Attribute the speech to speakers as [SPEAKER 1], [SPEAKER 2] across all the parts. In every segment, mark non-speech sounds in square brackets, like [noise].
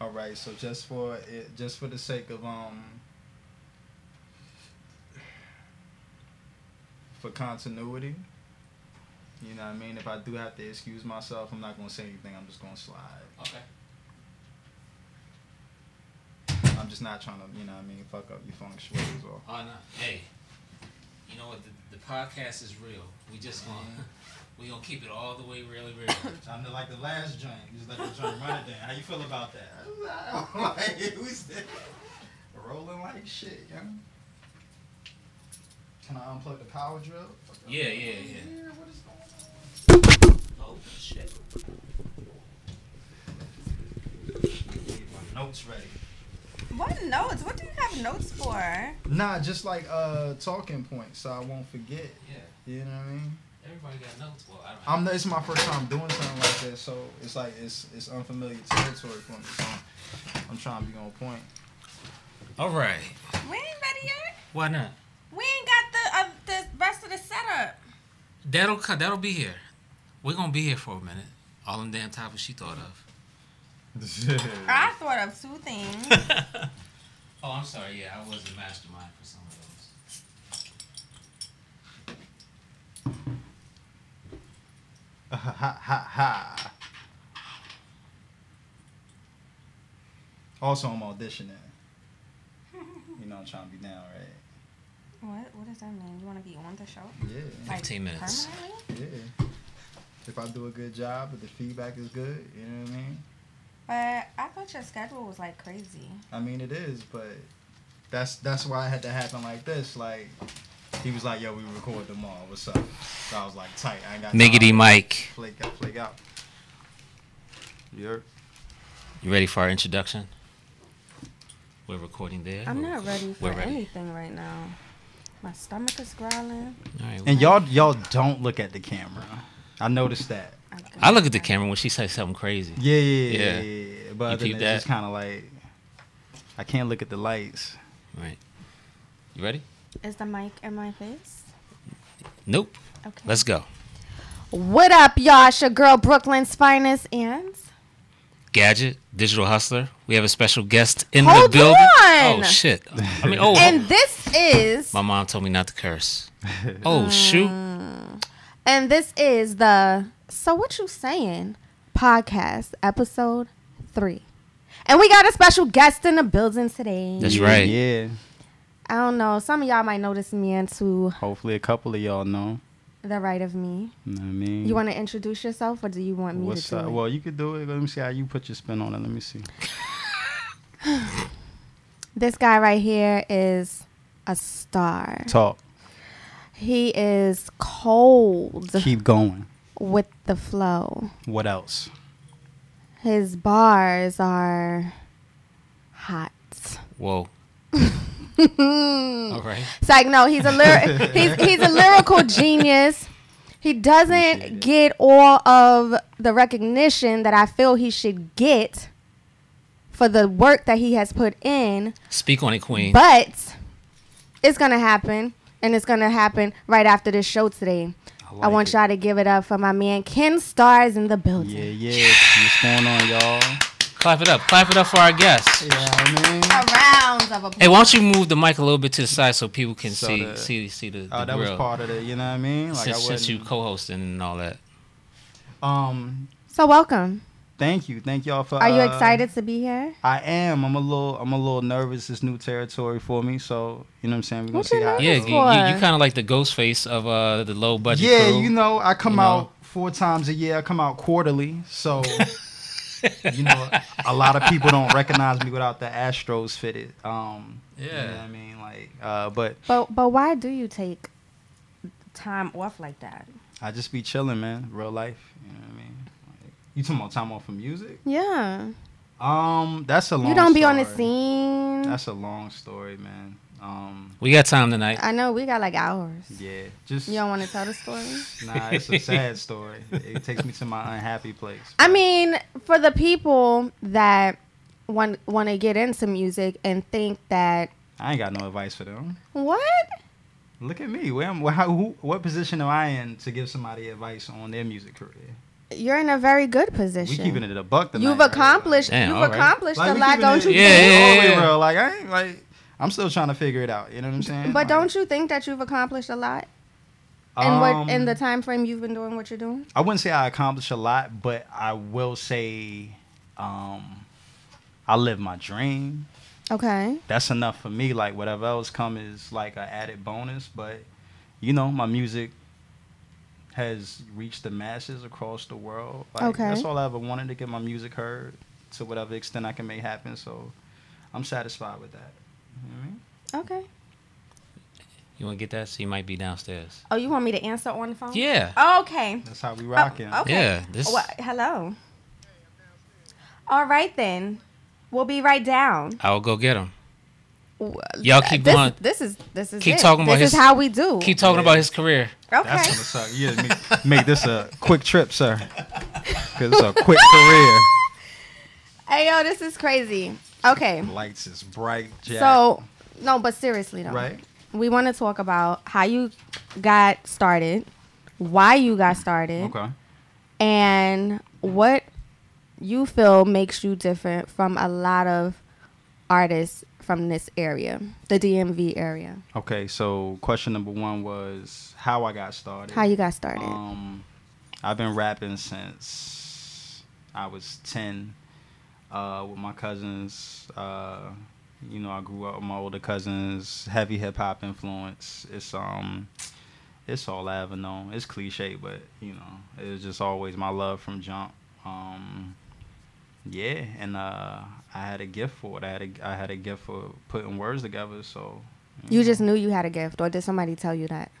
[SPEAKER 1] All right, so just for it, just for the sake of um, for continuity, you know what I mean. If I do have to excuse myself, I'm not gonna say anything. I'm just gonna slide.
[SPEAKER 2] Okay.
[SPEAKER 1] I'm just not trying to, you know what I mean, fuck up your feng shui as well.
[SPEAKER 2] Oh no. Hey, you know what? The, the podcast is real. We just gonna [laughs] we gonna keep it all the way really real.
[SPEAKER 3] I'm the, like the last joint. You just let the joint run it down. How you feel about that?
[SPEAKER 1] I'm [laughs] like, [laughs] who's that? Rolling like shit, yo. Can I unplug the power drill?
[SPEAKER 2] Yeah, yeah, yeah.
[SPEAKER 1] What is going on?
[SPEAKER 2] [coughs] oh shit.
[SPEAKER 1] Get my notes ready.
[SPEAKER 4] What notes? What do you have notes for?
[SPEAKER 1] Nah, just like uh talking points, so I won't forget.
[SPEAKER 2] Yeah.
[SPEAKER 1] You know what I mean?
[SPEAKER 2] Everybody got notes. Well, I don't.
[SPEAKER 1] I'm. It's my first time doing something like that, so it's like it's it's unfamiliar territory for me. So I'm trying to be on point. [laughs]
[SPEAKER 2] all right.
[SPEAKER 4] We ain't ready yet.
[SPEAKER 2] Why not?
[SPEAKER 4] We ain't got the uh, the rest of the setup.
[SPEAKER 2] That'll co- that'll be here. We're gonna be here for a minute. All them damn topics she thought of.
[SPEAKER 4] I thought of two
[SPEAKER 2] [laughs]
[SPEAKER 4] things.
[SPEAKER 2] [laughs] oh, I'm sorry. Yeah, I was a mastermind for some of those.
[SPEAKER 1] ha ha ha. Also, I'm auditioning. You know, I'm trying to be down, right?
[SPEAKER 4] what? What does that mean? You want to be on the show?
[SPEAKER 1] Yeah,
[SPEAKER 4] Like,
[SPEAKER 2] 15 minutes.
[SPEAKER 4] Permanently?
[SPEAKER 1] yeah. If I do a good job, if the feedback is good, you know what I mean.
[SPEAKER 4] But I thought your schedule was like crazy.
[SPEAKER 1] I mean, it is, but that's that's why it had to happen like this. Like he was like, "Yo, we record tomorrow. What's up?" So I was like, "Tight, I ain't got
[SPEAKER 2] Miggity
[SPEAKER 1] time.
[SPEAKER 2] Mike,
[SPEAKER 1] Flake out, flake out. Yep.
[SPEAKER 2] you ready for our introduction? We're recording there.
[SPEAKER 4] I'm not ready for
[SPEAKER 2] We're ready.
[SPEAKER 4] anything right now. My stomach is growling.
[SPEAKER 2] All right.
[SPEAKER 1] And y'all y'all don't look at the camera. I noticed that.
[SPEAKER 4] I'm
[SPEAKER 2] I look at the camera when she says something crazy.
[SPEAKER 1] Yeah, yeah, yeah.
[SPEAKER 2] Yeah.
[SPEAKER 1] yeah, yeah, yeah. But
[SPEAKER 2] You
[SPEAKER 1] other than
[SPEAKER 2] peep
[SPEAKER 1] that,
[SPEAKER 2] that?
[SPEAKER 1] it's kind of like I can't look at the lights.
[SPEAKER 2] Right. You ready?
[SPEAKER 4] Is the mic in my face?
[SPEAKER 2] Nope.
[SPEAKER 4] Okay.
[SPEAKER 2] Let's go.
[SPEAKER 4] What up, y'all? It's your girl, Brooklyn's finest and
[SPEAKER 2] Gadget, digital hustler. We have a special guest in
[SPEAKER 4] Hold
[SPEAKER 2] the building. Oh
[SPEAKER 4] on.
[SPEAKER 2] shit. I mean, oh.
[SPEAKER 4] and this is
[SPEAKER 2] my mom told me not to curse. [laughs]
[SPEAKER 4] Mm.
[SPEAKER 2] Oh shoot.
[SPEAKER 4] and this is the so what you saying podcast episode three, and we got a special guest in the building today.
[SPEAKER 2] That's
[SPEAKER 1] Yeah,
[SPEAKER 2] right.
[SPEAKER 1] Yeah.
[SPEAKER 4] I don't know. Some of y'all might notice me and to
[SPEAKER 1] Hopefully, a couple of y'all know.
[SPEAKER 4] the right of me.
[SPEAKER 1] You know what I mean?
[SPEAKER 4] You want to introduce yourself, or do you want me
[SPEAKER 1] What's
[SPEAKER 4] to do
[SPEAKER 1] up?
[SPEAKER 4] it?
[SPEAKER 1] Well, you could do it. Let me see how you put your spin on it. Let me see.
[SPEAKER 4] This guy right here is a star.
[SPEAKER 1] Talk.
[SPEAKER 4] He is cold
[SPEAKER 1] Keep going.
[SPEAKER 4] with the flow.
[SPEAKER 1] What else?
[SPEAKER 4] His bars are hot.
[SPEAKER 2] Whoa.
[SPEAKER 4] it's [laughs]
[SPEAKER 2] All right.
[SPEAKER 4] like no, he's
[SPEAKER 1] [laughs]
[SPEAKER 4] a lyric. he's he's a lyrical genius. He
[SPEAKER 1] Appreciate
[SPEAKER 4] doesn't
[SPEAKER 1] it.
[SPEAKER 4] get all of the recognition that I feel he should get for the work that he has put in.
[SPEAKER 2] Speak on it, Queen.
[SPEAKER 4] But it's gonna happen, and it's gonna happen right after this show today. I
[SPEAKER 1] like
[SPEAKER 4] want
[SPEAKER 1] it.
[SPEAKER 4] y'all to give it up for my man Ken Stars in the building.
[SPEAKER 1] Yeah, yeah. What's going on, y'all?
[SPEAKER 2] Clap it up. Clap it up for our guest.
[SPEAKER 1] Yeah, I mean.
[SPEAKER 4] A round of applause.
[SPEAKER 2] Hey, why don't you move the mic a little bit to the side so people can
[SPEAKER 1] So
[SPEAKER 2] see
[SPEAKER 1] the-
[SPEAKER 2] see see the, the
[SPEAKER 1] Oh, that was
[SPEAKER 2] grill.
[SPEAKER 1] part of it. You know what I mean? Like
[SPEAKER 2] since,
[SPEAKER 1] I
[SPEAKER 2] since you
[SPEAKER 1] wasn't.
[SPEAKER 2] co-hosting and all that.
[SPEAKER 1] Um,
[SPEAKER 4] So welcome.
[SPEAKER 1] thank you, thank y'all for.
[SPEAKER 4] Are you
[SPEAKER 1] uh,
[SPEAKER 4] excited to be here?
[SPEAKER 1] I am. I'm a little. I'm a little nervous. This new territory for me. So you know what I'm saying. We're gonna
[SPEAKER 4] What
[SPEAKER 1] see
[SPEAKER 4] you
[SPEAKER 1] how. it
[SPEAKER 2] Yeah,
[SPEAKER 4] nervous
[SPEAKER 2] you,
[SPEAKER 1] goes.
[SPEAKER 2] you, you kind of like the ghost face of uh the low budget
[SPEAKER 1] yeah.
[SPEAKER 2] crew.
[SPEAKER 1] You know, I come
[SPEAKER 2] you know.
[SPEAKER 1] out four times a year. I come out quarterly. So. you know, a lot of people don't recognize me without the Astros fitted. Um, You know
[SPEAKER 2] Yeah.
[SPEAKER 1] what I mean? Like, uh, but
[SPEAKER 4] But but why do you take time off like that?
[SPEAKER 1] I just be chilling, man. Real life. You know what I mean? Like, you talking about time off from music?
[SPEAKER 4] Yeah.
[SPEAKER 1] Um, that's a long.
[SPEAKER 4] You don't be on the
[SPEAKER 1] story.
[SPEAKER 4] scene.
[SPEAKER 1] That's a long story, man. Um,
[SPEAKER 2] We got time tonight.
[SPEAKER 4] I know we got like hours.
[SPEAKER 1] yeah, just
[SPEAKER 4] You don't want to tell the story?
[SPEAKER 1] nah. It's a sad story. It takes me to my unhappy place.
[SPEAKER 4] I mean, for the people that want want to get into music and think that
[SPEAKER 1] I ain't got no advice for them.
[SPEAKER 4] what?
[SPEAKER 1] Look at me. Where am? Where, how, who, what position am I in to give somebody advice on their music career?
[SPEAKER 4] You're in a very good
[SPEAKER 1] We
[SPEAKER 4] position.
[SPEAKER 1] keeping it a buck tonight.
[SPEAKER 4] You've
[SPEAKER 1] right?
[SPEAKER 4] accomplished.
[SPEAKER 2] Damn,
[SPEAKER 4] you've
[SPEAKER 2] all right.
[SPEAKER 4] accomplished
[SPEAKER 1] Like,
[SPEAKER 4] a
[SPEAKER 1] we
[SPEAKER 4] lot,
[SPEAKER 1] keeping
[SPEAKER 4] don't
[SPEAKER 1] it-
[SPEAKER 4] you?
[SPEAKER 2] Yeah,
[SPEAKER 4] think?
[SPEAKER 2] yeah,
[SPEAKER 1] all the way
[SPEAKER 2] yeah.
[SPEAKER 1] real. Like I ain't like I'm still trying to figure it out. You know what I'm saying?
[SPEAKER 4] But don't you think that you've accomplished a lot in
[SPEAKER 1] Um,
[SPEAKER 4] what in the time frame you've been doing what you're doing?
[SPEAKER 1] I wouldn't say I accomplished a lot, but I will say um, I live my dream.
[SPEAKER 4] Okay.
[SPEAKER 1] That's enough for me. Like whatever else come is like an added bonus. But you know, my music has reached the masses across the world. Like,
[SPEAKER 4] Okay.
[SPEAKER 1] That's all I ever wanted to get my music heard to whatever extent I can make happen. So I'm satisfied with that. You know what I mean?
[SPEAKER 4] Okay.
[SPEAKER 2] You want to get that? So you might be downstairs.
[SPEAKER 4] Oh, you want me to answer on the phone?
[SPEAKER 2] Yeah.
[SPEAKER 4] Okay.
[SPEAKER 1] That's how we rocking.
[SPEAKER 4] Oh, okay.
[SPEAKER 2] Yeah. This.
[SPEAKER 4] Wha- hello. All right then. We'll be right down.
[SPEAKER 2] I'll go get him.
[SPEAKER 4] W-
[SPEAKER 2] Y'all keep
[SPEAKER 4] this,
[SPEAKER 2] going.
[SPEAKER 4] This is this is
[SPEAKER 2] Keep
[SPEAKER 4] it.
[SPEAKER 2] talking about
[SPEAKER 4] This is
[SPEAKER 2] his-
[SPEAKER 4] how we do.
[SPEAKER 2] Keep talking
[SPEAKER 1] Yeah.
[SPEAKER 2] about his career.
[SPEAKER 4] okay.
[SPEAKER 1] That's gonna suck. Yeah, make, make this a quick trip, sir. Cause it's a quick career.
[SPEAKER 4] Hey yo, this is crazy. Okay.
[SPEAKER 1] Lights is bright. Jack.
[SPEAKER 4] So no, but seriously though.
[SPEAKER 1] right.
[SPEAKER 4] We want to talk about how you got started, why you got started,
[SPEAKER 1] Okay.
[SPEAKER 4] and what you feel makes you different from a lot of artists from this area, the DMV area.
[SPEAKER 1] Okay. So question number one was how I got started.
[SPEAKER 4] How you got started?
[SPEAKER 1] Um, I've been rapping since I was ten. Uh, with my cousins. Uh, you know, I grew up with my older cousins. Heavy hip hop influence. It's um, it's all I ever known. It's cliche, but you know, it's just always my love from jump. Um, yeah, and uh, I had a gift for it. I had a I had a gift for putting words together. So
[SPEAKER 4] you just knew you had a gift, or did somebody tell you that?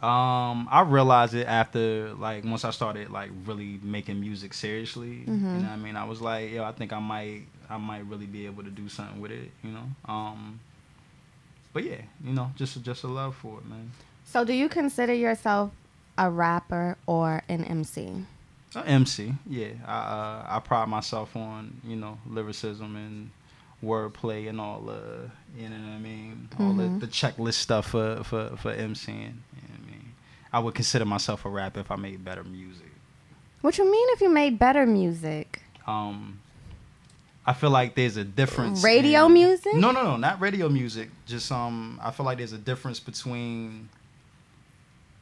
[SPEAKER 1] Um, I realized it after like once I started like really making music seriously. You know what I mean? I was like, yo, I think I might I might really be able to do something with it, you know? Um but yeah, you know, just just a love for it, man.
[SPEAKER 4] So, do you consider yourself a rapper or an MC?
[SPEAKER 1] A MC, yeah. I uh, I pride myself on, you know, lyricism and wordplay and all the you know what I mean? All
[SPEAKER 4] Mhm.
[SPEAKER 1] the, the checklist stuff for, for, for MCing. You know what I mean? I would consider myself a rapper if I made better music.
[SPEAKER 4] What you mean if you made better music?
[SPEAKER 1] um I feel like there's a difference.
[SPEAKER 4] Radio music?
[SPEAKER 1] No, no, no, not radio music. Just um, I feel like there's a difference between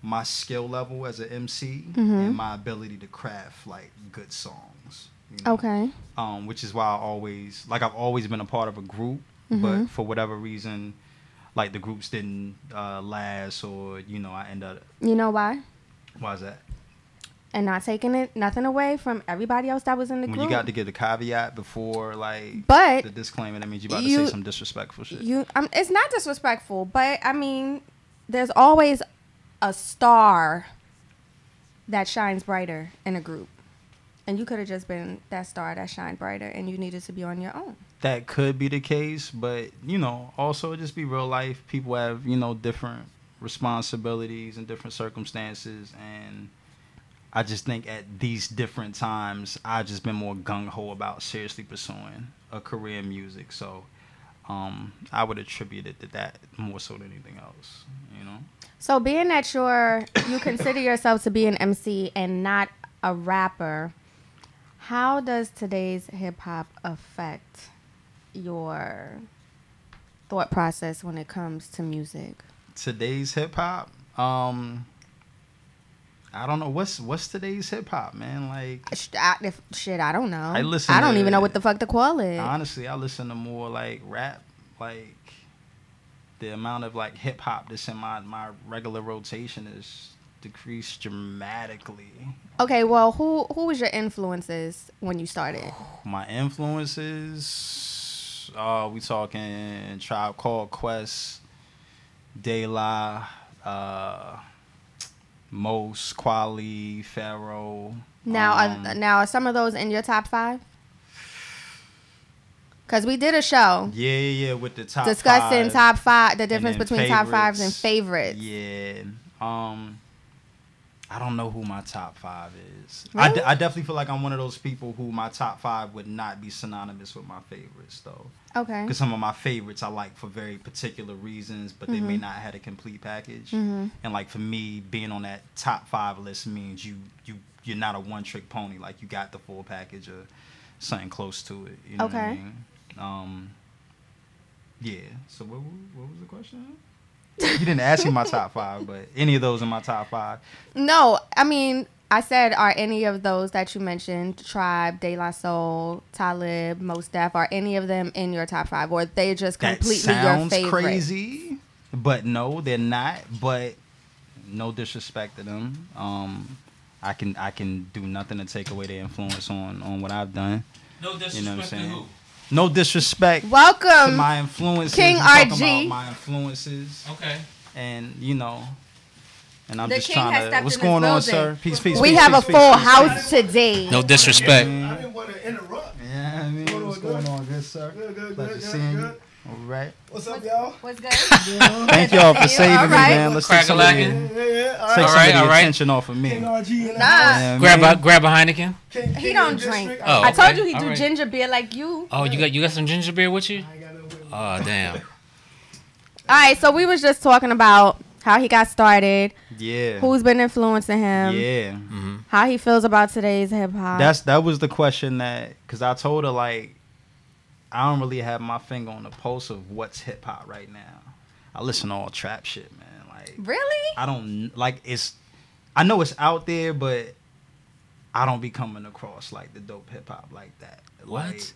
[SPEAKER 1] my skill level as an MC
[SPEAKER 4] Mhm.
[SPEAKER 1] and my ability to craft like good songs. you know?
[SPEAKER 4] Okay.
[SPEAKER 1] Um, which is why I always like I've always been a part of a group,
[SPEAKER 4] Mhm.
[SPEAKER 1] but for whatever reason, like the groups didn't uh, last, or you know, I end up.
[SPEAKER 4] You know why?
[SPEAKER 1] Why is that?
[SPEAKER 4] And not taking it, nothing away from everybody else that was in the
[SPEAKER 1] When you
[SPEAKER 4] group.
[SPEAKER 1] got to give the caveat before like
[SPEAKER 4] But
[SPEAKER 1] the disclaimer, that means you about to
[SPEAKER 4] you-
[SPEAKER 1] say some disrespectful shit.
[SPEAKER 4] You, um, it's not disrespectful, but I mean, there's always a star that shines brighter in a group, and you could have just been that star that shined brighter, and you needed to be on your own.
[SPEAKER 1] that could be the case, but you know, also just be real life. People have you know different responsibilities and different circumstances, and I just think at these different times, I've just been more gung ho about seriously pursuing a career in music. So, um, I would attribute it to that more so than anything else. You know,
[SPEAKER 4] So, being that you're you consider yourself to be an MC and not a rapper, how does today's hip hop affect your thought process when it comes to music?
[SPEAKER 1] today's hip hop, um, I don't know what's what's today's hip hop, man. Like
[SPEAKER 4] Sh- I, if, shit, I don't know. I,
[SPEAKER 1] I listen
[SPEAKER 4] don't
[SPEAKER 1] to-
[SPEAKER 4] even know what the fuck to call it.
[SPEAKER 1] honestly i listen to more like rap like the amount of like hip hop that's in my my regular rotation is decreased dramatically
[SPEAKER 4] Okay, well, who who was your influences when you started?
[SPEAKER 1] my influences uh we talking tribe called quest de la uh most quali pharaoh
[SPEAKER 4] Now,
[SPEAKER 1] um,
[SPEAKER 4] are, now are some of those in your top five? Because we did a show
[SPEAKER 1] yeah yeah yeah with the top
[SPEAKER 4] discussing
[SPEAKER 1] five.
[SPEAKER 4] top five, the
[SPEAKER 1] And
[SPEAKER 4] difference
[SPEAKER 1] then
[SPEAKER 4] between top fives and favorites.
[SPEAKER 1] Yeah. Um, I don't know who my top five is. I
[SPEAKER 4] Really?
[SPEAKER 1] de- I definitely feel like I'm one of those people who my top five would not be synonymous with my favorites though.
[SPEAKER 4] Okay.
[SPEAKER 1] Because some of my favorites I like for very particular reasons, but they may
[SPEAKER 4] Mm-hmm.
[SPEAKER 1] not have had a complete package.
[SPEAKER 4] Mhm.
[SPEAKER 1] And like for me, being on that top five list means you you you're not a one trick pony. Like you got the full package or something close to it. You know what I
[SPEAKER 4] Okay.
[SPEAKER 1] mean? Um, yeah. So what wa- what was the
[SPEAKER 4] [laughs]
[SPEAKER 1] question? You didn't ask me my top five, but any of those in my top five.
[SPEAKER 4] No, I mean, I said, are any of those that you mentioned, Tribe, De La Soul, Talib, Mos Def, are any of them in your top five, or they just
[SPEAKER 1] That
[SPEAKER 4] completely your
[SPEAKER 1] sounds
[SPEAKER 4] favorite?
[SPEAKER 1] crazy, but no, they're not. But no disrespect to them. Um, I can I can do nothing to take away their influence on on what I've done.
[SPEAKER 5] No disrespect
[SPEAKER 1] You know what I'm
[SPEAKER 5] to
[SPEAKER 1] saying?
[SPEAKER 5] who?
[SPEAKER 1] No disrespect to
[SPEAKER 4] Welcome.
[SPEAKER 1] my influences.
[SPEAKER 4] King
[SPEAKER 1] We talking
[SPEAKER 4] RG.
[SPEAKER 1] about my influences,
[SPEAKER 5] Okay.
[SPEAKER 1] and you know, and I'm
[SPEAKER 4] The
[SPEAKER 1] just
[SPEAKER 4] king
[SPEAKER 1] trying
[SPEAKER 4] has
[SPEAKER 1] to.
[SPEAKER 4] stepped
[SPEAKER 1] What's
[SPEAKER 4] in this
[SPEAKER 1] going on,
[SPEAKER 4] building.
[SPEAKER 1] sir? Peace, peace.
[SPEAKER 4] we
[SPEAKER 1] peace,
[SPEAKER 4] have
[SPEAKER 1] peace,
[SPEAKER 4] a
[SPEAKER 1] peace,
[SPEAKER 4] full
[SPEAKER 1] peace,
[SPEAKER 4] house today.
[SPEAKER 2] No
[SPEAKER 4] Mm,
[SPEAKER 2] disrespect.
[SPEAKER 1] peace.
[SPEAKER 3] I didn't want to interrupt.
[SPEAKER 1] Yeah, I mean,
[SPEAKER 3] What's
[SPEAKER 1] what's
[SPEAKER 3] going
[SPEAKER 1] going on, good sir?
[SPEAKER 3] Good, good,
[SPEAKER 1] Pleasure
[SPEAKER 3] good, good,
[SPEAKER 1] seeing you.
[SPEAKER 3] good.
[SPEAKER 1] All
[SPEAKER 4] [laughs]
[SPEAKER 1] right.
[SPEAKER 3] What's up, y'all?
[SPEAKER 4] What's good?
[SPEAKER 1] Thank y'all for
[SPEAKER 4] You
[SPEAKER 1] saving
[SPEAKER 4] all
[SPEAKER 1] me,
[SPEAKER 4] right?
[SPEAKER 1] man. Let's take some of
[SPEAKER 2] Crack-a-lackin'.
[SPEAKER 1] the,
[SPEAKER 3] Yeah,
[SPEAKER 1] take
[SPEAKER 3] yeah, yeah. All
[SPEAKER 1] some
[SPEAKER 3] right.
[SPEAKER 2] All
[SPEAKER 1] of
[SPEAKER 2] right,
[SPEAKER 1] the
[SPEAKER 2] all right.
[SPEAKER 1] attention off of me.
[SPEAKER 3] King RG in the
[SPEAKER 4] Nah.
[SPEAKER 3] house.
[SPEAKER 1] Yeah,
[SPEAKER 2] Grab
[SPEAKER 1] man.
[SPEAKER 2] a grab a Heineken.
[SPEAKER 3] King, king
[SPEAKER 4] Uh, he
[SPEAKER 3] of
[SPEAKER 4] don't
[SPEAKER 3] the
[SPEAKER 4] drink.
[SPEAKER 3] district.
[SPEAKER 2] Oh,
[SPEAKER 4] I told
[SPEAKER 2] okay.
[SPEAKER 4] you he
[SPEAKER 2] All
[SPEAKER 4] do
[SPEAKER 2] right.
[SPEAKER 4] ginger beer like you.
[SPEAKER 2] Oh, you got you got some ginger beer with you?
[SPEAKER 3] I ain't got no way.
[SPEAKER 2] Oh
[SPEAKER 4] [laughs]
[SPEAKER 2] damn.
[SPEAKER 4] All right, so we was just talking about how he got started,
[SPEAKER 1] Yeah.
[SPEAKER 4] who's been influencing him,
[SPEAKER 1] yeah.
[SPEAKER 2] Mm-hmm.
[SPEAKER 4] how he feels about today's hip hop.
[SPEAKER 1] That's that was the question that because I told her like I don't really have my finger on the pulse of what's hip hop right now. I listen to all trap shit, man. Like
[SPEAKER 4] really
[SPEAKER 1] I don't like it's. I know it's out there, but I don't be coming across like the dope hip hop like that.
[SPEAKER 2] What?
[SPEAKER 1] Like,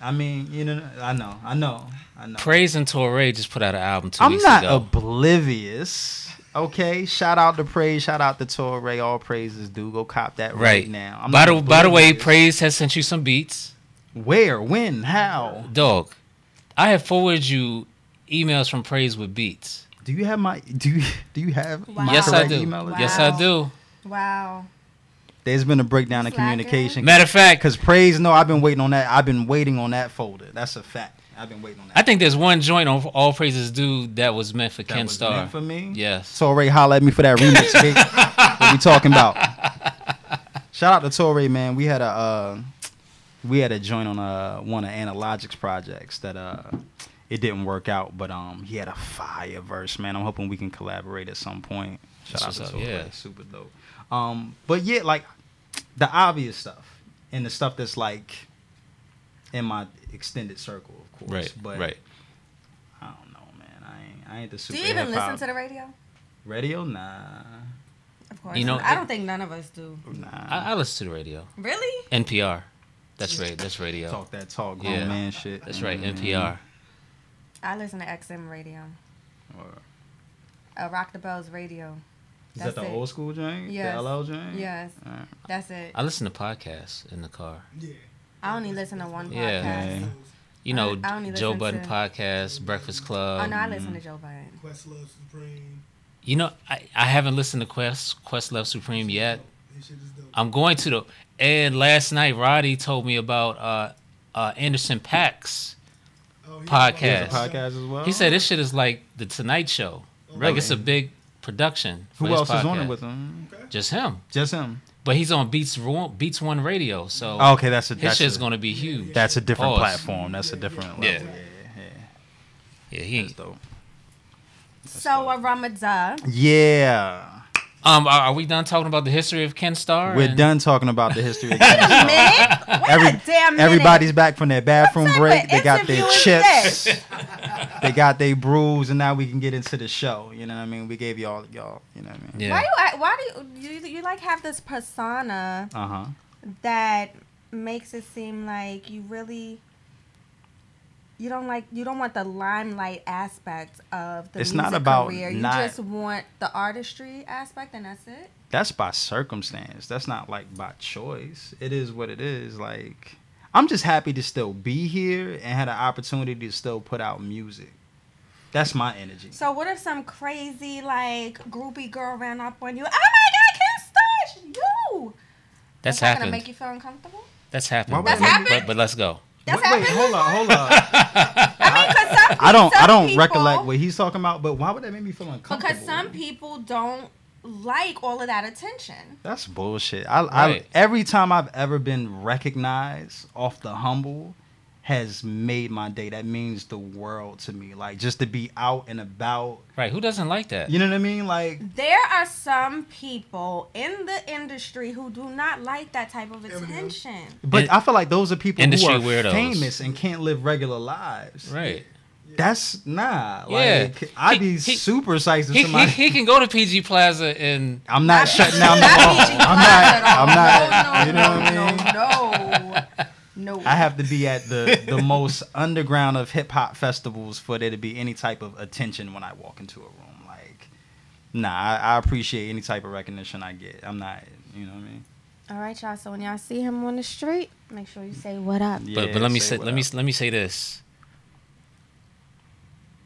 [SPEAKER 1] I mean, you know, I know, I know, I know.
[SPEAKER 2] Praise and Torre just put out an album 2
[SPEAKER 1] I'm
[SPEAKER 2] weeks
[SPEAKER 1] not
[SPEAKER 2] ago.
[SPEAKER 1] oblivious. Okay, shout out to Praise, shout out to Torre. All praises do go cop that right,
[SPEAKER 2] Right.
[SPEAKER 1] now. I'm
[SPEAKER 2] by
[SPEAKER 1] not
[SPEAKER 2] the by the way,
[SPEAKER 1] oblivious.
[SPEAKER 2] Praise has sent you some beats.
[SPEAKER 1] Where, when, how?
[SPEAKER 2] Dog, I have forwarded you emails from Praise with beats.
[SPEAKER 1] Do you have my do you do you have
[SPEAKER 4] Wow.
[SPEAKER 1] my
[SPEAKER 2] Yes, I
[SPEAKER 1] correct
[SPEAKER 2] do.
[SPEAKER 1] email address?
[SPEAKER 2] Yes,
[SPEAKER 4] Wow.
[SPEAKER 2] I do.
[SPEAKER 4] [laughs] wow.
[SPEAKER 1] There's been a breakdown in
[SPEAKER 4] Slacker.
[SPEAKER 1] communication.
[SPEAKER 2] Matter of fact,
[SPEAKER 1] Cause praise, no, I've been waiting on that. I've been waiting on that folder. That's a fact. I've been waiting on that.
[SPEAKER 2] I think there's one joint on All Praises Due that was meant for
[SPEAKER 1] that
[SPEAKER 2] Ken
[SPEAKER 1] was
[SPEAKER 2] Starr.
[SPEAKER 1] meant for me.
[SPEAKER 2] yes.
[SPEAKER 1] Torre holla at me for
[SPEAKER 2] [laughs]
[SPEAKER 1] that remix, bitch. what we talking about? Shout out to Torre, man. We had a uh, we had a joint on uh, one of Analogic's projects that uh it didn't work out, but um he had a fire verse, man. I'm hoping we can collaborate at some point. Shout
[SPEAKER 2] That's
[SPEAKER 1] out
[SPEAKER 2] what's
[SPEAKER 1] to
[SPEAKER 2] up,
[SPEAKER 1] Torre,
[SPEAKER 2] yeah.
[SPEAKER 1] super dope. Um, but yeah, like the obvious stuff and the stuff that's like in my extended circle, of course.
[SPEAKER 2] Right.
[SPEAKER 1] but
[SPEAKER 2] right.
[SPEAKER 1] I don't know, man. I ain't I ain't the
[SPEAKER 4] Do
[SPEAKER 1] super.
[SPEAKER 4] you even listen
[SPEAKER 1] hip-hop-
[SPEAKER 4] to the radio?
[SPEAKER 1] radio? Nah.
[SPEAKER 4] Of course.
[SPEAKER 2] You know,
[SPEAKER 4] I don't think none of us do.
[SPEAKER 1] Nah.
[SPEAKER 4] um,
[SPEAKER 2] I, I listen to the radio.
[SPEAKER 4] Really?
[SPEAKER 2] NPR. That's right. That's radio.
[SPEAKER 1] talk that talk, grown
[SPEAKER 2] Yeah.
[SPEAKER 1] man shit.
[SPEAKER 2] That's right.
[SPEAKER 1] Mhm.
[SPEAKER 2] NPR.
[SPEAKER 4] I listen to XM radio.
[SPEAKER 1] Or-
[SPEAKER 4] Uh, Rock the Bells radio.
[SPEAKER 1] Is
[SPEAKER 4] That's
[SPEAKER 1] that the
[SPEAKER 4] it.
[SPEAKER 1] old school joint?
[SPEAKER 4] Yes.
[SPEAKER 1] The LL joint?
[SPEAKER 4] Yes,
[SPEAKER 1] Alright.
[SPEAKER 4] that's it.
[SPEAKER 2] I listen to podcasts in the car.
[SPEAKER 3] Yeah.
[SPEAKER 4] I only listen to one podcast.
[SPEAKER 2] Yeah.
[SPEAKER 1] Yeah.
[SPEAKER 2] You
[SPEAKER 4] I-
[SPEAKER 2] know,
[SPEAKER 4] I only
[SPEAKER 2] Joe
[SPEAKER 4] listen
[SPEAKER 2] Budden
[SPEAKER 4] to-
[SPEAKER 2] podcast, Breakfast
[SPEAKER 4] Oh
[SPEAKER 2] Club.
[SPEAKER 4] no, I listen to Joe Biden.
[SPEAKER 3] Questlove Supreme.
[SPEAKER 2] You know, I, I haven't listened to Quest Quest Love Supreme yet.
[SPEAKER 3] This shit is dope.
[SPEAKER 2] I'm going to though. And last night, Roddy told me about uh, uh, Anderson Pax.
[SPEAKER 3] Oh, he-
[SPEAKER 2] Podcast.
[SPEAKER 1] There's a podcast as well.
[SPEAKER 2] He said this shit is like the Tonight Show. Like
[SPEAKER 1] Really?
[SPEAKER 2] it's a big production. for
[SPEAKER 1] Who
[SPEAKER 2] his
[SPEAKER 1] else is on
[SPEAKER 2] podcast.
[SPEAKER 1] it with him?
[SPEAKER 2] Just him.
[SPEAKER 1] Just him.
[SPEAKER 2] But he's on Beats Ru- Beats One Radio, so
[SPEAKER 1] Oh, okay, that's a
[SPEAKER 2] his
[SPEAKER 1] that's
[SPEAKER 2] shit's
[SPEAKER 1] a,
[SPEAKER 2] gonna be huge.
[SPEAKER 1] that's a different
[SPEAKER 2] Pause.
[SPEAKER 1] platform. That's a different level.
[SPEAKER 2] Yeah.
[SPEAKER 1] Yeah, yeah,
[SPEAKER 2] Yeah, he.
[SPEAKER 1] That's dope.
[SPEAKER 4] So
[SPEAKER 2] [laughs]
[SPEAKER 4] a Ramadan.
[SPEAKER 1] Yeah.
[SPEAKER 2] Um, are, are we done talking about the history of Ken Starr?
[SPEAKER 1] We're
[SPEAKER 2] and-
[SPEAKER 1] done talking about the
[SPEAKER 4] [laughs]
[SPEAKER 1] history of
[SPEAKER 4] Man, wait a
[SPEAKER 1] Every-
[SPEAKER 4] damn minute.
[SPEAKER 1] Everybody's back from their bathroom
[SPEAKER 4] type
[SPEAKER 1] break.
[SPEAKER 4] of
[SPEAKER 1] They got their
[SPEAKER 4] interview is
[SPEAKER 1] chips. [laughs] they got their brews, and now we can get into the show. You know what I mean? We gave y'all, y'all. You know what I mean?
[SPEAKER 2] Yeah.
[SPEAKER 4] Why you? act- Why do you, you? You like have this persona
[SPEAKER 1] Uh huh.
[SPEAKER 4] that makes it seem like you really. You don't like. You don't want the limelight aspect of the
[SPEAKER 1] It's
[SPEAKER 4] music
[SPEAKER 1] not about
[SPEAKER 4] career. You
[SPEAKER 1] not-
[SPEAKER 4] just want the artistry aspect, and that's it.
[SPEAKER 1] that's by circumstance. That's not like by choice. It is what it is. Like I'm just happy to still be here and had an opportunity to still put out music. That's my energy.
[SPEAKER 4] So what if some crazy like groupie girl ran up on you? Oh my God, Kim Starr, it's you.
[SPEAKER 2] That's
[SPEAKER 4] not
[SPEAKER 2] happened.
[SPEAKER 4] gonna make you feel uncomfortable.
[SPEAKER 2] That's
[SPEAKER 1] Why
[SPEAKER 2] happened.
[SPEAKER 1] would That's
[SPEAKER 2] but,
[SPEAKER 4] happened?
[SPEAKER 2] But, but let's go.
[SPEAKER 4] That's
[SPEAKER 1] wait, wait,
[SPEAKER 4] happened.
[SPEAKER 1] hold up, hold
[SPEAKER 4] [laughs]
[SPEAKER 1] up.
[SPEAKER 4] I mean, 'cause some
[SPEAKER 1] I don't, I
[SPEAKER 4] some
[SPEAKER 1] don't
[SPEAKER 4] people-
[SPEAKER 1] recollect what he's talking about. But why would that make me feel uncomfortable?
[SPEAKER 4] Because some people don't
[SPEAKER 6] like all of that attention.
[SPEAKER 1] That's bullshit. I, I
[SPEAKER 2] Right.
[SPEAKER 1] every time I've ever been recognized off the humble has made my day. That means the world to me. Like just to be out and about.
[SPEAKER 2] Right. Who doesn't like that?
[SPEAKER 1] You know what I mean? Like
[SPEAKER 6] There are some people in the industry who do not like that type of attention.
[SPEAKER 1] but
[SPEAKER 2] And-
[SPEAKER 1] I feel like those are people who
[SPEAKER 2] Industry
[SPEAKER 1] are
[SPEAKER 2] weirdos.
[SPEAKER 1] famous and can't live regular lives.
[SPEAKER 2] Right.
[SPEAKER 1] That's nah.
[SPEAKER 2] Yeah.
[SPEAKER 1] Like I'd be
[SPEAKER 2] He- he-
[SPEAKER 1] super psyched if
[SPEAKER 2] He, he,
[SPEAKER 1] somebody
[SPEAKER 2] he can go to PG Plaza and
[SPEAKER 1] I'm
[SPEAKER 6] [laughs]
[SPEAKER 1] not shutting down the
[SPEAKER 6] Not
[SPEAKER 1] wall.
[SPEAKER 6] PG
[SPEAKER 1] I'm not
[SPEAKER 6] Plaza at all.
[SPEAKER 1] I'm not you know
[SPEAKER 6] No,
[SPEAKER 1] what I mean?
[SPEAKER 6] no, no, no, no.
[SPEAKER 1] I have to be at the the most underground of hip hop festivals for there to be any type of attention when I walk into a room. Like, nah, I, I appreciate any type of recognition I get. I'm not, you know what I mean?
[SPEAKER 4] All right, y'all. So when y'all see him on the street, make sure you say what up.
[SPEAKER 2] but
[SPEAKER 1] Yeah,
[SPEAKER 2] but let me
[SPEAKER 1] say
[SPEAKER 2] say
[SPEAKER 1] what
[SPEAKER 2] let me
[SPEAKER 1] up.
[SPEAKER 2] let me say this.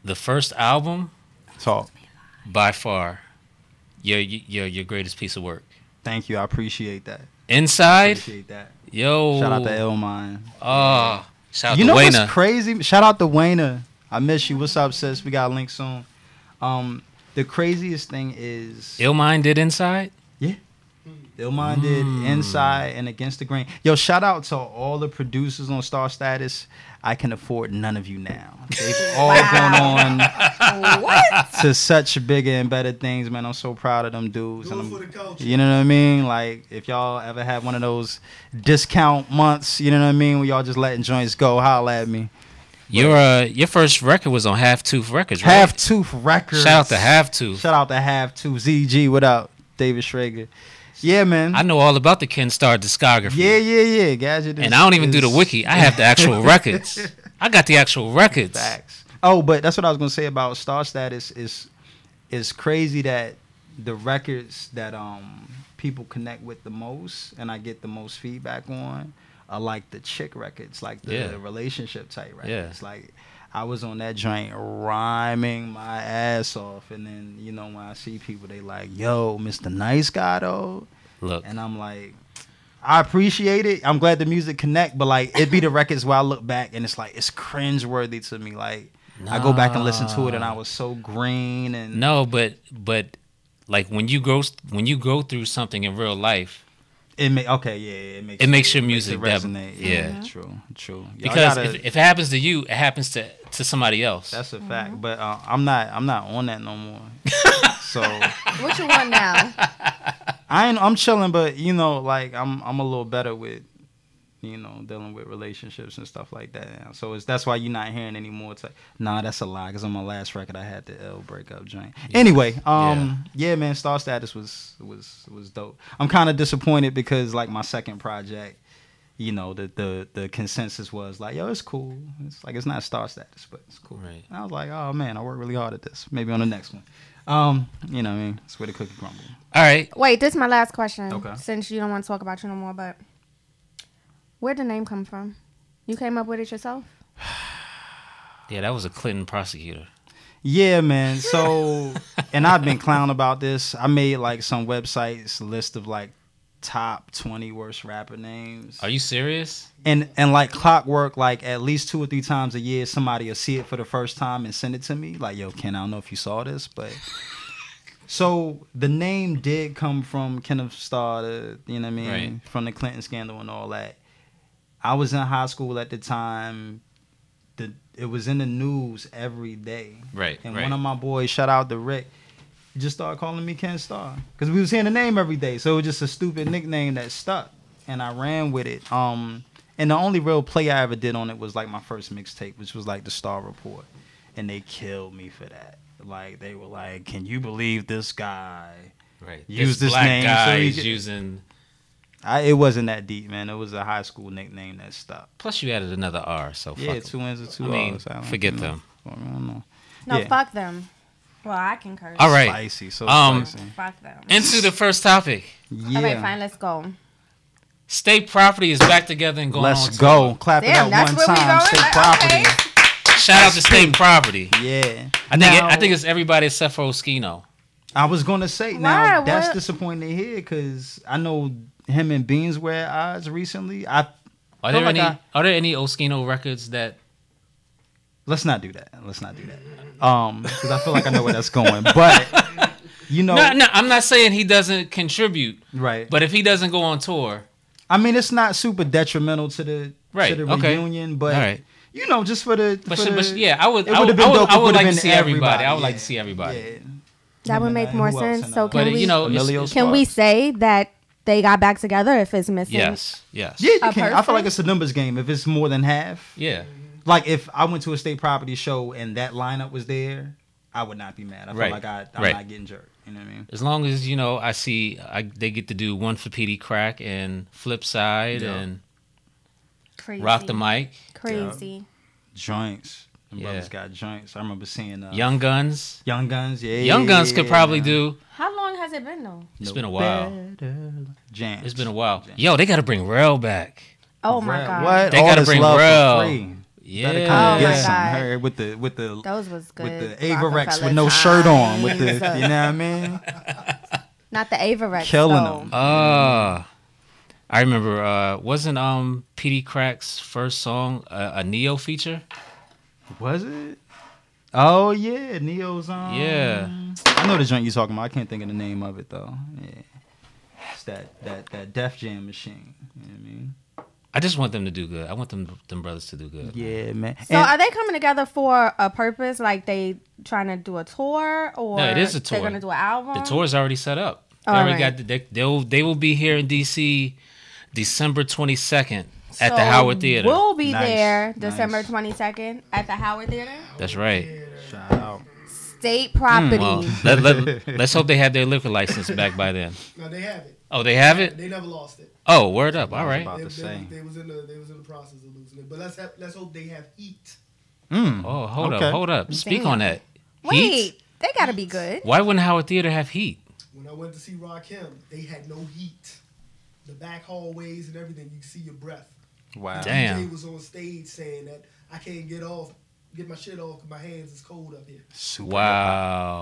[SPEAKER 2] The first album
[SPEAKER 1] talk.
[SPEAKER 2] by far your your your greatest piece of work.
[SPEAKER 1] Thank you. I appreciate that.
[SPEAKER 2] Inside,
[SPEAKER 1] Appreciate that.
[SPEAKER 2] yo,
[SPEAKER 1] Shout out to L Mine.
[SPEAKER 2] Oh, shout out
[SPEAKER 1] You
[SPEAKER 2] to
[SPEAKER 1] know
[SPEAKER 2] Wayna.
[SPEAKER 1] what's crazy? Shout out to Wayna. I miss you. What's up, sis? We got a link soon. Um, the craziest thing is
[SPEAKER 2] Illmind did Inside.
[SPEAKER 1] Illmind did Inside and Against the Grain. Yo, shout out to all the producers on Star Status. I can afford none of you now. They've all gone on
[SPEAKER 6] what?
[SPEAKER 1] to such bigger and better things, man. I'm so proud of them dudes.
[SPEAKER 3] Do
[SPEAKER 1] And
[SPEAKER 3] it for the
[SPEAKER 1] I'm,
[SPEAKER 3] culture.
[SPEAKER 1] you know what I mean? Like, if y'all ever had one of those discount months, you know what I mean? Where y'all just letting joints go, holla at me.
[SPEAKER 2] Your uh, your first record was on Half Tooth Records, right?
[SPEAKER 1] Half Tooth Records.
[SPEAKER 2] Shout out to Half Tooth.
[SPEAKER 1] Shout out to Half Tooth. ZG, what up? David Schrager. Yeah, man.
[SPEAKER 2] I know all about the Ken Star discography.
[SPEAKER 1] yeah, yeah, yeah. Gadget. Is,
[SPEAKER 2] And I don't even do the
[SPEAKER 1] is-
[SPEAKER 2] wiki. I have the
[SPEAKER 1] [laughs]
[SPEAKER 2] actual records. I got the actual records.
[SPEAKER 1] Facts. Oh, but that's what I was gonna say about Star Status is is crazy that the records that um people connect with the most and I get the most feedback on are like the chick records, like the
[SPEAKER 2] Yeah.
[SPEAKER 1] relationship type records.
[SPEAKER 2] Yeah.
[SPEAKER 1] Like I was on that joint rhyming my ass off and then, you know, when I see people they like, yo, Mr. Nice Guy though
[SPEAKER 2] Look,
[SPEAKER 1] and I'm like, I appreciate it. I'm glad the music connect, but like it
[SPEAKER 2] [laughs]
[SPEAKER 1] be the records where I look back and it's like it's cringe worthy to me. Like I go back and listen to it and I was so green and
[SPEAKER 2] no, but but like when you go when you go through something in real life,
[SPEAKER 1] it ma- okay, yeah, yeah, it makes
[SPEAKER 2] It makes your music that-
[SPEAKER 1] resonate.
[SPEAKER 2] yeah.
[SPEAKER 1] true, true. Y'all
[SPEAKER 2] because
[SPEAKER 1] gotta-
[SPEAKER 2] if, if it happens to you, it happens to to somebody else.
[SPEAKER 1] that's a fact, but uh, I'm not I'm not on that
[SPEAKER 2] [laughs]
[SPEAKER 1] no more. so
[SPEAKER 4] What you want now?
[SPEAKER 1] I ain't, I'm chilling, but you know, like I'm I'm a little better with you know dealing with relationships and stuff like that now. So it's that's why you're not hearing anymore. It's like, nah, that's a lie. Cause on my last record, I had the L breakup joint. Anyway, um, yeah. man, Star Status was was was dope. I'm kind of disappointed because like my second project. You know the, the the consensus was like, yo, it's cool. It's like it's not star status, but it's cool.
[SPEAKER 2] Right.
[SPEAKER 1] And I was like, oh man, I worked really hard at this. Maybe on the next one. Um, you know, what I mean, it's where the cookie crumbles.
[SPEAKER 2] All right,
[SPEAKER 4] Wait, this is my last question.
[SPEAKER 1] Okay.
[SPEAKER 4] Since you don't want to talk about you no more, but where'd the name come from? You came up with it yourself?
[SPEAKER 2] yeah, that was a Clinton prosecutor.
[SPEAKER 1] Yeah, man.
[SPEAKER 2] [laughs]
[SPEAKER 1] So, and I've been clown about this. I made like some websites list of like top 20 worst rapper names.
[SPEAKER 2] Are you serious?
[SPEAKER 1] And and like clockwork, like at least two or three times a year, somebody will see it for the first time and send it to me. Like, yo, Ken, I don't know if you saw this, but
[SPEAKER 2] [laughs]
[SPEAKER 1] so the name did come from Kenneth Starr, the, you know what I mean,
[SPEAKER 2] Right.
[SPEAKER 1] from the Clinton scandal and all that. I was in high school at the time. The it was in the news every day.
[SPEAKER 2] Right,
[SPEAKER 1] And
[SPEAKER 2] right.
[SPEAKER 1] one of my boys, shout out to Rick, just started calling me Ken Star because we was hearing the name every day. So it was just a stupid nickname that stuck, and I ran with it. Um, and the only real play I ever did on it was like my first mixtape, which was like the Star Report, and they killed me for that. Like they were like, "Can you believe this guy?"
[SPEAKER 2] Right.
[SPEAKER 1] Use this
[SPEAKER 2] black
[SPEAKER 1] name so
[SPEAKER 2] guy
[SPEAKER 1] he
[SPEAKER 2] is
[SPEAKER 1] can-
[SPEAKER 2] using.
[SPEAKER 1] I, it wasn't that deep, man. It was a high school nickname that stuck.
[SPEAKER 2] Plus, you added another R, so fuck
[SPEAKER 1] Yeah,
[SPEAKER 2] 'em.
[SPEAKER 1] two wins or two
[SPEAKER 2] I mean,
[SPEAKER 1] R's. I don't
[SPEAKER 2] forget
[SPEAKER 1] know.
[SPEAKER 2] them.
[SPEAKER 1] I don't know.
[SPEAKER 4] No,
[SPEAKER 1] Yeah.
[SPEAKER 4] fuck them.
[SPEAKER 6] Well, I can curse.
[SPEAKER 2] All right,
[SPEAKER 1] Spicy, so
[SPEAKER 2] Um,
[SPEAKER 1] spicy.
[SPEAKER 6] Fuck them.
[SPEAKER 2] into the first topic.
[SPEAKER 1] Yeah.
[SPEAKER 4] All right, fine, let's go.
[SPEAKER 2] State property is back together and going on.
[SPEAKER 1] Let's
[SPEAKER 2] tour.
[SPEAKER 1] go. Clap it
[SPEAKER 4] Damn,
[SPEAKER 1] out
[SPEAKER 4] that's
[SPEAKER 1] one
[SPEAKER 4] where we
[SPEAKER 1] time.
[SPEAKER 4] going?
[SPEAKER 1] State
[SPEAKER 4] Like,
[SPEAKER 1] property.
[SPEAKER 2] Shout out to state property.
[SPEAKER 1] Yeah.
[SPEAKER 2] I think it,
[SPEAKER 1] Now-
[SPEAKER 2] I think it's everybody except for Oskino.
[SPEAKER 1] I was gonna say
[SPEAKER 4] Why?
[SPEAKER 1] now that's
[SPEAKER 4] What?
[SPEAKER 1] disappointing to hear because I know him and Beans were at odds recently. I
[SPEAKER 2] Are
[SPEAKER 1] Feel
[SPEAKER 2] there
[SPEAKER 1] like
[SPEAKER 2] any
[SPEAKER 1] I-
[SPEAKER 2] Are there any Oskino records that [laughs]
[SPEAKER 1] let's not do that. Let's not do that. Um, because I feel like I know where that's going. But You know,
[SPEAKER 2] No, no, I'm not saying he doesn't contribute,
[SPEAKER 1] right?
[SPEAKER 2] but if he doesn't go on tour,
[SPEAKER 1] I mean, it's not super detrimental to the
[SPEAKER 2] Right,
[SPEAKER 1] to the
[SPEAKER 2] okay.
[SPEAKER 1] reunion, but
[SPEAKER 2] All right.
[SPEAKER 1] you know, just for the
[SPEAKER 2] but,
[SPEAKER 1] for
[SPEAKER 2] sh- but sh-
[SPEAKER 1] the-
[SPEAKER 2] yeah, I would,
[SPEAKER 1] it
[SPEAKER 2] I would,
[SPEAKER 1] would've been
[SPEAKER 2] I would,
[SPEAKER 1] dope.
[SPEAKER 2] I
[SPEAKER 1] It
[SPEAKER 2] would
[SPEAKER 1] would've
[SPEAKER 2] like
[SPEAKER 1] been
[SPEAKER 2] to see everybody. I would
[SPEAKER 1] everybody,
[SPEAKER 2] like to
[SPEAKER 1] yeah.
[SPEAKER 2] see everybody.
[SPEAKER 1] Yeah.
[SPEAKER 4] That would
[SPEAKER 1] Gemini,
[SPEAKER 4] make more
[SPEAKER 1] who else
[SPEAKER 4] sense.
[SPEAKER 1] in
[SPEAKER 4] So
[SPEAKER 1] our-
[SPEAKER 4] can
[SPEAKER 2] But,
[SPEAKER 4] we
[SPEAKER 2] you know,
[SPEAKER 1] Emilio
[SPEAKER 2] it's-
[SPEAKER 4] can we
[SPEAKER 1] Sparks.
[SPEAKER 4] say that they got back together if it's missing?
[SPEAKER 2] yes, yes,
[SPEAKER 1] Yeah, you
[SPEAKER 4] a
[SPEAKER 1] can. I feel like
[SPEAKER 4] person?
[SPEAKER 1] it's a numbers game. If it's more than half,
[SPEAKER 2] yeah.
[SPEAKER 1] like if I went to a state property show and that lineup was there, I would not be mad. I feel
[SPEAKER 2] Right.
[SPEAKER 1] like I, I'm
[SPEAKER 2] Right.
[SPEAKER 1] not getting jerked. You know what I mean?
[SPEAKER 2] As long as you know, I see I, they get to do one for PD Crack and Flip Side
[SPEAKER 1] Yeah.
[SPEAKER 2] and
[SPEAKER 4] Crazy.
[SPEAKER 2] Rock the Mic,
[SPEAKER 4] Crazy.
[SPEAKER 1] Joints. Them
[SPEAKER 2] Yeah.
[SPEAKER 1] brothers got joints. I remember seeing uh,
[SPEAKER 2] Young Guns.
[SPEAKER 1] Young Guns. Yeah,
[SPEAKER 2] Young Guns could probably do.
[SPEAKER 6] How long has it been though?
[SPEAKER 2] It's
[SPEAKER 1] No
[SPEAKER 2] been a while.
[SPEAKER 1] Jams.
[SPEAKER 2] It's been a while.
[SPEAKER 1] Jams.
[SPEAKER 2] Yo, they got to bring Rel back.
[SPEAKER 6] Oh my
[SPEAKER 1] Bruh,
[SPEAKER 6] god.
[SPEAKER 1] What?
[SPEAKER 2] They
[SPEAKER 1] All
[SPEAKER 2] gotta
[SPEAKER 1] this
[SPEAKER 2] bring
[SPEAKER 1] love for
[SPEAKER 2] Rel.
[SPEAKER 1] free.
[SPEAKER 2] Yeah.
[SPEAKER 1] Better come
[SPEAKER 4] Oh my
[SPEAKER 1] get some
[SPEAKER 4] God.
[SPEAKER 1] her with the with the
[SPEAKER 4] Those was good.
[SPEAKER 1] with the Avarex with
[SPEAKER 4] Rockefeller
[SPEAKER 1] no shirt on with the you
[SPEAKER 4] [laughs] times.
[SPEAKER 1] know what I mean?
[SPEAKER 4] Not the Avarex.
[SPEAKER 1] Killing
[SPEAKER 4] though.
[SPEAKER 1] them.
[SPEAKER 2] Ah. I remember. Uh, wasn't um PD Crack's first song a, a Neo feature?
[SPEAKER 1] Was it? Oh yeah, Neo's on.
[SPEAKER 2] Yeah.
[SPEAKER 1] I know the joint you're talking about. I can't think of the name of it though. Yeah. It's that that that Def Jam machine. You know what I mean?
[SPEAKER 2] I just want them to do good. I want them them brothers to do good.
[SPEAKER 1] Yeah, man.
[SPEAKER 4] So
[SPEAKER 1] And-
[SPEAKER 4] are they coming together for a purpose? Like they trying to do a tour, or
[SPEAKER 2] No, it is a tour.
[SPEAKER 4] They're gonna do an album.
[SPEAKER 2] The tour's already set up. They
[SPEAKER 4] All
[SPEAKER 2] already
[SPEAKER 4] right.
[SPEAKER 2] got the, they, they'll they will be here in DC December 22nd at the
[SPEAKER 4] So
[SPEAKER 2] Howard Theater.
[SPEAKER 4] We'll be
[SPEAKER 1] Nice,
[SPEAKER 4] there
[SPEAKER 1] nice.
[SPEAKER 4] December twenty second at the Howard Theater.
[SPEAKER 2] That's right.
[SPEAKER 1] Shout out.
[SPEAKER 4] State
[SPEAKER 1] Mm,
[SPEAKER 4] property.
[SPEAKER 2] Well, let, let, us hope they have their liquor license back by then.
[SPEAKER 7] No, they have it.
[SPEAKER 2] Oh, they have it?
[SPEAKER 7] They never lost it.
[SPEAKER 2] Oh, word up. All right.
[SPEAKER 1] About
[SPEAKER 7] They,
[SPEAKER 1] to
[SPEAKER 7] they,
[SPEAKER 1] say.
[SPEAKER 7] they was in the they was in the process of losing it. But let's have, let's hope they have heat.
[SPEAKER 1] Mm.
[SPEAKER 2] Oh, hold
[SPEAKER 1] Okay.
[SPEAKER 2] up. Hold up. Speak
[SPEAKER 4] Damn.
[SPEAKER 2] on that.
[SPEAKER 4] Wait,
[SPEAKER 2] Heat?
[SPEAKER 4] they gotta be good.
[SPEAKER 2] Why wouldn't Howard Theater have heat?
[SPEAKER 7] When I went to see Rakim, they had no heat. The back hallways and everything, you could see your breath.
[SPEAKER 1] Wow.
[SPEAKER 2] Damn.
[SPEAKER 7] DJ was on stage saying that I can't get off, get my shit off, 'cause my hands is cold up here.
[SPEAKER 1] Super hip-hop.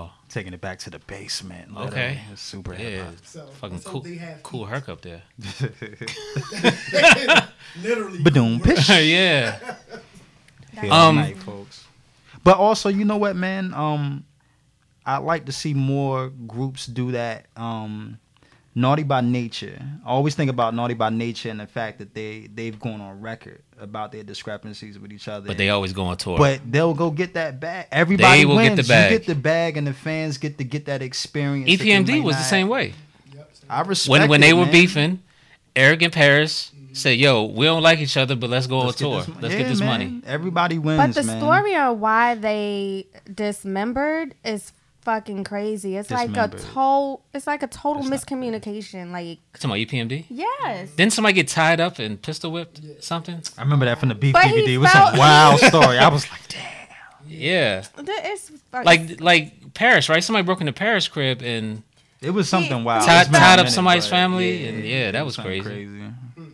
[SPEAKER 2] Wow.
[SPEAKER 1] Taking it back to the basement.
[SPEAKER 2] Okay.
[SPEAKER 1] literally. Super
[SPEAKER 2] Yeah.
[SPEAKER 1] hip-hop.
[SPEAKER 7] So
[SPEAKER 2] Fucking
[SPEAKER 7] let's hope
[SPEAKER 2] cool,
[SPEAKER 7] they have
[SPEAKER 2] cool
[SPEAKER 7] heat.
[SPEAKER 2] herc up there. [laughs]
[SPEAKER 1] [laughs]
[SPEAKER 7] Literally.
[SPEAKER 1] Badoom pish.
[SPEAKER 2] yeah.
[SPEAKER 1] Feel
[SPEAKER 2] Um,
[SPEAKER 1] tonight, folks. But also, you know what, man? Um, I'd like to see more groups do that. Um, Naughty by Nature. I always think about Naughty by Nature and the fact that they they've gone on record about their discrepancies with each other.
[SPEAKER 2] But they always go on tour.
[SPEAKER 1] But they'll go get that bag. Everybody
[SPEAKER 2] will
[SPEAKER 1] wins.
[SPEAKER 2] get the bag. E
[SPEAKER 1] You get the bag, and the fans get to get that experience. that they
[SPEAKER 2] EPMD
[SPEAKER 1] might
[SPEAKER 2] was the
[SPEAKER 1] not-
[SPEAKER 2] same way.
[SPEAKER 7] Yep, so
[SPEAKER 1] I respect
[SPEAKER 2] When when
[SPEAKER 1] it,
[SPEAKER 2] they were
[SPEAKER 1] man. Mm-hmm.
[SPEAKER 2] beefing, Eric and Paris said, "Yo, we don't like each other, but let's go
[SPEAKER 1] Let's
[SPEAKER 2] on tour.
[SPEAKER 1] this mon-
[SPEAKER 2] let's
[SPEAKER 1] Yeah,
[SPEAKER 2] get this
[SPEAKER 1] man.
[SPEAKER 2] money."
[SPEAKER 1] Everybody wins.
[SPEAKER 4] But the
[SPEAKER 1] man.
[SPEAKER 4] story on why they dismembered is fucking crazy. It's like a
[SPEAKER 1] Dismembered.
[SPEAKER 4] total. It's like a total
[SPEAKER 1] That's not
[SPEAKER 4] miscommunication. Like
[SPEAKER 2] Come on, EPMD.
[SPEAKER 4] yes.
[SPEAKER 2] Didn't somebody get tied up and pistol whipped something?
[SPEAKER 1] I remember that from the beef
[SPEAKER 4] But he
[SPEAKER 1] DVD. It was
[SPEAKER 4] felt-
[SPEAKER 1] a wild story. I was like, damn.
[SPEAKER 2] Yeah,
[SPEAKER 4] There is
[SPEAKER 2] like like Paris, right? Somebody broke into Paris' crib and
[SPEAKER 1] It was something wild.
[SPEAKER 2] Tied-
[SPEAKER 1] It's been a
[SPEAKER 2] tied up
[SPEAKER 1] minute,
[SPEAKER 2] somebody's
[SPEAKER 1] but
[SPEAKER 2] family, and yeah,
[SPEAKER 1] it
[SPEAKER 2] that was
[SPEAKER 1] something
[SPEAKER 2] crazy.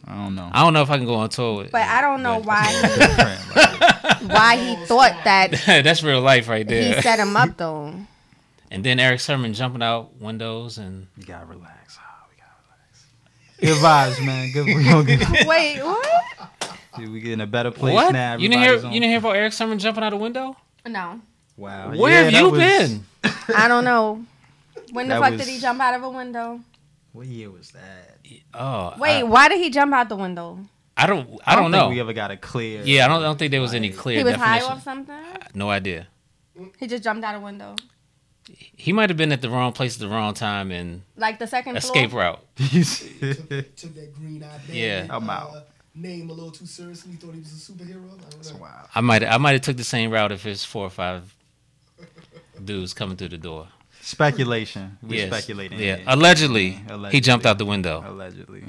[SPEAKER 1] I don't know.
[SPEAKER 2] I don't know if I can go on tour with.
[SPEAKER 4] But I don't know
[SPEAKER 2] but-
[SPEAKER 1] [laughs]
[SPEAKER 4] why
[SPEAKER 1] Different, like,
[SPEAKER 4] why he thought that
[SPEAKER 2] [laughs] That's real life right
[SPEAKER 4] he
[SPEAKER 2] there.
[SPEAKER 4] set him up though.
[SPEAKER 2] and then Eric Sermon jumping out windows and
[SPEAKER 1] you gotta relax. Ah, we gotta relax. Good vibes, man. [laughs] Good. We gonna get,
[SPEAKER 4] Wait, what?
[SPEAKER 1] we get in a better place
[SPEAKER 2] what?
[SPEAKER 1] now.
[SPEAKER 2] you didn't hear?
[SPEAKER 1] Everybody's on-
[SPEAKER 2] You didn't hear about Eric Sermon jumping out a window?
[SPEAKER 4] No,
[SPEAKER 1] Wow.
[SPEAKER 2] Where
[SPEAKER 1] Yeah,
[SPEAKER 2] have
[SPEAKER 1] that
[SPEAKER 2] you
[SPEAKER 1] was-
[SPEAKER 2] been?
[SPEAKER 4] I don't know. When the
[SPEAKER 1] That
[SPEAKER 4] fuck
[SPEAKER 1] was-
[SPEAKER 4] did he jump out of a window?
[SPEAKER 1] What year was that?
[SPEAKER 2] Oh,
[SPEAKER 4] Wait,
[SPEAKER 2] I,
[SPEAKER 4] why did he jump out the window?
[SPEAKER 2] I don't. I don't,
[SPEAKER 1] think
[SPEAKER 2] know.
[SPEAKER 1] We ever got a clear?
[SPEAKER 2] yeah, I don't. I
[SPEAKER 1] [laughs]
[SPEAKER 2] don't think there was any
[SPEAKER 1] Like,
[SPEAKER 2] clear
[SPEAKER 4] He was high
[SPEAKER 2] definition.
[SPEAKER 4] off something.
[SPEAKER 2] no idea.
[SPEAKER 4] He just jumped out a window,
[SPEAKER 2] He might have been at the wrong place at the wrong time and
[SPEAKER 4] like the second
[SPEAKER 2] escape
[SPEAKER 4] floor.
[SPEAKER 2] route.
[SPEAKER 1] [laughs]
[SPEAKER 7] took, took that green eye bandit,
[SPEAKER 2] Yeah.
[SPEAKER 1] I'm
[SPEAKER 7] uh,
[SPEAKER 1] out.
[SPEAKER 7] Name a little too seriously. Thought he was a superhero. I don't
[SPEAKER 1] It's
[SPEAKER 7] know.
[SPEAKER 1] wild.
[SPEAKER 2] I might I might have took the same route if it's four or five [laughs] dudes coming through the door.
[SPEAKER 1] Speculation. We
[SPEAKER 2] Yes.
[SPEAKER 1] speculating.
[SPEAKER 2] Yeah.
[SPEAKER 1] here.
[SPEAKER 2] Allegedly,
[SPEAKER 1] Allegedly.
[SPEAKER 2] he jumped out the window
[SPEAKER 1] Allegedly.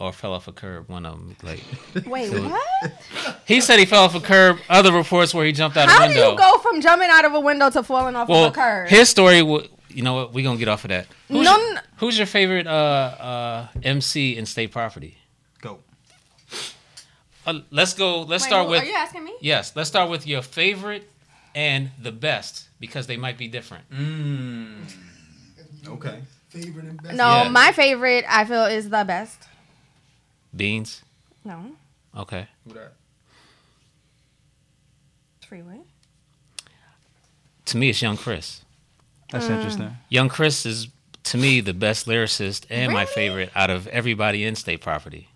[SPEAKER 2] or fell off a curb. One of them. Like
[SPEAKER 4] Wait,
[SPEAKER 2] So-
[SPEAKER 4] what?
[SPEAKER 2] he said, he fell off a curb. Other reports where he jumped out
[SPEAKER 4] How
[SPEAKER 2] a
[SPEAKER 4] do
[SPEAKER 2] window.
[SPEAKER 4] you go from jumping out of a window to falling off
[SPEAKER 2] well,
[SPEAKER 4] of a curb?
[SPEAKER 2] his story. wa- You know what? We are gonna get off of that. Who's,
[SPEAKER 4] No,
[SPEAKER 2] your,
[SPEAKER 4] no.
[SPEAKER 2] who's your favorite uh, uh, MC in state property?
[SPEAKER 1] Go.
[SPEAKER 2] Uh, let's go. Let's
[SPEAKER 4] Wait,
[SPEAKER 2] start
[SPEAKER 4] who-
[SPEAKER 2] with
[SPEAKER 4] Are you asking me?
[SPEAKER 2] yes. Let's start with your favorite and the best because they might be different.
[SPEAKER 1] Mm.
[SPEAKER 2] Mm.
[SPEAKER 1] Okay.
[SPEAKER 7] Favorite and best.
[SPEAKER 4] No,
[SPEAKER 2] Yes.
[SPEAKER 4] my favorite I feel is the best.
[SPEAKER 2] Beans.
[SPEAKER 4] No,
[SPEAKER 2] Okay.
[SPEAKER 1] Who that?
[SPEAKER 4] freeway.
[SPEAKER 2] To me, it's Young Chris.
[SPEAKER 1] That's interesting.
[SPEAKER 2] Young Chris is to me the best lyricist and my
[SPEAKER 4] Really?
[SPEAKER 2] favorite out of everybody in State Property.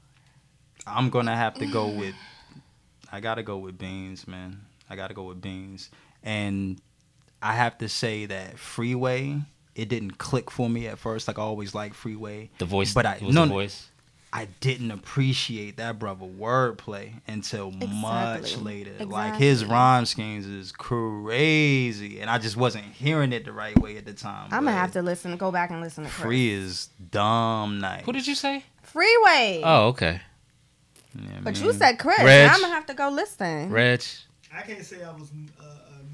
[SPEAKER 1] I'm gonna have to go with. I gotta go with Beans, man. I gotta go with Beans, and I have to say that Freeway. It didn't click for me at first. Like I always liked Freeway.
[SPEAKER 2] The voice,
[SPEAKER 1] But I-
[SPEAKER 2] it was
[SPEAKER 1] no,
[SPEAKER 2] the
[SPEAKER 1] no.
[SPEAKER 2] voice.
[SPEAKER 1] I didn't appreciate that brother wordplay until much
[SPEAKER 4] Exactly.
[SPEAKER 1] later. Like his
[SPEAKER 4] Exactly.
[SPEAKER 1] rhyme schemes is crazy, and I just wasn't hearing it the right way at the time.
[SPEAKER 4] I'm gonna
[SPEAKER 1] but
[SPEAKER 4] have to listen, go back and listen to Chris.
[SPEAKER 1] Free is dumb night.
[SPEAKER 2] Who did you say?
[SPEAKER 4] Freeway.
[SPEAKER 2] Oh, okay.
[SPEAKER 4] but you said Chris.
[SPEAKER 2] Reg.
[SPEAKER 4] Now I'm gonna have to go listen.
[SPEAKER 2] Reg.
[SPEAKER 7] I can't say I was uh,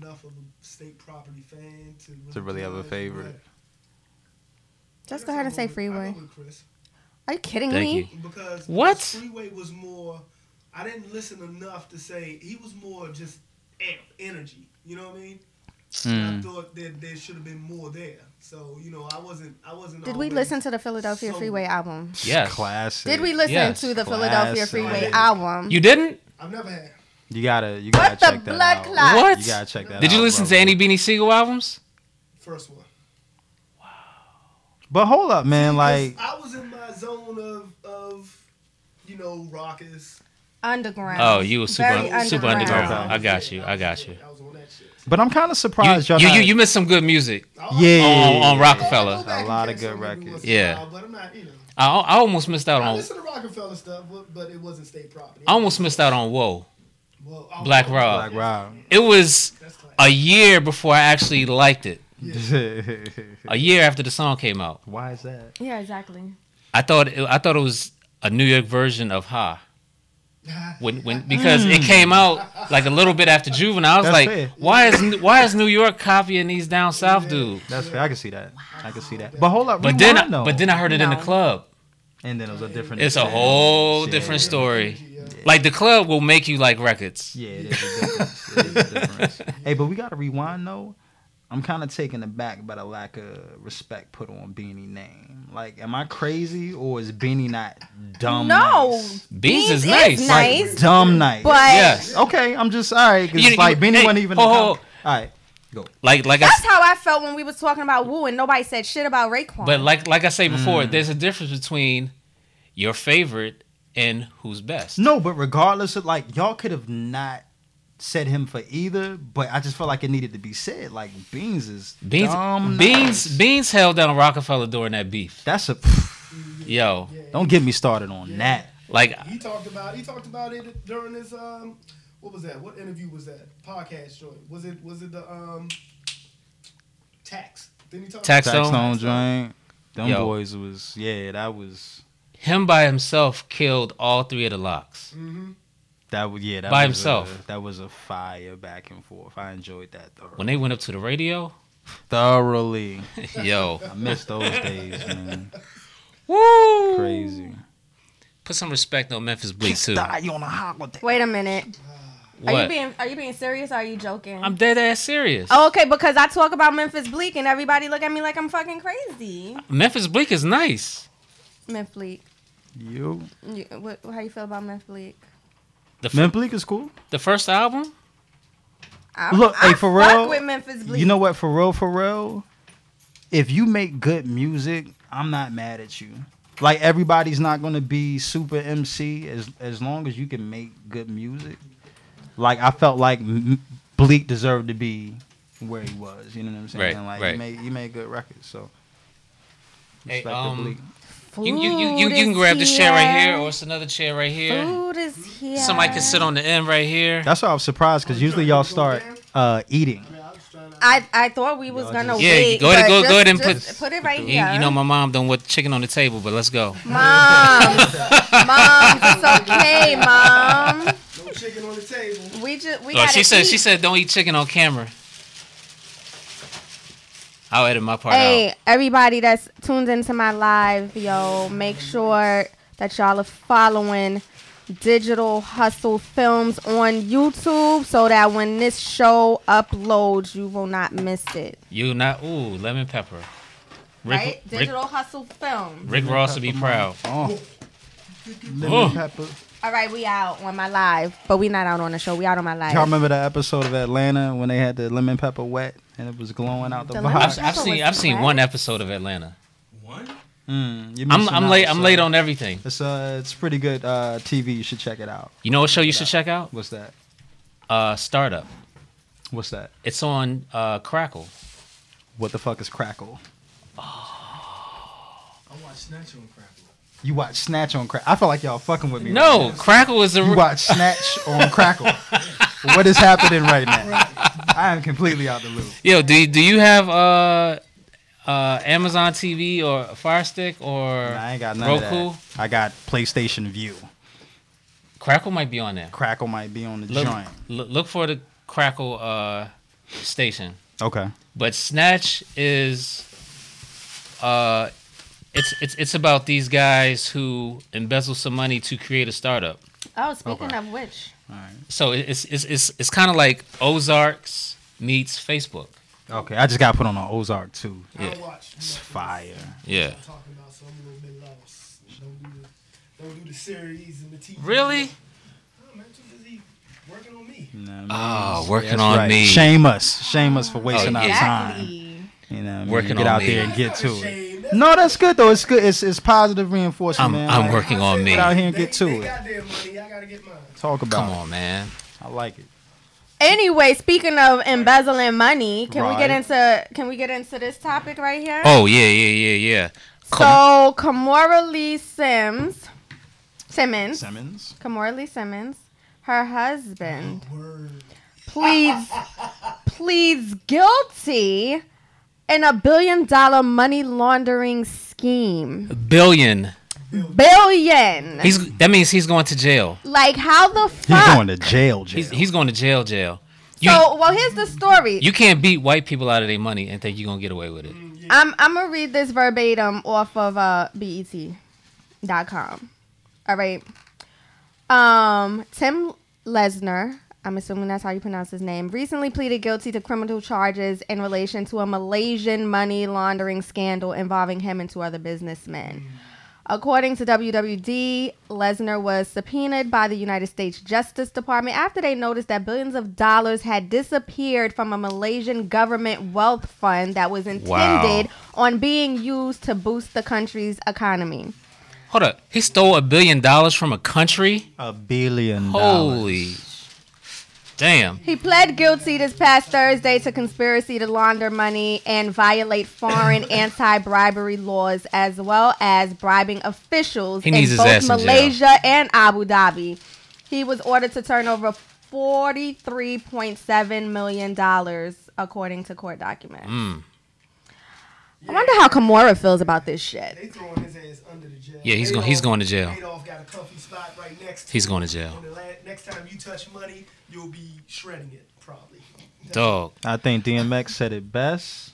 [SPEAKER 7] enough of a state property fan to really,
[SPEAKER 1] To really have a
[SPEAKER 7] judge,
[SPEAKER 1] favorite.
[SPEAKER 4] Just
[SPEAKER 7] but I
[SPEAKER 4] go
[SPEAKER 7] guess
[SPEAKER 4] ahead
[SPEAKER 7] I'll
[SPEAKER 4] and say
[SPEAKER 7] go with- I'll
[SPEAKER 4] Freeway.
[SPEAKER 7] go with Chris.
[SPEAKER 4] Are you kidding
[SPEAKER 2] Thank
[SPEAKER 4] me?
[SPEAKER 2] you.
[SPEAKER 7] because
[SPEAKER 2] What?
[SPEAKER 7] because Freeway was more. I didn't listen enough to say he was more just amp energy. You know what I mean? I
[SPEAKER 1] Mm.
[SPEAKER 7] thought that there should have been more there. So you know, I wasn't. I wasn't.
[SPEAKER 4] Did we
[SPEAKER 7] always-
[SPEAKER 4] listen to the Philadelphia
[SPEAKER 7] So-
[SPEAKER 4] Freeway album?
[SPEAKER 2] Yes.
[SPEAKER 1] classic.
[SPEAKER 4] Did we listen
[SPEAKER 2] Yes.
[SPEAKER 4] to the Philadelphia
[SPEAKER 1] Classic.
[SPEAKER 4] Freeway
[SPEAKER 7] Yes.
[SPEAKER 4] album?
[SPEAKER 2] You didn't?
[SPEAKER 7] I've never had.
[SPEAKER 1] You gotta, you gotta
[SPEAKER 4] What the
[SPEAKER 1] check that
[SPEAKER 4] blood
[SPEAKER 1] out.
[SPEAKER 4] clot?
[SPEAKER 2] What?
[SPEAKER 1] You gotta check that.
[SPEAKER 2] Did you
[SPEAKER 1] out,
[SPEAKER 2] listen
[SPEAKER 1] bro.
[SPEAKER 2] to any Beanie Siegel albums?
[SPEAKER 7] First one.
[SPEAKER 1] But hold up, man. Like,
[SPEAKER 7] I was in my zone of of you know raucous.
[SPEAKER 4] underground.
[SPEAKER 2] Oh, you were super
[SPEAKER 4] Very
[SPEAKER 2] un- super
[SPEAKER 4] underground.
[SPEAKER 2] underground. I got you. I got you.
[SPEAKER 7] I was on that shit.
[SPEAKER 1] but I'm kind of surprised
[SPEAKER 2] you,
[SPEAKER 1] y'all.
[SPEAKER 2] you,
[SPEAKER 1] not-
[SPEAKER 2] you, you missed some good music.
[SPEAKER 1] Yeah.
[SPEAKER 2] on, on
[SPEAKER 7] Go
[SPEAKER 2] Rockefeller.
[SPEAKER 7] back
[SPEAKER 1] A
[SPEAKER 7] and
[SPEAKER 1] lot of
[SPEAKER 7] catch
[SPEAKER 1] good
[SPEAKER 7] some every
[SPEAKER 1] records.
[SPEAKER 7] once in a
[SPEAKER 2] Yeah.
[SPEAKER 7] while, But I'm not, you know.
[SPEAKER 2] I, I almost missed out
[SPEAKER 7] I
[SPEAKER 2] on
[SPEAKER 7] listened to Rockefeller stuff, but, but it wasn't state property.
[SPEAKER 2] I almost missed out on Whoa.
[SPEAKER 7] Well, I-
[SPEAKER 2] Black Rob.
[SPEAKER 1] Black Rob.
[SPEAKER 2] It was
[SPEAKER 7] That's [laughs] classic.
[SPEAKER 2] a year before I actually liked it. A year after the song came out.
[SPEAKER 1] [laughs] Why is that?
[SPEAKER 4] Yeah, exactly.
[SPEAKER 2] I thought it, I thought it was a New York version of Ha. When, when because it came out like a little bit after Juvenile, I was
[SPEAKER 1] Mm. That's
[SPEAKER 2] like,
[SPEAKER 1] fair.
[SPEAKER 2] why is why is New York copying these down south dudes?
[SPEAKER 1] That's fair. I can see that. I can see that. But hold up.
[SPEAKER 2] But then, I,
[SPEAKER 1] rewind, though.
[SPEAKER 2] but then I heard it in the
[SPEAKER 4] No.
[SPEAKER 2] club.
[SPEAKER 1] and then it was a different.
[SPEAKER 2] It's a whole
[SPEAKER 1] Yeah.
[SPEAKER 2] different story.
[SPEAKER 7] Yeah.
[SPEAKER 2] Like the club will make you like records.
[SPEAKER 1] Yeah, it is a difference. it is a difference. [laughs] hey, but we gotta rewind though. I'm kind of taken aback by the lack of respect put on Beanie name. Like, am I crazy or is Beanie not dumb?
[SPEAKER 4] No,
[SPEAKER 1] nice?
[SPEAKER 2] Beans is
[SPEAKER 4] is
[SPEAKER 2] nice.
[SPEAKER 1] Like,
[SPEAKER 4] Nice.
[SPEAKER 1] dumb nice.
[SPEAKER 4] but
[SPEAKER 2] Yes.
[SPEAKER 1] okay, I'm just all right. 'cause
[SPEAKER 2] You-
[SPEAKER 1] it's like
[SPEAKER 2] you-
[SPEAKER 1] Beanie
[SPEAKER 2] hey,
[SPEAKER 1] wasn't even.
[SPEAKER 2] ho,
[SPEAKER 1] a
[SPEAKER 2] ho, ho.
[SPEAKER 1] comp- all right,
[SPEAKER 2] Like like I
[SPEAKER 4] that's
[SPEAKER 2] s-
[SPEAKER 4] how I felt when we was talking about Wu and nobody said shit about Raekwon.
[SPEAKER 2] but like like I say before,
[SPEAKER 1] Mm.
[SPEAKER 2] there's a difference between your favorite and who's best.
[SPEAKER 1] no, but regardless of like, y'all could have not said him for either. But I just felt like it needed to be said. Like Beans is
[SPEAKER 2] Beans
[SPEAKER 1] dumb
[SPEAKER 2] Beans
[SPEAKER 1] nice.
[SPEAKER 2] Beans held down Rockefeller during that beef.
[SPEAKER 1] That's a.
[SPEAKER 2] Yo.
[SPEAKER 1] Don't get me started on that.
[SPEAKER 2] Like
[SPEAKER 7] He talked about he talked about it during his um what was that? What interview was that? Podcast joint. Was it was it the um tax? Didn't he talk
[SPEAKER 2] Tax
[SPEAKER 7] about
[SPEAKER 2] Stone?
[SPEAKER 1] Taxstone joint. Them
[SPEAKER 2] Yo.
[SPEAKER 1] boys was yeah, that was
[SPEAKER 2] him by himself killed all three of the locks.
[SPEAKER 7] Mm-hmm.
[SPEAKER 1] that was yeah that
[SPEAKER 2] By
[SPEAKER 1] was
[SPEAKER 2] himself.
[SPEAKER 1] A, that was a fire back and forth. I enjoyed that thoroughly.
[SPEAKER 2] When they went up to the radio, [laughs]
[SPEAKER 1] thoroughly,
[SPEAKER 2] yo,
[SPEAKER 1] I miss those days, man.
[SPEAKER 2] [laughs] woo,
[SPEAKER 1] Crazy.
[SPEAKER 2] Put some respect on Memphis Bleak too.
[SPEAKER 1] Die on a holiday.
[SPEAKER 4] Wait a minute. Are you
[SPEAKER 2] What?
[SPEAKER 4] being are you being serious? Or are you joking?
[SPEAKER 2] I'm dead ass serious.
[SPEAKER 4] oh, okay, because I talk about Memphis Bleak and everybody look at me like I'm fucking crazy.
[SPEAKER 2] Memphis Bleak is nice.
[SPEAKER 4] Memphis Bleak.
[SPEAKER 1] You
[SPEAKER 4] You, what, how you feel about Memphis Bleak?
[SPEAKER 2] The, f-
[SPEAKER 1] Memphis is cool.
[SPEAKER 2] the first album,
[SPEAKER 4] I,
[SPEAKER 1] Look,
[SPEAKER 4] I
[SPEAKER 1] hey, for
[SPEAKER 4] fuck
[SPEAKER 1] real,
[SPEAKER 4] with Memphis Bleak.
[SPEAKER 1] You know what? For real, for real. If you make good music, I'm not mad at you. Like everybody's not gonna be super MC as as long as you can make good music. Like I felt like M- Bleak deserved to be where he was. You know what I'm saying?
[SPEAKER 2] Right,
[SPEAKER 1] like
[SPEAKER 2] right.
[SPEAKER 1] he made he made good records. So
[SPEAKER 2] Hey,
[SPEAKER 1] respect to
[SPEAKER 2] um,
[SPEAKER 1] Bleak.
[SPEAKER 2] you you, you, you,
[SPEAKER 4] Food
[SPEAKER 2] you can
[SPEAKER 4] is
[SPEAKER 2] grab this chair right here,
[SPEAKER 4] here.
[SPEAKER 2] or it's another chair right here.
[SPEAKER 4] Food is here.
[SPEAKER 2] Somebody can sit on the end right here.
[SPEAKER 1] That's why I was surprised because usually y'all start uh, eating.
[SPEAKER 7] I mean, I was trying to.
[SPEAKER 4] I I thought we was
[SPEAKER 1] Y'all
[SPEAKER 4] gonna
[SPEAKER 1] just-
[SPEAKER 2] Yeah,
[SPEAKER 4] wait.
[SPEAKER 2] go ahead-
[SPEAKER 4] but
[SPEAKER 2] go- go
[SPEAKER 4] just-
[SPEAKER 2] ahead and
[SPEAKER 4] just
[SPEAKER 2] put-
[SPEAKER 4] put it right
[SPEAKER 2] You,
[SPEAKER 4] here.
[SPEAKER 2] you know, my mom don't want chicken on the table, but let's go.
[SPEAKER 4] Mom, [laughs] mom, it's okay, mom.
[SPEAKER 7] No chicken on the table.
[SPEAKER 4] We just we
[SPEAKER 2] Oh,
[SPEAKER 4] gotta
[SPEAKER 2] she said
[SPEAKER 4] eat.
[SPEAKER 2] she said don't eat chicken on camera. I'll edit my part
[SPEAKER 4] Hey,
[SPEAKER 2] out.
[SPEAKER 4] everybody that's tuned into my live, yo, make sure that y'all are following Digital Hustle Films on YouTube so that when this show uploads, you will not miss it.
[SPEAKER 2] You not ooh lemon pepper. Rick,
[SPEAKER 4] right?
[SPEAKER 2] Rick,
[SPEAKER 4] Digital Hustle Films.
[SPEAKER 2] Rick Ross would be proud.
[SPEAKER 1] Oh,
[SPEAKER 2] Oh.
[SPEAKER 1] lemon pepper.
[SPEAKER 4] All right, we out on my live, but we not out on the show. We out on my live.
[SPEAKER 1] Y'all remember that episode of Atlanta when they had the lemon pepper wet and it was glowing out the,
[SPEAKER 4] The lemon
[SPEAKER 2] I've,
[SPEAKER 1] box?
[SPEAKER 2] I've
[SPEAKER 4] Pepper
[SPEAKER 2] seen
[SPEAKER 4] was
[SPEAKER 2] I've seen
[SPEAKER 4] correct.
[SPEAKER 2] one episode of Atlanta.
[SPEAKER 5] One?
[SPEAKER 1] Mm, you're
[SPEAKER 2] I'm
[SPEAKER 1] missing
[SPEAKER 2] I'm
[SPEAKER 1] out,
[SPEAKER 2] late I'm
[SPEAKER 1] so-
[SPEAKER 2] late on everything.
[SPEAKER 1] It's uh, it's pretty good uh, TV. You should check it out.
[SPEAKER 2] You know what show you should check out?
[SPEAKER 1] What's that?
[SPEAKER 2] Uh, Startup.
[SPEAKER 1] What's that?
[SPEAKER 2] It's on uh, Crackle.
[SPEAKER 1] What the fuck is Crackle?
[SPEAKER 7] I watch Snatch on Crackle.
[SPEAKER 1] You watch Snatch on Crackle. I feel like y'all fucking with me.
[SPEAKER 2] No,
[SPEAKER 1] right now.
[SPEAKER 2] Crackle is the.
[SPEAKER 1] you watch Snatch
[SPEAKER 2] [laughs]
[SPEAKER 1] on Crackle. what is happening right now? I am completely out the loop.
[SPEAKER 2] Yo, do do you have uh, uh, Amazon TV or Fire Stick or
[SPEAKER 1] I ain't got none
[SPEAKER 2] Roku?
[SPEAKER 1] of that. I got PlayStation View.
[SPEAKER 2] Crackle might be on there.
[SPEAKER 1] Crackle might be on the
[SPEAKER 2] Look,
[SPEAKER 1] joint.
[SPEAKER 2] loo- look for the Crackle uh, station.
[SPEAKER 1] Okay.
[SPEAKER 2] But Snatch is uh it's it's it's about these guys who embezzle some money to create a startup.
[SPEAKER 4] Oh, speaking
[SPEAKER 1] Okay.
[SPEAKER 4] of which,
[SPEAKER 1] All right.
[SPEAKER 2] So it- it's it's it's, it's kind of like Ozarks meets Facebook.
[SPEAKER 1] Okay. I just got put on an Ozark too.
[SPEAKER 7] I
[SPEAKER 2] Yeah.
[SPEAKER 7] don't watch.
[SPEAKER 1] It's
[SPEAKER 7] Netflix.
[SPEAKER 1] fire.
[SPEAKER 2] Yeah.
[SPEAKER 7] I'm talking about, so I'm a little bit lost. Don't do the, don't do the series and the TV.
[SPEAKER 2] Really?
[SPEAKER 7] Oh, man, too busy working on me.
[SPEAKER 1] You know what I mean?
[SPEAKER 2] Oh,
[SPEAKER 1] That's
[SPEAKER 2] working on me.
[SPEAKER 1] Shame us. Shame us for wasting
[SPEAKER 2] Oh, yeah.
[SPEAKER 1] our time.
[SPEAKER 4] exactly.
[SPEAKER 1] You know, what I mean?
[SPEAKER 2] Working
[SPEAKER 1] get
[SPEAKER 2] on
[SPEAKER 1] out
[SPEAKER 2] me.
[SPEAKER 1] there and get
[SPEAKER 7] That's
[SPEAKER 1] to
[SPEAKER 7] not a
[SPEAKER 1] it.
[SPEAKER 7] shame. That's
[SPEAKER 1] No, that's good though. It's good. It's it's positive reinforcement,
[SPEAKER 2] I'm
[SPEAKER 1] man.
[SPEAKER 2] I'm
[SPEAKER 1] Like,
[SPEAKER 2] working on me.
[SPEAKER 1] Get out here and
[SPEAKER 7] They-
[SPEAKER 1] get to
[SPEAKER 7] they
[SPEAKER 1] it.
[SPEAKER 7] got their money. I gotta get mine.
[SPEAKER 1] Talk about.
[SPEAKER 2] Come on, man.
[SPEAKER 1] It. I like it.
[SPEAKER 4] Anyway, speaking of embezzling money, can we get
[SPEAKER 1] Right.
[SPEAKER 4] into can we get into this topic right here?
[SPEAKER 2] Oh yeah yeah yeah yeah. Come-
[SPEAKER 4] So Kamora Lee Sims, Simmons,
[SPEAKER 1] Simmons.
[SPEAKER 4] Kamora Lee Simmons, her husband
[SPEAKER 7] Word.
[SPEAKER 4] pleads pleads guilty in a billion dollar money laundering scheme.
[SPEAKER 2] billion.
[SPEAKER 4] Billion.
[SPEAKER 2] He's that means he's going to jail.
[SPEAKER 4] like how the
[SPEAKER 1] He's
[SPEAKER 4] fuck?
[SPEAKER 1] going to jail. jail.
[SPEAKER 2] He's he's going to jail jail. You
[SPEAKER 4] so well, here's the story.
[SPEAKER 2] you can't beat white people out of their money and think you're gonna get away with it.
[SPEAKER 4] I'm I'm gonna read this verbatim off of uh, BET.com. All right. Um, Tim Lesnar, I'm assuming that's how you pronounce his name, recently pleaded guilty to criminal charges in relation to a Malaysian money laundering scandal involving him and two other businessmen. According to WWD, Lesnar was subpoenaed by the United States Justice Department after they noticed that billions of dollars had disappeared from a Malaysian government wealth fund that was intended on being used to boost the country's economy.
[SPEAKER 2] Hold up. He stole a billion dollars from a country?
[SPEAKER 1] a billion.
[SPEAKER 2] Holy. Damn.
[SPEAKER 4] He pled guilty this past Thursday to conspiracy to launder money and
[SPEAKER 2] [laughs]
[SPEAKER 4] violate foreign anti-bribery laws as well as bribing officials
[SPEAKER 2] He needs
[SPEAKER 4] in
[SPEAKER 2] his
[SPEAKER 4] both
[SPEAKER 2] ass in jail.
[SPEAKER 4] Malaysia and Abu Dhabi. He was ordered to turn over 43.7 million dollars according to court documents.
[SPEAKER 2] Mm.
[SPEAKER 4] I wonder how Kimura feels about this shit.
[SPEAKER 7] They throwing his ass under the jail.
[SPEAKER 2] Yeah, he's going he's going to jail.
[SPEAKER 7] Adolf got a comfy spot right next to
[SPEAKER 2] He's
[SPEAKER 7] him.
[SPEAKER 2] going to jail.
[SPEAKER 7] And the la- next time you touch money, you'll be shredding it, probably.
[SPEAKER 2] Dog.
[SPEAKER 1] I think DMX said it best.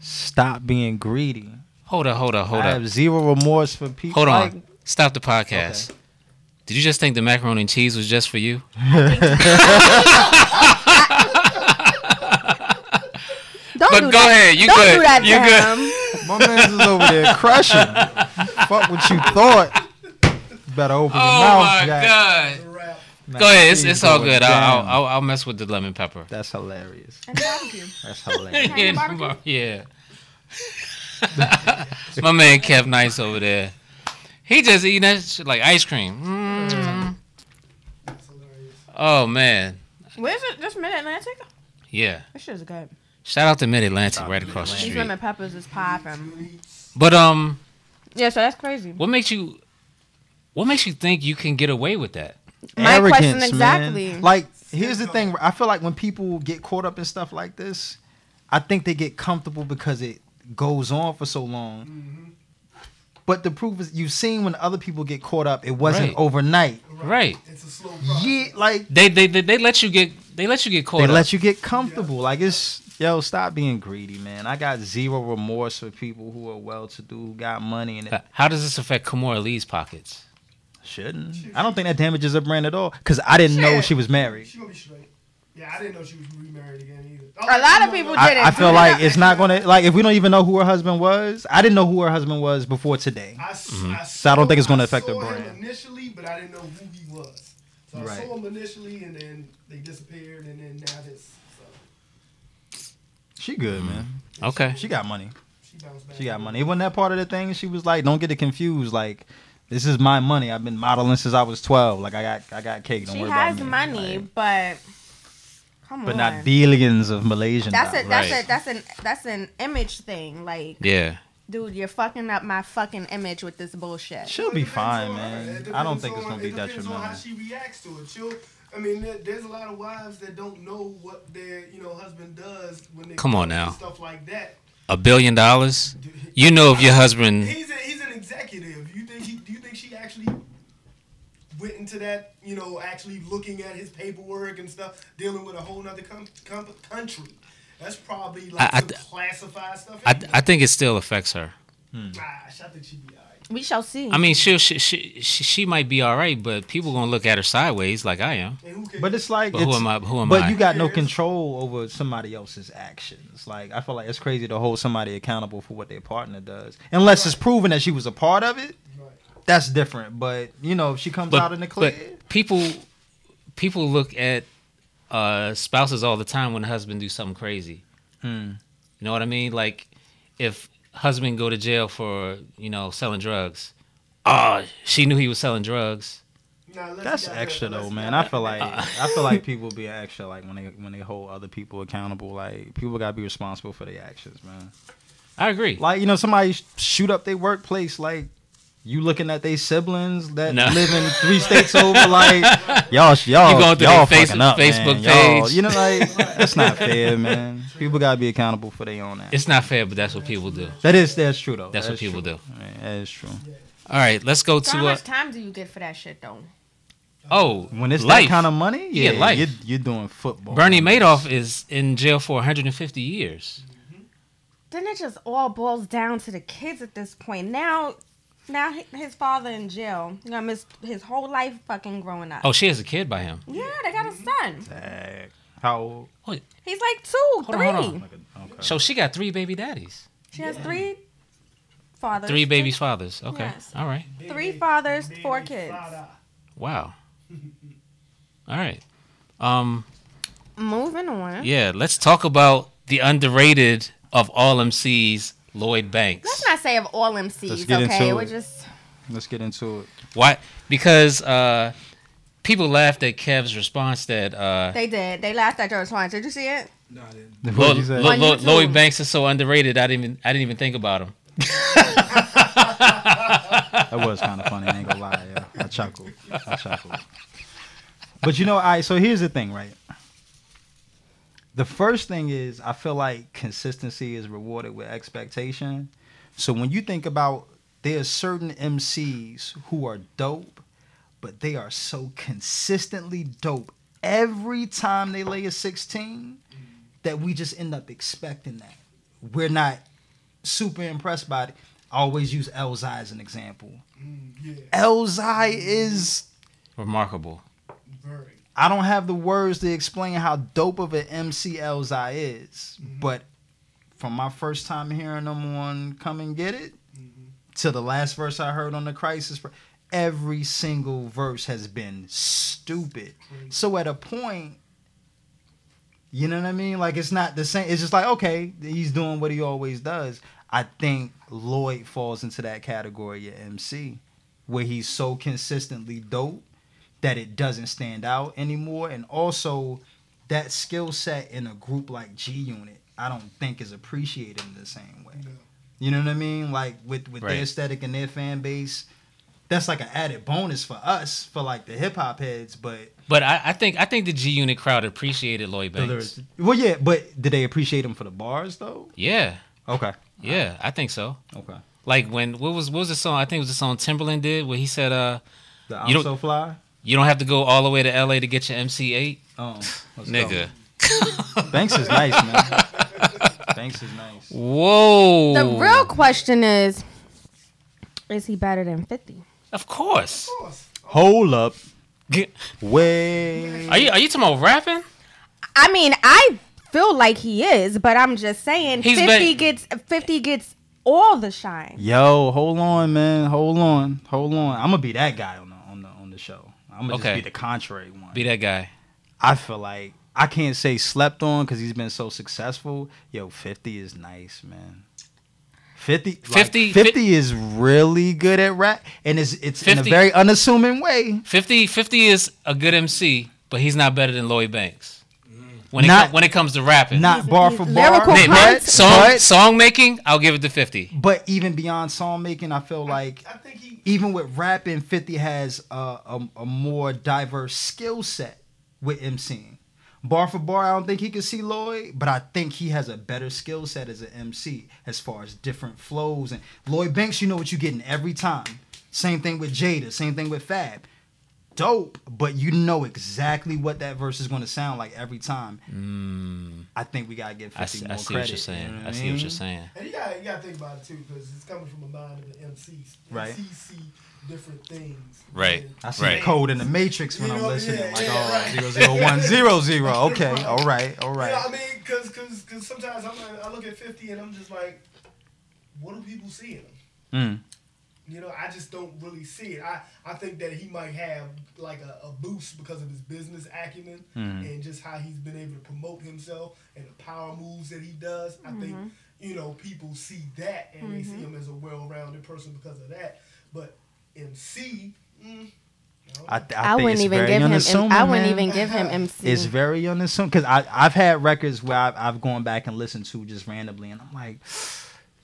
[SPEAKER 1] Stop being greedy.
[SPEAKER 2] Hold up, hold up, hold
[SPEAKER 1] I
[SPEAKER 2] up.
[SPEAKER 1] have zero remorse for people.
[SPEAKER 2] Hold [laughs]
[SPEAKER 1] like-
[SPEAKER 2] on. Stop the podcast. Did you just think the macaroni and cheese was just for you?
[SPEAKER 4] Don't
[SPEAKER 2] But
[SPEAKER 4] do
[SPEAKER 2] go
[SPEAKER 4] that.
[SPEAKER 2] ahead. You
[SPEAKER 4] Don't
[SPEAKER 2] good.
[SPEAKER 4] do that to
[SPEAKER 2] You good.
[SPEAKER 1] [laughs]
[SPEAKER 4] him.
[SPEAKER 1] My man's is over there crushing. Fuck what you thought. You better open your mouth. Jack.
[SPEAKER 2] Oh god.
[SPEAKER 7] The rap.
[SPEAKER 1] Now
[SPEAKER 2] Go ahead. It's,
[SPEAKER 1] she's
[SPEAKER 2] it's all
[SPEAKER 1] going
[SPEAKER 2] good. I'll, I'll-
[SPEAKER 1] down.
[SPEAKER 2] I'll I'll mess with the lemon [laughs] pepper.
[SPEAKER 1] That's hilarious.
[SPEAKER 4] And barbecue.
[SPEAKER 1] [laughs] That's hilarious.
[SPEAKER 4] Italian
[SPEAKER 2] yeah.
[SPEAKER 4] barbecue?
[SPEAKER 2] [laughs] yeah. My man Kev Nice over there. He just eating that shit like ice cream. Mm.
[SPEAKER 7] That's hilarious.
[SPEAKER 2] Oh man.
[SPEAKER 6] Where's it? This Mid Atlantic?
[SPEAKER 2] Yeah.
[SPEAKER 6] This shit is good.
[SPEAKER 2] Shout out to Mid Atlantic right across the
[SPEAKER 6] These
[SPEAKER 2] street.
[SPEAKER 6] lemon peppers is popping.
[SPEAKER 2] But um,
[SPEAKER 6] Yeah, so that's crazy.
[SPEAKER 2] what makes you, what makes you think you can get away with that?
[SPEAKER 4] My question
[SPEAKER 1] Arrogance,
[SPEAKER 4] exactly.
[SPEAKER 1] Man. Like, here's the thing. I feel like when people get caught up in stuff like this, I think they get comfortable because it goes on for so long.
[SPEAKER 2] Mm-hmm.
[SPEAKER 1] But the proof is, you've seen when other people get caught up, it wasn't
[SPEAKER 2] Right.
[SPEAKER 1] overnight.
[SPEAKER 2] Right.
[SPEAKER 7] It's a slow process.
[SPEAKER 1] Yeah, like
[SPEAKER 2] They they they, they let you get they let you get caught
[SPEAKER 1] they
[SPEAKER 2] up.
[SPEAKER 1] let you get comfortable. Like it's yo, stop being greedy, man. I got zero remorse for people who are well to do, who got money, and it
[SPEAKER 2] Uh, How does this affect Kamora Lee's pockets?
[SPEAKER 1] shouldn't. I don't think that damages her brand at all because I didn't know
[SPEAKER 4] Shit.
[SPEAKER 1] she was married.
[SPEAKER 7] She gonna be straight. Yeah, I didn't know she was remarried again either. Oh,
[SPEAKER 4] A lot of
[SPEAKER 7] no,
[SPEAKER 4] people
[SPEAKER 7] no.
[SPEAKER 4] did it.
[SPEAKER 1] I, I feel like it's not gonna like if we don't even know who her husband was. I didn't know who her husband was before today.
[SPEAKER 7] I, s- I
[SPEAKER 1] Mm-hmm. So I don't think it's gonna
[SPEAKER 7] I
[SPEAKER 1] affect the
[SPEAKER 7] saw him
[SPEAKER 1] brand.
[SPEAKER 7] initially, but I didn't know who he was. So I
[SPEAKER 1] Right.
[SPEAKER 7] saw him initially, and then they disappeared, and then now this. So
[SPEAKER 1] She good, man.
[SPEAKER 2] Okay.
[SPEAKER 1] She got money.
[SPEAKER 7] she bounced back.
[SPEAKER 1] She got money. It wasn't that part of the thing. She was like, "Don't get it confused. Like, this is my money. I've been modeling since I was 12. Like, I got, I got cake. Don't
[SPEAKER 6] She
[SPEAKER 1] worry
[SPEAKER 6] has
[SPEAKER 1] about me."
[SPEAKER 6] money,
[SPEAKER 1] Like,
[SPEAKER 6] but come
[SPEAKER 1] but
[SPEAKER 6] on.
[SPEAKER 1] not billions of Malaysian.
[SPEAKER 6] that's
[SPEAKER 1] dollars.
[SPEAKER 6] a that's
[SPEAKER 2] Right.
[SPEAKER 6] a that's an that's an image thing. Like,
[SPEAKER 2] Yeah.
[SPEAKER 6] dude, you're fucking up my fucking image with this bullshit.
[SPEAKER 1] She'll
[SPEAKER 7] Well, it
[SPEAKER 1] be
[SPEAKER 7] depends
[SPEAKER 1] fine,
[SPEAKER 7] on her. It
[SPEAKER 1] man. I
[SPEAKER 7] depends
[SPEAKER 1] don't think it's
[SPEAKER 7] on-
[SPEAKER 1] gonna be
[SPEAKER 7] It depends on how
[SPEAKER 1] detrimental.
[SPEAKER 7] she reacts to it. She'll. I mean, there, there's a lot of wives that don't know what their you know husband does when they
[SPEAKER 2] Come on
[SPEAKER 7] do
[SPEAKER 2] now.
[SPEAKER 7] stuff like that. [laughs]
[SPEAKER 2] A billion dollars? You know if your husband
[SPEAKER 7] He's a, he's an executive. You think he? Do you think she actually went into that? You know, actually looking at his paperwork and stuff, dealing with a whole nother com- com- country. That's probably like
[SPEAKER 2] I- I
[SPEAKER 7] some
[SPEAKER 2] th-
[SPEAKER 7] classified stuff.
[SPEAKER 2] I, I think it still affects her.
[SPEAKER 7] Gosh, I think she'd be alright.
[SPEAKER 6] We shall see.
[SPEAKER 2] I mean, she she she she, she might be all right, but people going to look at her sideways like I am.
[SPEAKER 7] And who cares?
[SPEAKER 1] But it's like,
[SPEAKER 2] But who
[SPEAKER 1] it's-
[SPEAKER 2] am I? Who am
[SPEAKER 1] but
[SPEAKER 2] I?
[SPEAKER 1] you got no
[SPEAKER 7] Yes.
[SPEAKER 1] control over somebody else's actions. Like, I feel like it's crazy to hold somebody accountable for what their partner does, unless it's proven that she was a part of it.
[SPEAKER 7] Right.
[SPEAKER 1] That's different. But you know, if she comes out in the clear.
[SPEAKER 2] but people people look at uh, spouses all the time when the husband do something crazy.
[SPEAKER 1] Hmm.
[SPEAKER 2] You know what I mean? Like if husband go to jail for you know selling drugs. Oh, she knew he was selling drugs.
[SPEAKER 7] Nah, unless he
[SPEAKER 1] That's
[SPEAKER 7] got
[SPEAKER 1] extra
[SPEAKER 7] that- unless
[SPEAKER 1] though,
[SPEAKER 7] he
[SPEAKER 1] man.
[SPEAKER 7] got
[SPEAKER 1] I
[SPEAKER 7] that-
[SPEAKER 1] feel like I feel like people be extra like when they when they hold other people accountable. Like people gotta be responsible for their actions, man.
[SPEAKER 2] I agree.
[SPEAKER 1] Like you know, somebody sh- shoot up their workplace. Like you looking at their siblings that
[SPEAKER 2] No.
[SPEAKER 1] live in three states over.
[SPEAKER 2] [laughs]
[SPEAKER 1] Like y'all, sh- y'all,
[SPEAKER 2] You going through their
[SPEAKER 1] y'all
[SPEAKER 2] face-
[SPEAKER 1] fucking up,
[SPEAKER 2] Facebook
[SPEAKER 1] man. Y'all-
[SPEAKER 2] page.
[SPEAKER 1] you
[SPEAKER 2] [laughs]
[SPEAKER 1] know, like that's not fair, man. People gotta be accountable for their own actions.
[SPEAKER 2] It's not fair, but that's what people do.
[SPEAKER 1] That is that's true though.
[SPEAKER 2] That's
[SPEAKER 1] That
[SPEAKER 2] what
[SPEAKER 1] is
[SPEAKER 2] people
[SPEAKER 1] true.
[SPEAKER 2] do.
[SPEAKER 1] Man, that is true.
[SPEAKER 2] All right, let's go
[SPEAKER 6] so how
[SPEAKER 2] to uh,
[SPEAKER 6] much time do you get for that shit though?
[SPEAKER 2] oh
[SPEAKER 1] When it's
[SPEAKER 2] life.
[SPEAKER 1] that kind of money,
[SPEAKER 2] Yeah,
[SPEAKER 1] yeah,
[SPEAKER 2] life.
[SPEAKER 1] You're, you're doing football.
[SPEAKER 2] Bernie
[SPEAKER 1] numbers.
[SPEAKER 2] Madoff is in jail for 150 years.
[SPEAKER 6] Then it just all boils down to the kids at this point. Now, now hi- his father in jail. You gonna miss his whole life fucking growing up.
[SPEAKER 2] Oh, she has a kid by him.
[SPEAKER 6] Yeah, they got a son.
[SPEAKER 1] Dang. How old?
[SPEAKER 6] He's like two,
[SPEAKER 2] on,
[SPEAKER 6] three.
[SPEAKER 2] hold on.
[SPEAKER 1] Like a, okay.
[SPEAKER 2] So she got three baby daddies,
[SPEAKER 6] She has three fathers.
[SPEAKER 2] three babies' fathers. Okay,
[SPEAKER 6] Yes.
[SPEAKER 2] all right.
[SPEAKER 6] Three fathers,
[SPEAKER 7] Big
[SPEAKER 6] four
[SPEAKER 7] Big
[SPEAKER 6] kids.
[SPEAKER 7] Fada.
[SPEAKER 2] Wow. [laughs] All right. Um,
[SPEAKER 6] Moving on.
[SPEAKER 2] yeah, let's talk about the underrated of all MCs, Lloyd Banks.
[SPEAKER 6] Let's not say of all
[SPEAKER 1] Let's
[SPEAKER 6] MCs,
[SPEAKER 1] get
[SPEAKER 6] okay?
[SPEAKER 1] into
[SPEAKER 6] We're
[SPEAKER 1] it.
[SPEAKER 6] just
[SPEAKER 1] Let's get into it. [laughs]
[SPEAKER 2] Why? Because uh, people laughed at Kev's response that uh,
[SPEAKER 6] they did. They laughed at your response. Did you see it?
[SPEAKER 3] No, I didn't.
[SPEAKER 1] What
[SPEAKER 2] Lo-
[SPEAKER 1] you say?
[SPEAKER 2] Lo- Lo-
[SPEAKER 6] On YouTube.
[SPEAKER 2] Lloyd Banks is so underrated. I didn't even I didn't even think about him.
[SPEAKER 1] [laughs] That was kind of funny. I ain't gonna lie. Yeah. I chuckled. I chuckled. But you know, I so here's the thing, right? The first thing is I feel like consistency is rewarded with expectation. So when you think about there's certain MCs who are dope, but they are so consistently dope every time they lay a 16 that we just end up expecting that. We're not super impressed by it. I always use Elzai as an example.
[SPEAKER 7] Mm, yeah,
[SPEAKER 1] Elzai is
[SPEAKER 2] Remarkable.
[SPEAKER 7] very.
[SPEAKER 1] I don't have the words to explain how dope of an MC Elzai is, but from my first time hearing them on Come and Get It
[SPEAKER 7] Mm-hmm.
[SPEAKER 1] to the last verse I heard on the Crisis, Pro- every single verse has been stupid. So at a point, you know what I mean? Like it's not the same. It's just like okay, he's doing what he always does. I think Lloyd falls into that category of MC, where he's so consistently dope that it doesn't stand out anymore, and also that skill set in a group like G Unit, I don't think is appreciated in the same way.
[SPEAKER 7] No.
[SPEAKER 1] You know what I mean? Like with with
[SPEAKER 2] Right.
[SPEAKER 1] their aesthetic and their fan base, that's like an added bonus for us for like the hip hop heads, but
[SPEAKER 2] But I, I think I think the G Unit crowd appreciated Lloyd
[SPEAKER 1] the
[SPEAKER 2] Banks.
[SPEAKER 1] lyrics- Well, yeah, but did they appreciate him for the bars though?
[SPEAKER 2] Yeah,
[SPEAKER 1] Okay.
[SPEAKER 2] yeah, I think so.
[SPEAKER 1] Okay.
[SPEAKER 2] Like when what was what was the song? I think it was the song Timberland did where he said, "Uh,
[SPEAKER 1] The
[SPEAKER 2] You
[SPEAKER 1] I'm
[SPEAKER 2] don't-
[SPEAKER 1] so fly.
[SPEAKER 2] you don't have to go all the way to L.A. to get your MC8,
[SPEAKER 1] [laughs] Oh, let's
[SPEAKER 2] nigga."
[SPEAKER 1] go. Banks is nice,
[SPEAKER 2] [laughs]
[SPEAKER 1] man. Banks is nice.
[SPEAKER 2] Whoa.
[SPEAKER 4] The real question is, is he better than 50?
[SPEAKER 2] Of course.
[SPEAKER 7] Of course.
[SPEAKER 1] Hold up.
[SPEAKER 2] G-
[SPEAKER 1] Wait.
[SPEAKER 2] Are you are you talking about rapping?
[SPEAKER 6] I mean, I feel like he is, but I'm just saying
[SPEAKER 2] He's
[SPEAKER 6] 50
[SPEAKER 2] been-
[SPEAKER 6] gets 50 gets all the shine.
[SPEAKER 1] Yo, hold on, man. Hold on. Hold on. I'm gonna be that guy on the on the on the show. I'm gonna
[SPEAKER 2] Okay.
[SPEAKER 1] just be the contrary one.
[SPEAKER 2] Be that guy.
[SPEAKER 1] I feel like I can't say slept on because he's been so successful. Yo, 50 is nice, man. 50,
[SPEAKER 2] 50
[SPEAKER 1] like, 50 is really good at rap, and it's it's in a
[SPEAKER 2] 50
[SPEAKER 1] very unassuming way.
[SPEAKER 2] 50, 50 is a good MC, but he's not better than Lloyd Banks. When it,
[SPEAKER 1] Not-
[SPEAKER 2] com- when it comes to rapping.
[SPEAKER 1] Not bar for bar,
[SPEAKER 6] lyrical
[SPEAKER 1] but,
[SPEAKER 2] But song,
[SPEAKER 1] but,
[SPEAKER 2] song making, I'll give it to 50.
[SPEAKER 1] but even beyond song making, I feel like
[SPEAKER 7] I think he.
[SPEAKER 1] even with rapping, 50 has a, a, a more diverse skill set with MCing. Bar for bar, I don't think he can see Lloyd, but I think he has a better skill set as an MC as far as different flows. And Lloyd Banks, you know what you're getting every time. Same thing with Jada, same thing with Fab. Dope, but you know exactly what that verse is going to sound like every time. I think we got to give 50
[SPEAKER 2] I see,
[SPEAKER 1] Mm. more
[SPEAKER 2] I see
[SPEAKER 1] credit.
[SPEAKER 2] what you're saying.
[SPEAKER 1] you know
[SPEAKER 2] I see what
[SPEAKER 1] mean?
[SPEAKER 2] you're saying.
[SPEAKER 7] And you gotta, you gotta think about it too, because it's coming from a mind of an MC.
[SPEAKER 1] Right.
[SPEAKER 7] MCs see different things.
[SPEAKER 2] Right.
[SPEAKER 7] And-
[SPEAKER 1] I see
[SPEAKER 2] Right.
[SPEAKER 1] the code in the matrix when
[SPEAKER 7] You
[SPEAKER 1] I'm
[SPEAKER 7] know,
[SPEAKER 1] listening.
[SPEAKER 7] yeah,
[SPEAKER 1] like,
[SPEAKER 7] yeah,
[SPEAKER 1] oh,
[SPEAKER 7] right.
[SPEAKER 1] zero zero one zero
[SPEAKER 7] [laughs]
[SPEAKER 1] zero. Okay, all right, all
[SPEAKER 7] You know, I
[SPEAKER 1] right.
[SPEAKER 7] mean, cause, cause, 'cause sometimes I'm like, I look at 50 and I'm just like, what do people see in him?
[SPEAKER 2] Hmm.
[SPEAKER 1] Mm.
[SPEAKER 7] You know, I just don't really see it. I, I think that he might have like a, a boost because of his business acumen
[SPEAKER 2] Mm-hmm.
[SPEAKER 7] and just how he's been able to promote himself and the power moves that he does. I think, you know, people see that and they see him as a well rounded person because of that. But MC, mm,
[SPEAKER 1] I, I,
[SPEAKER 4] I,
[SPEAKER 1] think
[SPEAKER 4] wouldn't
[SPEAKER 1] it's
[SPEAKER 4] even
[SPEAKER 1] very
[SPEAKER 4] give him. M-
[SPEAKER 1] unassuming,
[SPEAKER 4] I wouldn't
[SPEAKER 1] man.
[SPEAKER 4] even give him MC.
[SPEAKER 1] It's very unassuming because I I've had records where I've, I've gone back and listened to just randomly, and I'm like,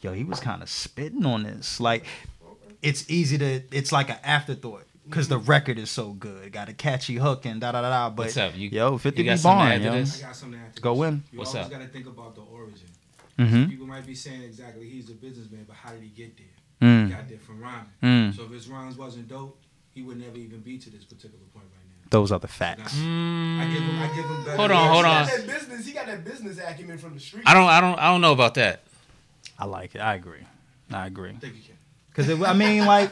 [SPEAKER 1] yo, he was kind of spitting on this. Like, it's easy to it's like an afterthought because the record is so good, got a catchy hook and da da da da. But
[SPEAKER 2] What's up? You-
[SPEAKER 1] yo, fifty
[SPEAKER 2] you got
[SPEAKER 1] be
[SPEAKER 2] something to
[SPEAKER 1] barn,
[SPEAKER 2] add to
[SPEAKER 1] yo.
[SPEAKER 2] this?
[SPEAKER 8] I got something to add to
[SPEAKER 1] Go
[SPEAKER 8] this.
[SPEAKER 1] in.
[SPEAKER 8] You
[SPEAKER 2] What's
[SPEAKER 8] always
[SPEAKER 2] up?
[SPEAKER 8] got to think about the origin.
[SPEAKER 1] Mm-hmm.
[SPEAKER 8] People might be saying exactly he's a businessman, but how did he get there? He
[SPEAKER 1] Mm.
[SPEAKER 2] Mm-hmm.
[SPEAKER 8] got there from rhyming.
[SPEAKER 1] Mm.
[SPEAKER 8] So if his rhymes wasn't dope, he would never even be to this particular point right now.
[SPEAKER 1] Those are the facts.
[SPEAKER 2] Mm,
[SPEAKER 8] I give him, I give him better.
[SPEAKER 2] Hold on, hold
[SPEAKER 7] he
[SPEAKER 2] on.
[SPEAKER 7] Got that business, he got that business acumen from the street.
[SPEAKER 2] I don't, I don't, I don't know about that.
[SPEAKER 1] I like it. I agree. I agree.
[SPEAKER 8] I think you can.
[SPEAKER 1] Because I mean, like,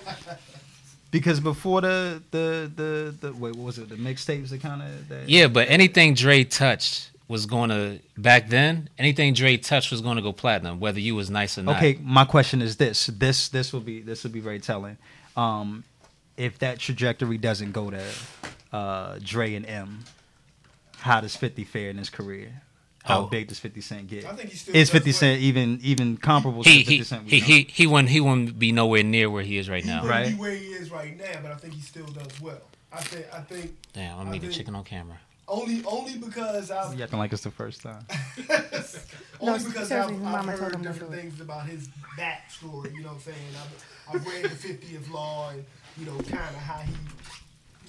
[SPEAKER 1] because before the the the, the wait, what was it? The mixtapes that kind of that.
[SPEAKER 2] Yeah, but anything Dre touched was going to back then. Anything Dre touched was going to go platinum, whether you was nice or not.
[SPEAKER 1] Okay, my question is this: this this will be this will be very telling. Um, if that trajectory doesn't go to uh, Dre and M, how does Fifty fare in his career? How
[SPEAKER 2] Oh.
[SPEAKER 1] big does Fifty Cent get?
[SPEAKER 7] I think he's still
[SPEAKER 1] Is
[SPEAKER 7] does
[SPEAKER 1] Fifty
[SPEAKER 7] what-
[SPEAKER 1] Cent even even comparable
[SPEAKER 2] He
[SPEAKER 1] to Fifty
[SPEAKER 2] he
[SPEAKER 1] Cent? we
[SPEAKER 2] he
[SPEAKER 1] know?
[SPEAKER 2] he he wouldn't he wouldn't be nowhere near where he is right
[SPEAKER 7] He
[SPEAKER 2] now.
[SPEAKER 7] wouldn't
[SPEAKER 1] right?
[SPEAKER 7] be where he is right now, but I think he still does well. I think I think
[SPEAKER 2] Damn, I'm
[SPEAKER 7] I
[SPEAKER 2] eating
[SPEAKER 7] think-
[SPEAKER 2] chicken on camera.
[SPEAKER 7] only only because I've
[SPEAKER 1] You acting like it's the first time.
[SPEAKER 7] Only
[SPEAKER 4] No,
[SPEAKER 7] because
[SPEAKER 4] seriously,
[SPEAKER 7] I've,
[SPEAKER 4] his
[SPEAKER 7] I've
[SPEAKER 4] mama told
[SPEAKER 7] heard
[SPEAKER 4] him to
[SPEAKER 7] different
[SPEAKER 4] do it.
[SPEAKER 7] things about his backstory. You know what I'm saying? I've, I've read the 50th Law and you know kind of how he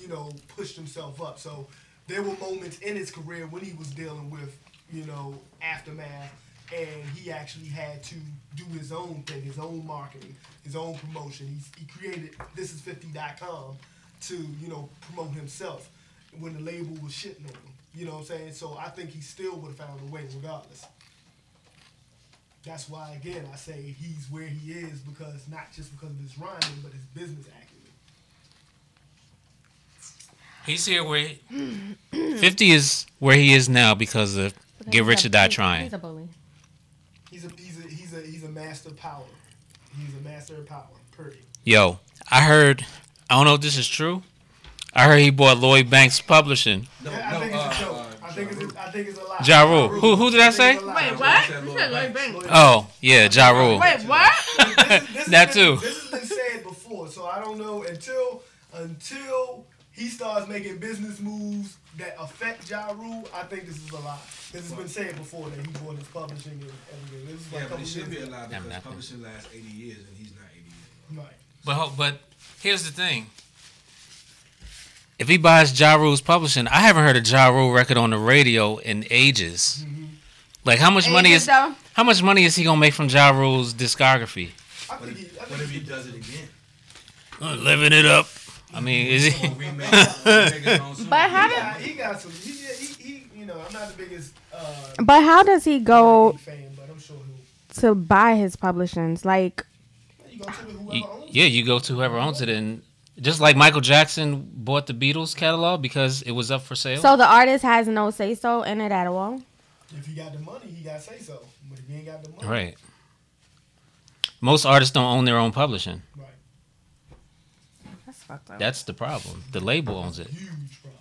[SPEAKER 7] you know pushed himself up. So there were moments in his career when he was dealing with you know aftermath, and he actually had to do his own thing, his own marketing, his own promotion. He's, he created thisis50.com to you know promote himself when the label was shitting on him. You know what I'm saying? So I think he still would have found a way regardless. That's why, again, I say he's where he is because not just because of his rhyming, but his business acumen.
[SPEAKER 2] He's here where [clears throat] fifty is where he is now because of Get Rich or Die Trying.
[SPEAKER 4] He's a bully.
[SPEAKER 7] He's a he's a he's a he's a master of power. He's a master of power. Period.
[SPEAKER 2] Yo, I heard. I don't know if this is true. I heard he bought Lloyd Banks Publishing.
[SPEAKER 8] No,
[SPEAKER 7] I, I
[SPEAKER 8] no,
[SPEAKER 7] think
[SPEAKER 8] uh,
[SPEAKER 7] it's a joke.
[SPEAKER 8] uh,
[SPEAKER 7] I think it's a, I think it's a lie.
[SPEAKER 2] Ja Rule. Who- who did I say?
[SPEAKER 6] Wait,
[SPEAKER 8] I
[SPEAKER 6] what?
[SPEAKER 8] said
[SPEAKER 6] You
[SPEAKER 8] Lloyd
[SPEAKER 6] said Lloyd
[SPEAKER 8] Banks.
[SPEAKER 6] Banks.
[SPEAKER 2] Oh yeah, Ja Rule.
[SPEAKER 6] Wait, what?
[SPEAKER 2] [laughs] That too.
[SPEAKER 7] This has been said before, so I don't know until until he starts making business moves that affect Ja Rule, I think this is a lie. This has been said before that he bought his publishing and everything. This is like a
[SPEAKER 8] Yeah, but
[SPEAKER 7] couple
[SPEAKER 8] it should be
[SPEAKER 7] years ago.
[SPEAKER 8] allowed
[SPEAKER 2] Damn,
[SPEAKER 8] because
[SPEAKER 2] nothing.
[SPEAKER 8] publishing lasts 80 years and he's not 80 years.
[SPEAKER 7] Right.
[SPEAKER 2] But ho- but here's the thing. If he buys Ja Rule's publishing, I haven't heard a Ja Rule record on the radio in ages. Like how much money is
[SPEAKER 6] though?
[SPEAKER 2] how much money is he gonna make from Ja Rule's discography?
[SPEAKER 7] I
[SPEAKER 8] What
[SPEAKER 7] think he, I
[SPEAKER 8] if, what
[SPEAKER 7] think
[SPEAKER 8] if he
[SPEAKER 7] he,
[SPEAKER 8] does it again?
[SPEAKER 2] Uh, Living it up. I mean, is he?
[SPEAKER 8] Or remake, remake his own song?
[SPEAKER 4] But how
[SPEAKER 7] he,
[SPEAKER 4] did?
[SPEAKER 7] got, he got some. He, he, he, you know, I'm not the biggest uh,
[SPEAKER 4] But how does he go
[SPEAKER 7] fan, but I'm sure he'll.
[SPEAKER 4] to buy his publishings? Like
[SPEAKER 7] You gonna tell me whoever
[SPEAKER 2] You-
[SPEAKER 7] owns it?
[SPEAKER 2] yeah, you go to whoever owns it, and Just like Michael Jackson bought the Beatles catalog because it was up for sale.
[SPEAKER 4] So the artist has no say so in it at all.
[SPEAKER 7] If he got the money, he got to say so. But if he ain't got the money,
[SPEAKER 2] right. Most artists don't own their own publishing.
[SPEAKER 7] right.
[SPEAKER 4] That's fucked up.
[SPEAKER 2] That's the problem. The label owns it.
[SPEAKER 7] Huge problem.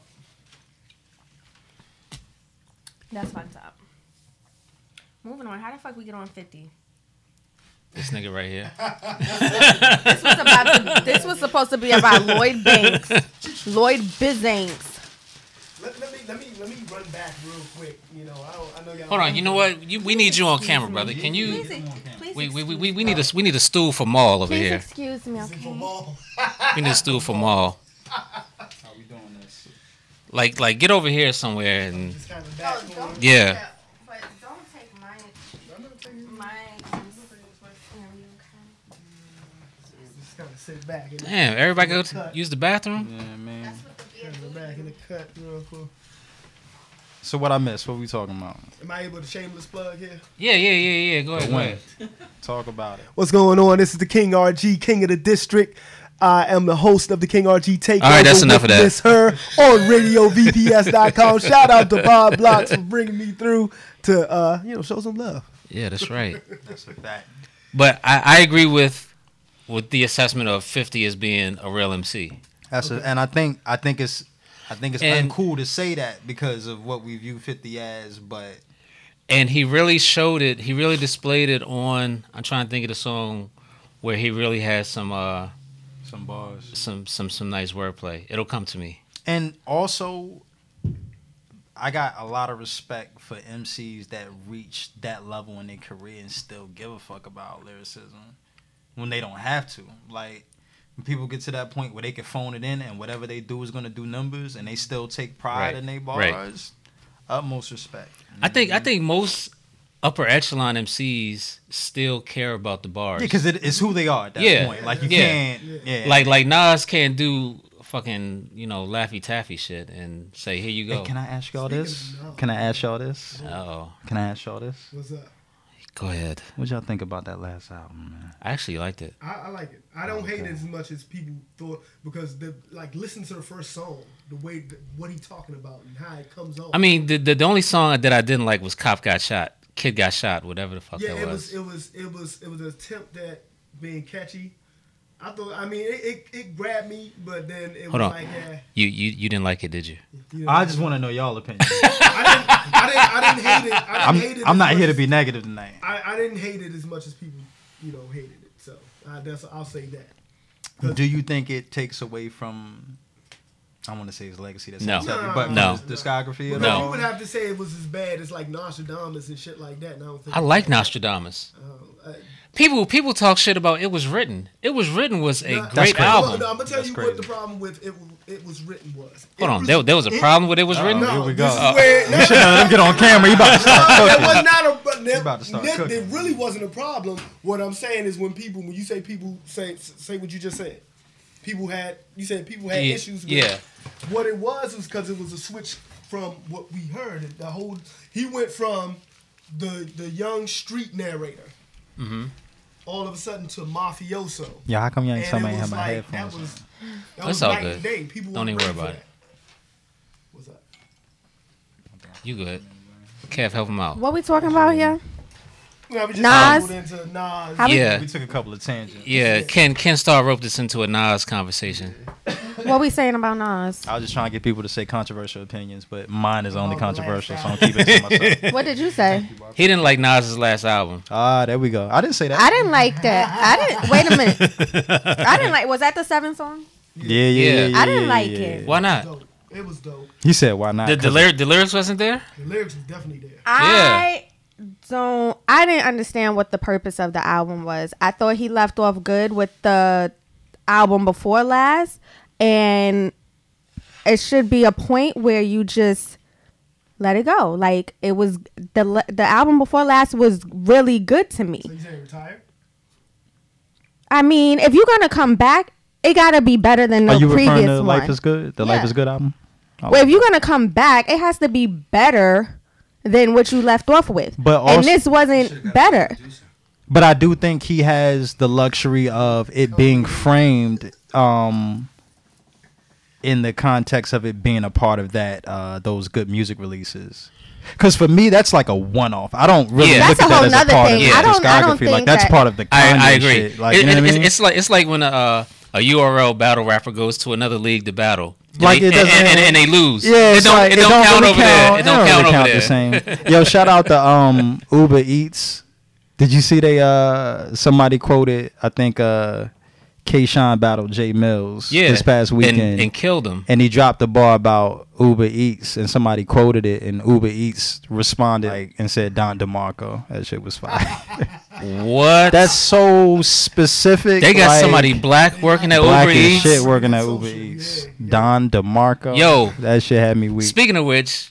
[SPEAKER 4] That's fucked up. Moving on. How the fuck we get on fifty?
[SPEAKER 2] This nigga right here.
[SPEAKER 4] This was about. To, this was supposed to be about Lloyd Banks, Lloyd Bizzanks.
[SPEAKER 7] Let, let me let me let me run back real quick. You know, I, don't, I know y'all.
[SPEAKER 2] Hold on. You know what? You, we need you on camera, brother. Can you? We, we, we, we, we need a we need a stool for Maul over
[SPEAKER 4] Please
[SPEAKER 2] here.
[SPEAKER 4] excuse me,
[SPEAKER 7] Is it for
[SPEAKER 4] okay?
[SPEAKER 7] Maul?
[SPEAKER 2] We need a stool for Maul.
[SPEAKER 1] How we doing this?
[SPEAKER 2] Like like get over here somewhere and
[SPEAKER 7] [laughs] It's kind of back for him.
[SPEAKER 2] yeah.
[SPEAKER 4] But don't take my
[SPEAKER 7] I'm not taking it.
[SPEAKER 4] my.
[SPEAKER 7] Just kind of sit back and
[SPEAKER 2] Damn. Everybody go to use the bathroom.
[SPEAKER 1] Yeah, man.
[SPEAKER 7] kind of back in the cut real quick.
[SPEAKER 1] So what I missed? What we talking about?
[SPEAKER 7] Am I able to shameless plug here?
[SPEAKER 2] Yeah yeah yeah yeah. Go ahead. Go
[SPEAKER 1] When?
[SPEAKER 2] ahead.
[SPEAKER 1] Talk about it.
[SPEAKER 7] What's going on? This is the King RG, King of the District. I am the host of the King RG Takeover.
[SPEAKER 2] All right, that's enough of
[SPEAKER 7] with
[SPEAKER 2] that.
[SPEAKER 7] Miss her on RadioVPS.com. Shout out to Bob Blocks for bringing me through to uh, you know show some love.
[SPEAKER 2] Yeah, that's right.
[SPEAKER 1] That's a fact.
[SPEAKER 2] [laughs] But I, I agree with with the assessment of 50 as being a real MC.
[SPEAKER 1] That's a, and I think I think it's I think it's
[SPEAKER 2] And-
[SPEAKER 1] uncool to say that because of what we view Fifty as, but
[SPEAKER 2] And he really showed it. He really displayed it on I'm trying to think of the song where he really has some uh
[SPEAKER 1] some bars.
[SPEAKER 2] some some some nice wordplay. It'll come to me.
[SPEAKER 1] And also, I got a lot of respect for MCs that reach that level in their career and still give a fuck about lyricism when they don't have to. Like, when people get to that point where they can phone it in and whatever they do is going to do numbers and they still take pride
[SPEAKER 2] Right.
[SPEAKER 1] in their
[SPEAKER 2] Right.
[SPEAKER 1] bars. Utmost respect.
[SPEAKER 2] I think I think most upper echelon MCs still care about the bars.
[SPEAKER 1] Yeah, because it, it's who they are at that
[SPEAKER 2] Yeah.
[SPEAKER 1] point. Like, you
[SPEAKER 2] Yeah.
[SPEAKER 1] can't. Yeah.
[SPEAKER 2] like like Nas can't do fucking, you know, laffy taffy shit and say, "Here you
[SPEAKER 1] Hey,
[SPEAKER 2] go."
[SPEAKER 1] can I ask y'all
[SPEAKER 7] Speaking
[SPEAKER 1] this?
[SPEAKER 7] of love.
[SPEAKER 1] Can I ask y'all this?
[SPEAKER 2] Oh,
[SPEAKER 1] Can I ask y'all this?
[SPEAKER 7] What's up?
[SPEAKER 2] go ahead.
[SPEAKER 1] What y'all think about that last album, man?
[SPEAKER 2] I actually liked it.
[SPEAKER 7] I, I like it. I don't hate it as much as people thought because the like listen to the first song, the way that, what he talking about and how it comes on.
[SPEAKER 2] I mean, the, the the only song that I didn't like was "Cop Got Shot," "Kid Got Shot," whatever the fuck
[SPEAKER 7] yeah,
[SPEAKER 2] that
[SPEAKER 7] it
[SPEAKER 2] was.
[SPEAKER 7] was. it was it was it was an attempt at being catchy. I thought I mean it, it, it grabbed me, but then it
[SPEAKER 2] Hold
[SPEAKER 7] was
[SPEAKER 2] on.
[SPEAKER 7] like yeah.
[SPEAKER 2] you you you didn't like it, did you?
[SPEAKER 7] you know,
[SPEAKER 1] I just want to know y'all [laughs] opinion.
[SPEAKER 7] I didn't, I didn't, I didn't hate it. I didn't
[SPEAKER 1] I'm,
[SPEAKER 7] hate it
[SPEAKER 1] I'm not
[SPEAKER 7] as much
[SPEAKER 1] here to
[SPEAKER 7] as-
[SPEAKER 1] be negative tonight.
[SPEAKER 7] I, I didn't hate it as much as people, you know, hated it. So I, that's I'll say that.
[SPEAKER 1] Do you think it takes away from? I want to say his legacy. That's
[SPEAKER 2] No.
[SPEAKER 1] but
[SPEAKER 7] No.
[SPEAKER 1] his discography at
[SPEAKER 7] But
[SPEAKER 2] No.
[SPEAKER 7] you
[SPEAKER 1] all.
[SPEAKER 7] would have to say it was as bad as like Nostradamus and shit like that. And I don't think
[SPEAKER 2] I like Nostradamus.
[SPEAKER 7] Uh,
[SPEAKER 2] People people talk shit about it was written. It was written was a
[SPEAKER 7] No,
[SPEAKER 2] great
[SPEAKER 1] crazy.
[SPEAKER 2] album.
[SPEAKER 7] I'm gonna tell
[SPEAKER 1] That's
[SPEAKER 7] you
[SPEAKER 1] crazy.
[SPEAKER 7] what the problem with it it was written was. It
[SPEAKER 2] Hold on,
[SPEAKER 7] was-
[SPEAKER 2] there, there was a
[SPEAKER 7] it-
[SPEAKER 2] problem with it was written.
[SPEAKER 1] Oh, here
[SPEAKER 7] No,
[SPEAKER 1] we go.
[SPEAKER 7] this is where-
[SPEAKER 1] you should have let him get on camera. You about to start
[SPEAKER 7] No,
[SPEAKER 1] cooking.
[SPEAKER 7] there was not a. But there,
[SPEAKER 1] about to start
[SPEAKER 7] there-
[SPEAKER 1] cooking.
[SPEAKER 7] there really wasn't a problem. What I'm saying is when people, when you say people say say what you just said, people had you said people had
[SPEAKER 2] Yeah,
[SPEAKER 7] issues. with
[SPEAKER 2] yeah.
[SPEAKER 7] What it was was because it was a switch from what we heard. The whole he went from the the young street narrator,
[SPEAKER 2] Mm-hmm.
[SPEAKER 7] all of a sudden to mafioso.
[SPEAKER 1] Yeah, how come you ain't
[SPEAKER 7] And
[SPEAKER 1] tell me I
[SPEAKER 7] it
[SPEAKER 1] had
[SPEAKER 7] was
[SPEAKER 1] my
[SPEAKER 7] like,
[SPEAKER 1] headphones?
[SPEAKER 7] That was,
[SPEAKER 1] on?
[SPEAKER 7] that was
[SPEAKER 2] all
[SPEAKER 7] night
[SPEAKER 2] good.
[SPEAKER 7] and day. People
[SPEAKER 2] Don't
[SPEAKER 7] weren't
[SPEAKER 2] even worry about
[SPEAKER 7] ready for
[SPEAKER 2] it.
[SPEAKER 7] that. What's up?
[SPEAKER 2] You good? Kev, help him out.
[SPEAKER 4] What we talking about here?
[SPEAKER 7] Yeah, we just
[SPEAKER 4] Nas.
[SPEAKER 7] stumbled into Nas.
[SPEAKER 4] How we-
[SPEAKER 2] Yeah,
[SPEAKER 1] We took a couple of tangents.
[SPEAKER 2] yeah. Ken Ken Starr roped this into a Nas conversation.
[SPEAKER 4] What we saying about Nas?
[SPEAKER 1] I was just trying to get people to say controversial opinions, but mine is only
[SPEAKER 7] Oh, the last
[SPEAKER 1] controversial, so I'm
[SPEAKER 7] album.
[SPEAKER 1] keeping it to myself.
[SPEAKER 2] [laughs]
[SPEAKER 4] [laughs] What did you say?
[SPEAKER 2] He didn't like Nas's last album.
[SPEAKER 1] Ah, there we go. I didn't say that.
[SPEAKER 4] I didn't like that. I didn't. Wait a minute. I didn't like. Was that the seventh song?
[SPEAKER 1] yeah, yeah, yeah,
[SPEAKER 2] Yeah.
[SPEAKER 1] yeah,
[SPEAKER 4] I didn't
[SPEAKER 1] yeah,
[SPEAKER 4] like
[SPEAKER 1] yeah,
[SPEAKER 4] it.
[SPEAKER 1] yeah.
[SPEAKER 2] Why not?
[SPEAKER 7] Dope. It was dope.
[SPEAKER 1] He said, "Why not?"
[SPEAKER 2] The the,
[SPEAKER 1] 'Cause
[SPEAKER 2] lyric, the lyrics wasn't there.
[SPEAKER 7] The lyrics was definitely there.
[SPEAKER 4] I don't. I didn't understand what the purpose of the album was. I thought he left off good with the album before last, and it should be a point where you just let it go. Like it was the le- the album before last was really good to me.
[SPEAKER 7] So you saying retired?
[SPEAKER 4] I mean, if you're gonna come back, it gotta be better than the
[SPEAKER 1] Are you referring
[SPEAKER 4] previous
[SPEAKER 1] to
[SPEAKER 4] one.
[SPEAKER 1] "Life Is Good"? The "Life
[SPEAKER 4] Yeah.
[SPEAKER 1] Is Good" album. I
[SPEAKER 4] Well, if you're gonna come back, it has to be better than what you left off with.
[SPEAKER 1] But
[SPEAKER 4] and
[SPEAKER 1] also-
[SPEAKER 4] this wasn't better. Oh,
[SPEAKER 1] but I do think he has the luxury of it being framed um in the context of it being a part of that uh, those good music releases. Because for me, that's like a one-off. I don't really
[SPEAKER 2] Yeah.
[SPEAKER 1] look
[SPEAKER 4] That's
[SPEAKER 1] at
[SPEAKER 4] a
[SPEAKER 1] that
[SPEAKER 4] whole
[SPEAKER 1] as a
[SPEAKER 4] nother
[SPEAKER 1] part of
[SPEAKER 4] thing.
[SPEAKER 1] the
[SPEAKER 2] I
[SPEAKER 4] don't- I
[SPEAKER 1] discography.
[SPEAKER 4] don't
[SPEAKER 1] Like
[SPEAKER 4] think
[SPEAKER 1] that's
[SPEAKER 4] that-
[SPEAKER 1] part of the. Kanye
[SPEAKER 2] I, I agree.
[SPEAKER 1] Shit. Like
[SPEAKER 2] It-
[SPEAKER 1] you know
[SPEAKER 2] it-
[SPEAKER 1] what I
[SPEAKER 2] it's-
[SPEAKER 1] mean?
[SPEAKER 2] It's like it's like when a uh, a URL battle rapper goes to another league to battle. And
[SPEAKER 1] Like
[SPEAKER 2] they,
[SPEAKER 1] it
[SPEAKER 2] and,
[SPEAKER 1] doesn't-
[SPEAKER 2] and, and they lose.
[SPEAKER 1] Yeah,
[SPEAKER 2] it
[SPEAKER 1] it's
[SPEAKER 2] don't,
[SPEAKER 1] like,
[SPEAKER 2] it don't, count
[SPEAKER 1] really
[SPEAKER 2] over there. It don't, count,
[SPEAKER 1] really
[SPEAKER 2] over there. [laughs]
[SPEAKER 1] the same. Yo, shout out to um Uber Eats. Did you see they uh somebody quoted I think uh Kayshawn battled Jay Mills
[SPEAKER 2] yeah,
[SPEAKER 1] this past weekend
[SPEAKER 2] and, and killed him.
[SPEAKER 1] and he dropped the bar about Uber Eats, and somebody quoted it, and Uber Eats responded like, and said Don DeMarco. That shit was fire. [laughs]
[SPEAKER 2] what?
[SPEAKER 1] That's so specific.
[SPEAKER 2] they got
[SPEAKER 1] like,
[SPEAKER 2] somebody black working at
[SPEAKER 1] black
[SPEAKER 2] Uber
[SPEAKER 1] as
[SPEAKER 2] Eats.
[SPEAKER 1] shit working at
[SPEAKER 7] Social,
[SPEAKER 1] Uber
[SPEAKER 7] yeah,
[SPEAKER 1] Eats.
[SPEAKER 7] yeah.
[SPEAKER 1] Don DeMarco.
[SPEAKER 2] Yo.
[SPEAKER 1] that shit had me weak.
[SPEAKER 2] Speaking of which,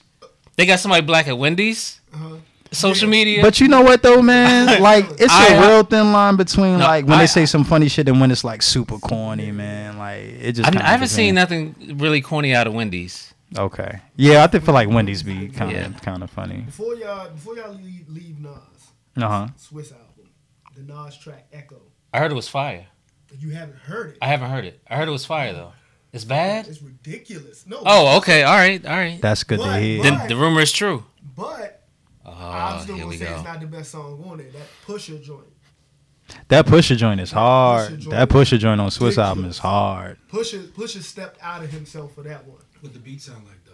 [SPEAKER 2] they got somebody black at Wendy's.
[SPEAKER 7] Uh-huh.
[SPEAKER 2] Social media.
[SPEAKER 1] but you know what
[SPEAKER 2] [laughs]
[SPEAKER 1] though, man? Like it's a
[SPEAKER 2] I-
[SPEAKER 1] real thin line between
[SPEAKER 2] No,
[SPEAKER 1] like when
[SPEAKER 2] I-
[SPEAKER 1] they say some funny shit and when it's like super corny, man. Like it just.
[SPEAKER 2] I,
[SPEAKER 1] kinda
[SPEAKER 2] I haven't seen
[SPEAKER 1] depends.
[SPEAKER 2] nothing really corny out of Wendy's.
[SPEAKER 1] Okay. Yeah, I think for like Wendy's be kind of
[SPEAKER 2] Yeah.
[SPEAKER 1] kind of funny.
[SPEAKER 7] Before y'all, before y'all leave, leave Nas
[SPEAKER 1] Uh huh.
[SPEAKER 7] Swiss album, the Nas track Echo.
[SPEAKER 2] I heard it was fire.
[SPEAKER 7] You haven't heard it.
[SPEAKER 2] I haven't heard it. I heard it was fire though. It's bad.
[SPEAKER 7] It's ridiculous. No.
[SPEAKER 2] Oh, okay. All right. All right.
[SPEAKER 1] That's good to
[SPEAKER 7] Why?
[SPEAKER 1] hear.
[SPEAKER 2] Then the rumor is true.
[SPEAKER 7] But Ah, I'm
[SPEAKER 2] Oh,
[SPEAKER 7] still
[SPEAKER 2] here
[SPEAKER 7] gonna
[SPEAKER 2] we
[SPEAKER 7] say
[SPEAKER 2] go.
[SPEAKER 7] it's not the best song on it. That Pusher joint.
[SPEAKER 1] That pusher joint is hard.
[SPEAKER 7] Pusha joint
[SPEAKER 1] that pusher joint on Swiss
[SPEAKER 7] ridiculous.
[SPEAKER 1] album is hard.
[SPEAKER 7] Pusher, Pusher stepped out of himself for that one.
[SPEAKER 8] What the beat sound like though?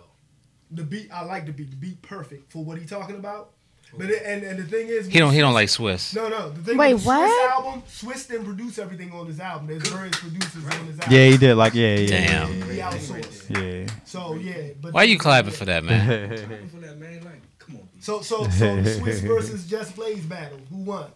[SPEAKER 7] The beat, I like the beat. The beat perfect for what he talking about. But it, and and the thing is,
[SPEAKER 2] He don't. He don't like Swiss.
[SPEAKER 7] No, no. The thing
[SPEAKER 4] Wait,
[SPEAKER 7] with
[SPEAKER 4] what?
[SPEAKER 7] Swiss album, Swiss didn't produce everything on his album. There's various producers on his album.
[SPEAKER 1] Yeah, he did. Like, yeah, yeah.
[SPEAKER 2] Damn.
[SPEAKER 7] He outsourced.
[SPEAKER 1] Yeah.
[SPEAKER 7] So yeah, but
[SPEAKER 2] Why you clapping for that,
[SPEAKER 1] [laughs]
[SPEAKER 2] man?
[SPEAKER 8] Looking for that man, like, come on, B.
[SPEAKER 7] So so so Swiss versus Just Blaze battle. Who won?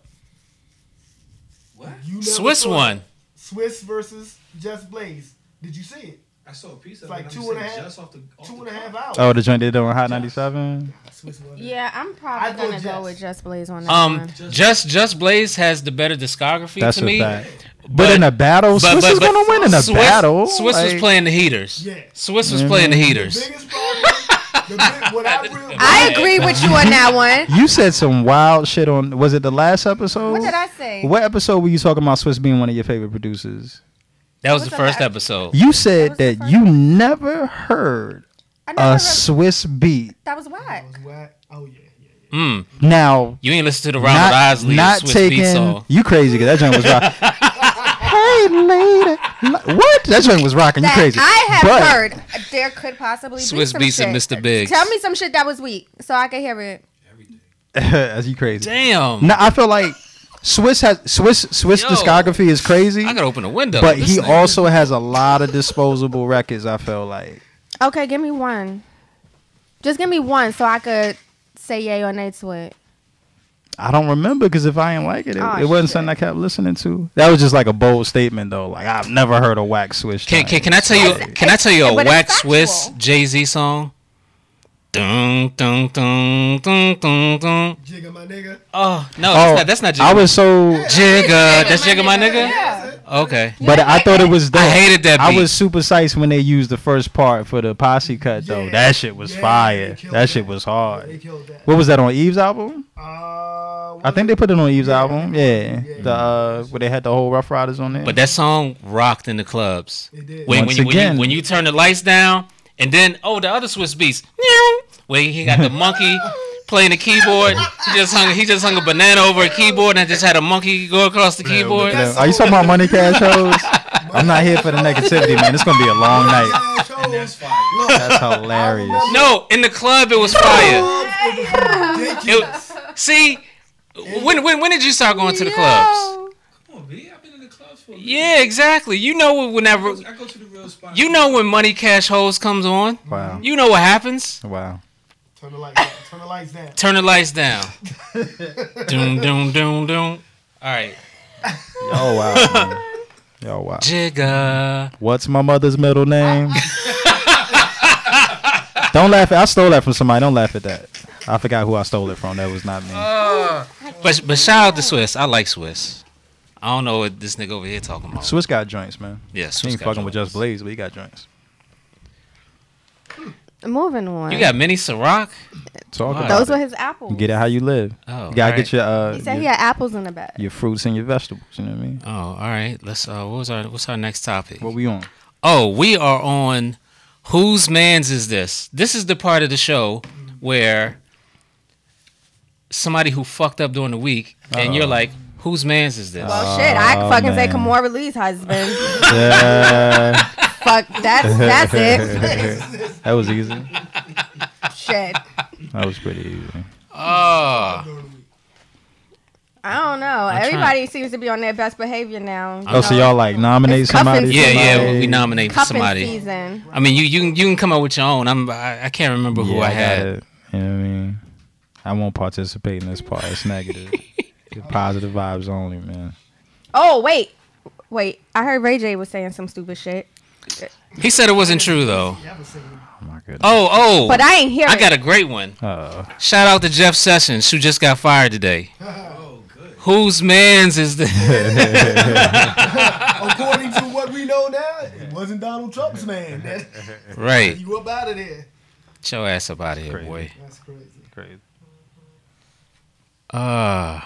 [SPEAKER 8] What?
[SPEAKER 7] You never
[SPEAKER 2] Swiss
[SPEAKER 7] saw it.
[SPEAKER 2] one.
[SPEAKER 7] Swiss versus Just Blaze. Did you see it?
[SPEAKER 8] I saw a piece of
[SPEAKER 7] It's like
[SPEAKER 8] it.
[SPEAKER 7] two and a half-
[SPEAKER 8] Just off the, off
[SPEAKER 7] Two
[SPEAKER 8] the
[SPEAKER 7] and a half
[SPEAKER 8] cuff.
[SPEAKER 7] hours.
[SPEAKER 1] Oh, the joint they did on Hot 97?
[SPEAKER 7] Swiss won. it.
[SPEAKER 4] Yeah, I'm
[SPEAKER 7] I
[SPEAKER 4] probably
[SPEAKER 7] go
[SPEAKER 4] gonna go
[SPEAKER 7] Jets.
[SPEAKER 4] with Just Blaze on that
[SPEAKER 2] Um,
[SPEAKER 4] one.
[SPEAKER 2] just just Blaze has the better discography
[SPEAKER 1] That's
[SPEAKER 2] to
[SPEAKER 1] a
[SPEAKER 2] me.
[SPEAKER 1] fact. But, in a battle,
[SPEAKER 2] but-
[SPEAKER 1] Swiss
[SPEAKER 2] but-
[SPEAKER 1] is
[SPEAKER 2] but
[SPEAKER 1] going to win in a
[SPEAKER 2] Swiss-
[SPEAKER 1] battle.
[SPEAKER 2] Swiss was
[SPEAKER 1] Like, Mm-hmm.
[SPEAKER 2] playing the heaters.
[SPEAKER 7] Yeah.
[SPEAKER 2] Swiss was
[SPEAKER 1] Yeah,
[SPEAKER 2] playing the
[SPEAKER 7] The
[SPEAKER 2] heaters.
[SPEAKER 7] biggest problem. the big, what
[SPEAKER 2] [laughs]
[SPEAKER 7] I really.
[SPEAKER 4] I agree with [laughs] you on that one.
[SPEAKER 1] You said some wild shit on. Was it the last episode?
[SPEAKER 4] What did I say?
[SPEAKER 1] What episode were you talking about Swiss being one of your favorite producers?
[SPEAKER 2] That was
[SPEAKER 4] What's
[SPEAKER 2] the
[SPEAKER 4] the
[SPEAKER 2] first
[SPEAKER 4] last-
[SPEAKER 2] episode.
[SPEAKER 1] You
[SPEAKER 4] was
[SPEAKER 1] said
[SPEAKER 4] the
[SPEAKER 1] that
[SPEAKER 4] first
[SPEAKER 1] you never heard
[SPEAKER 4] I never
[SPEAKER 1] a
[SPEAKER 4] re-
[SPEAKER 1] Swiss beat.
[SPEAKER 4] that was
[SPEAKER 7] That
[SPEAKER 4] whack.
[SPEAKER 7] was whack. Oh yeah, yeah, yeah.
[SPEAKER 2] Mm.
[SPEAKER 1] Now,
[SPEAKER 2] You ain't listen to the Ronald Isley and Swiss beat song.
[SPEAKER 1] You crazy? 'cause That joint was rock.
[SPEAKER 2] [laughs]
[SPEAKER 1] hey, lady, no- what? That joint was rocking. You
[SPEAKER 4] That
[SPEAKER 1] crazy?
[SPEAKER 4] I have
[SPEAKER 1] But
[SPEAKER 4] heard there could possibly be
[SPEAKER 2] Swiss
[SPEAKER 4] some
[SPEAKER 2] Beats
[SPEAKER 4] shit.
[SPEAKER 2] and Mr. Biggs.
[SPEAKER 4] Tell me some shit that was weak so I can hear it.
[SPEAKER 1] [laughs] As you crazy?
[SPEAKER 2] Damn.
[SPEAKER 1] No, I feel like Swiss has Swiss Swiss
[SPEAKER 2] Yo.
[SPEAKER 1] discography is crazy,
[SPEAKER 2] I gotta open a window.
[SPEAKER 1] but
[SPEAKER 2] This
[SPEAKER 1] he
[SPEAKER 2] nigga-
[SPEAKER 1] also has a lot of disposable records. I feel like
[SPEAKER 4] Okay, give me one. Just give me one so I could say yay or nay to it.
[SPEAKER 1] I don't remember because if I ain't like it, it,
[SPEAKER 7] Ah,
[SPEAKER 4] Aw,
[SPEAKER 1] it wasn't
[SPEAKER 4] shit.
[SPEAKER 1] something I kept listening to. That was just like a bold statement though. Like I've never heard a whack Swiss.
[SPEAKER 2] Can,
[SPEAKER 1] joint.
[SPEAKER 2] can, can I tell you? Can I tell you a
[SPEAKER 4] but it's
[SPEAKER 2] whack
[SPEAKER 4] factual.
[SPEAKER 2] Swiss Jay Z song? Dun, dun, dun, dun, dun, dun.
[SPEAKER 7] Jigga, my nigga.
[SPEAKER 2] Oh no,
[SPEAKER 1] Oh,
[SPEAKER 2] that's not that's not Jigga.
[SPEAKER 1] I was so.
[SPEAKER 2] Jigga. That's Jigga, my nigga.
[SPEAKER 4] Yeah.
[SPEAKER 2] Okay.
[SPEAKER 1] But I thought it was.
[SPEAKER 2] I
[SPEAKER 1] dope.
[SPEAKER 2] hated that beat.
[SPEAKER 1] I was super psyched when they used the first part for the posse cut though.
[SPEAKER 7] Yeah.
[SPEAKER 1] That shit was
[SPEAKER 7] Yeah,
[SPEAKER 1] fire.
[SPEAKER 7] they killed
[SPEAKER 1] That shit
[SPEAKER 7] that.
[SPEAKER 1] was
[SPEAKER 7] They
[SPEAKER 1] hard.
[SPEAKER 7] killed that.
[SPEAKER 1] What was that on Eve's album?
[SPEAKER 7] Uh,
[SPEAKER 1] I think they put it on Eve's
[SPEAKER 7] Yeah, I
[SPEAKER 1] album. Yeah,
[SPEAKER 7] think it was. Yeah.
[SPEAKER 1] the uh, where they had the whole Rough Riders on there.
[SPEAKER 2] But that song rocked in the clubs.
[SPEAKER 7] It did.
[SPEAKER 2] When, when,
[SPEAKER 1] Once
[SPEAKER 2] you, when,
[SPEAKER 1] again.
[SPEAKER 2] you, when you turn the lights down, and then oh, the other Swiss Beats, meow, where he got the
[SPEAKER 4] [laughs]
[SPEAKER 2] monkey playing the keyboard. He just hung he just hung a banana over a keyboard and just had a monkey go across the keyboard.
[SPEAKER 7] that's-
[SPEAKER 1] Are you talking about
[SPEAKER 7] [laughs]
[SPEAKER 1] Money Cash shows? I'm not here for the negativity, man. It's gonna be a long night.
[SPEAKER 7] Yeah, so-
[SPEAKER 8] And that's fire.
[SPEAKER 1] That's hilarious.
[SPEAKER 2] No, in the club it was fire.
[SPEAKER 7] Ridiculous.
[SPEAKER 2] It, see, when when when did you start going to the clubs?
[SPEAKER 8] Come on, B. I've been in the clubs for a minute.
[SPEAKER 2] Yeah, exactly. You know whenever
[SPEAKER 8] I go to the real spot.
[SPEAKER 2] you know when Money Cash Holes comes on,
[SPEAKER 1] Wow,
[SPEAKER 2] you know what happens.
[SPEAKER 1] wow.
[SPEAKER 7] Turn the lights down. Turn the lights down.
[SPEAKER 2] Turn the lights
[SPEAKER 1] [laughs]
[SPEAKER 2] down. doom, doom, doom, doom. All right.
[SPEAKER 1] Yo, Oh, wow. man. [laughs] Yo, wow.
[SPEAKER 2] Jigga.
[SPEAKER 1] What's my mother's middle name? Don't laugh. at I stole that from somebody. Don't laugh at that. I forgot who I stole it from. That was not me.
[SPEAKER 2] Oh. But, but shout out to Swiss. I like Swiss. I don't know what this nigga over here talking about.
[SPEAKER 1] Swiss got joints, man.
[SPEAKER 2] Yeah,
[SPEAKER 1] He
[SPEAKER 2] Swiss.
[SPEAKER 1] ain't
[SPEAKER 2] got
[SPEAKER 1] fucking with
[SPEAKER 2] joints.
[SPEAKER 1] Just Blaze, but he got joints.
[SPEAKER 4] Moving on.
[SPEAKER 2] You got mini Ciroc?
[SPEAKER 1] Talk
[SPEAKER 2] Wow.
[SPEAKER 1] about
[SPEAKER 4] Those
[SPEAKER 1] it.
[SPEAKER 4] were his apples.
[SPEAKER 1] Get it how you live.
[SPEAKER 2] Oh,
[SPEAKER 1] you gotta
[SPEAKER 2] all
[SPEAKER 1] get your uh,
[SPEAKER 4] He said
[SPEAKER 1] your,
[SPEAKER 4] he had apples in the bag.
[SPEAKER 1] your fruits and your vegetables. You know what I mean?
[SPEAKER 2] Oh, all right. Let's. Uh, what was our What's our next topic?
[SPEAKER 1] What we on?
[SPEAKER 2] oh, we are on Whose man's is this? This is the part of the show where somebody who fucked up during the week and you're like, whose man's is this?
[SPEAKER 6] Well, shit, I
[SPEAKER 1] Oh,
[SPEAKER 6] could fucking say
[SPEAKER 1] man.
[SPEAKER 6] Kamora Lee's husband.
[SPEAKER 1] [laughs] Yeah.
[SPEAKER 6] Fuck, that's that's it.
[SPEAKER 1] [laughs] that was easy.
[SPEAKER 6] shit,
[SPEAKER 1] That was pretty easy.
[SPEAKER 2] Oh.
[SPEAKER 6] I don't know.
[SPEAKER 2] trying.
[SPEAKER 6] Everybody seems to be on their best behavior now. you
[SPEAKER 1] Oh, so
[SPEAKER 6] know?
[SPEAKER 1] y'all like nominate
[SPEAKER 6] It's cuffing
[SPEAKER 1] somebody?
[SPEAKER 2] Yeah, yeah,
[SPEAKER 1] somebody?
[SPEAKER 2] we nominate
[SPEAKER 6] cupping
[SPEAKER 2] somebody.
[SPEAKER 6] season.
[SPEAKER 2] I mean, you you can, you can come up with your own. I'm I, I can't remember who
[SPEAKER 1] Yeah,
[SPEAKER 2] I,
[SPEAKER 1] got
[SPEAKER 2] had.
[SPEAKER 1] it. You know what I mean? I won't participate in this part. It's negative. It's Positive vibes only, man.
[SPEAKER 6] Oh wait, wait. I heard Ray J was saying some stupid shit,
[SPEAKER 2] He said it wasn't true though.
[SPEAKER 1] Oh my goodness.
[SPEAKER 2] Oh, oh.
[SPEAKER 6] but I ain't hear
[SPEAKER 2] I
[SPEAKER 6] it.
[SPEAKER 2] got a great one.
[SPEAKER 1] Uh,
[SPEAKER 2] Shout out to Jeff Sessions, who just got fired today.
[SPEAKER 8] [laughs] Oh, good.
[SPEAKER 2] Whose man's is this?
[SPEAKER 1] [laughs]
[SPEAKER 7] [laughs] According to what we know now, it wasn't Donald Trump's man.
[SPEAKER 2] [laughs]
[SPEAKER 7] [laughs] That,
[SPEAKER 2] right.
[SPEAKER 7] you up out of there.
[SPEAKER 2] Get your ass up out of here, boy.
[SPEAKER 7] That's crazy.
[SPEAKER 1] great.
[SPEAKER 2] Uh,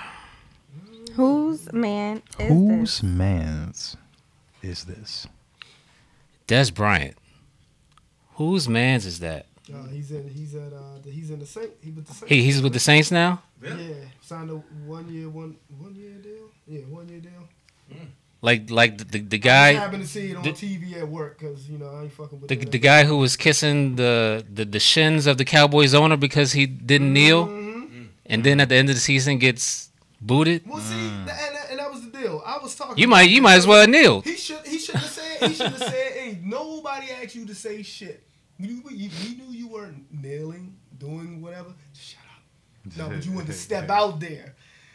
[SPEAKER 6] Whose man is this?
[SPEAKER 1] Whose man's is this?
[SPEAKER 2] Des Bryant. Whose man's is that?
[SPEAKER 7] Uh, he's in. He's at. Uh, the, he's in the Saint. He with the Saint.
[SPEAKER 2] He, he's with the Saints now?
[SPEAKER 7] yeah, signed a one year, one one year deal. Yeah, one year deal.
[SPEAKER 2] Like like the, the, the
[SPEAKER 7] I
[SPEAKER 2] guy
[SPEAKER 7] happened to see it on
[SPEAKER 2] the-
[SPEAKER 7] TV at work because you know I ain't fucking with
[SPEAKER 2] the,
[SPEAKER 7] that.
[SPEAKER 2] the guy who was kissing the, the, the shins of the Cowboys owner because he didn't kneel
[SPEAKER 7] Mhm.
[SPEAKER 2] and then at the end of the season gets booted?
[SPEAKER 7] Well, see, and, that, and that was the deal. I was talking.
[SPEAKER 2] Mm. You might you might as well kneel.
[SPEAKER 7] He should. He should have said. He should have said. Ain't nobody asked you to say shit. You, you, we knew you were kneeling, doing whatever. Shut up. No, but you wanted
[SPEAKER 2] [laughs]
[SPEAKER 7] to step out there,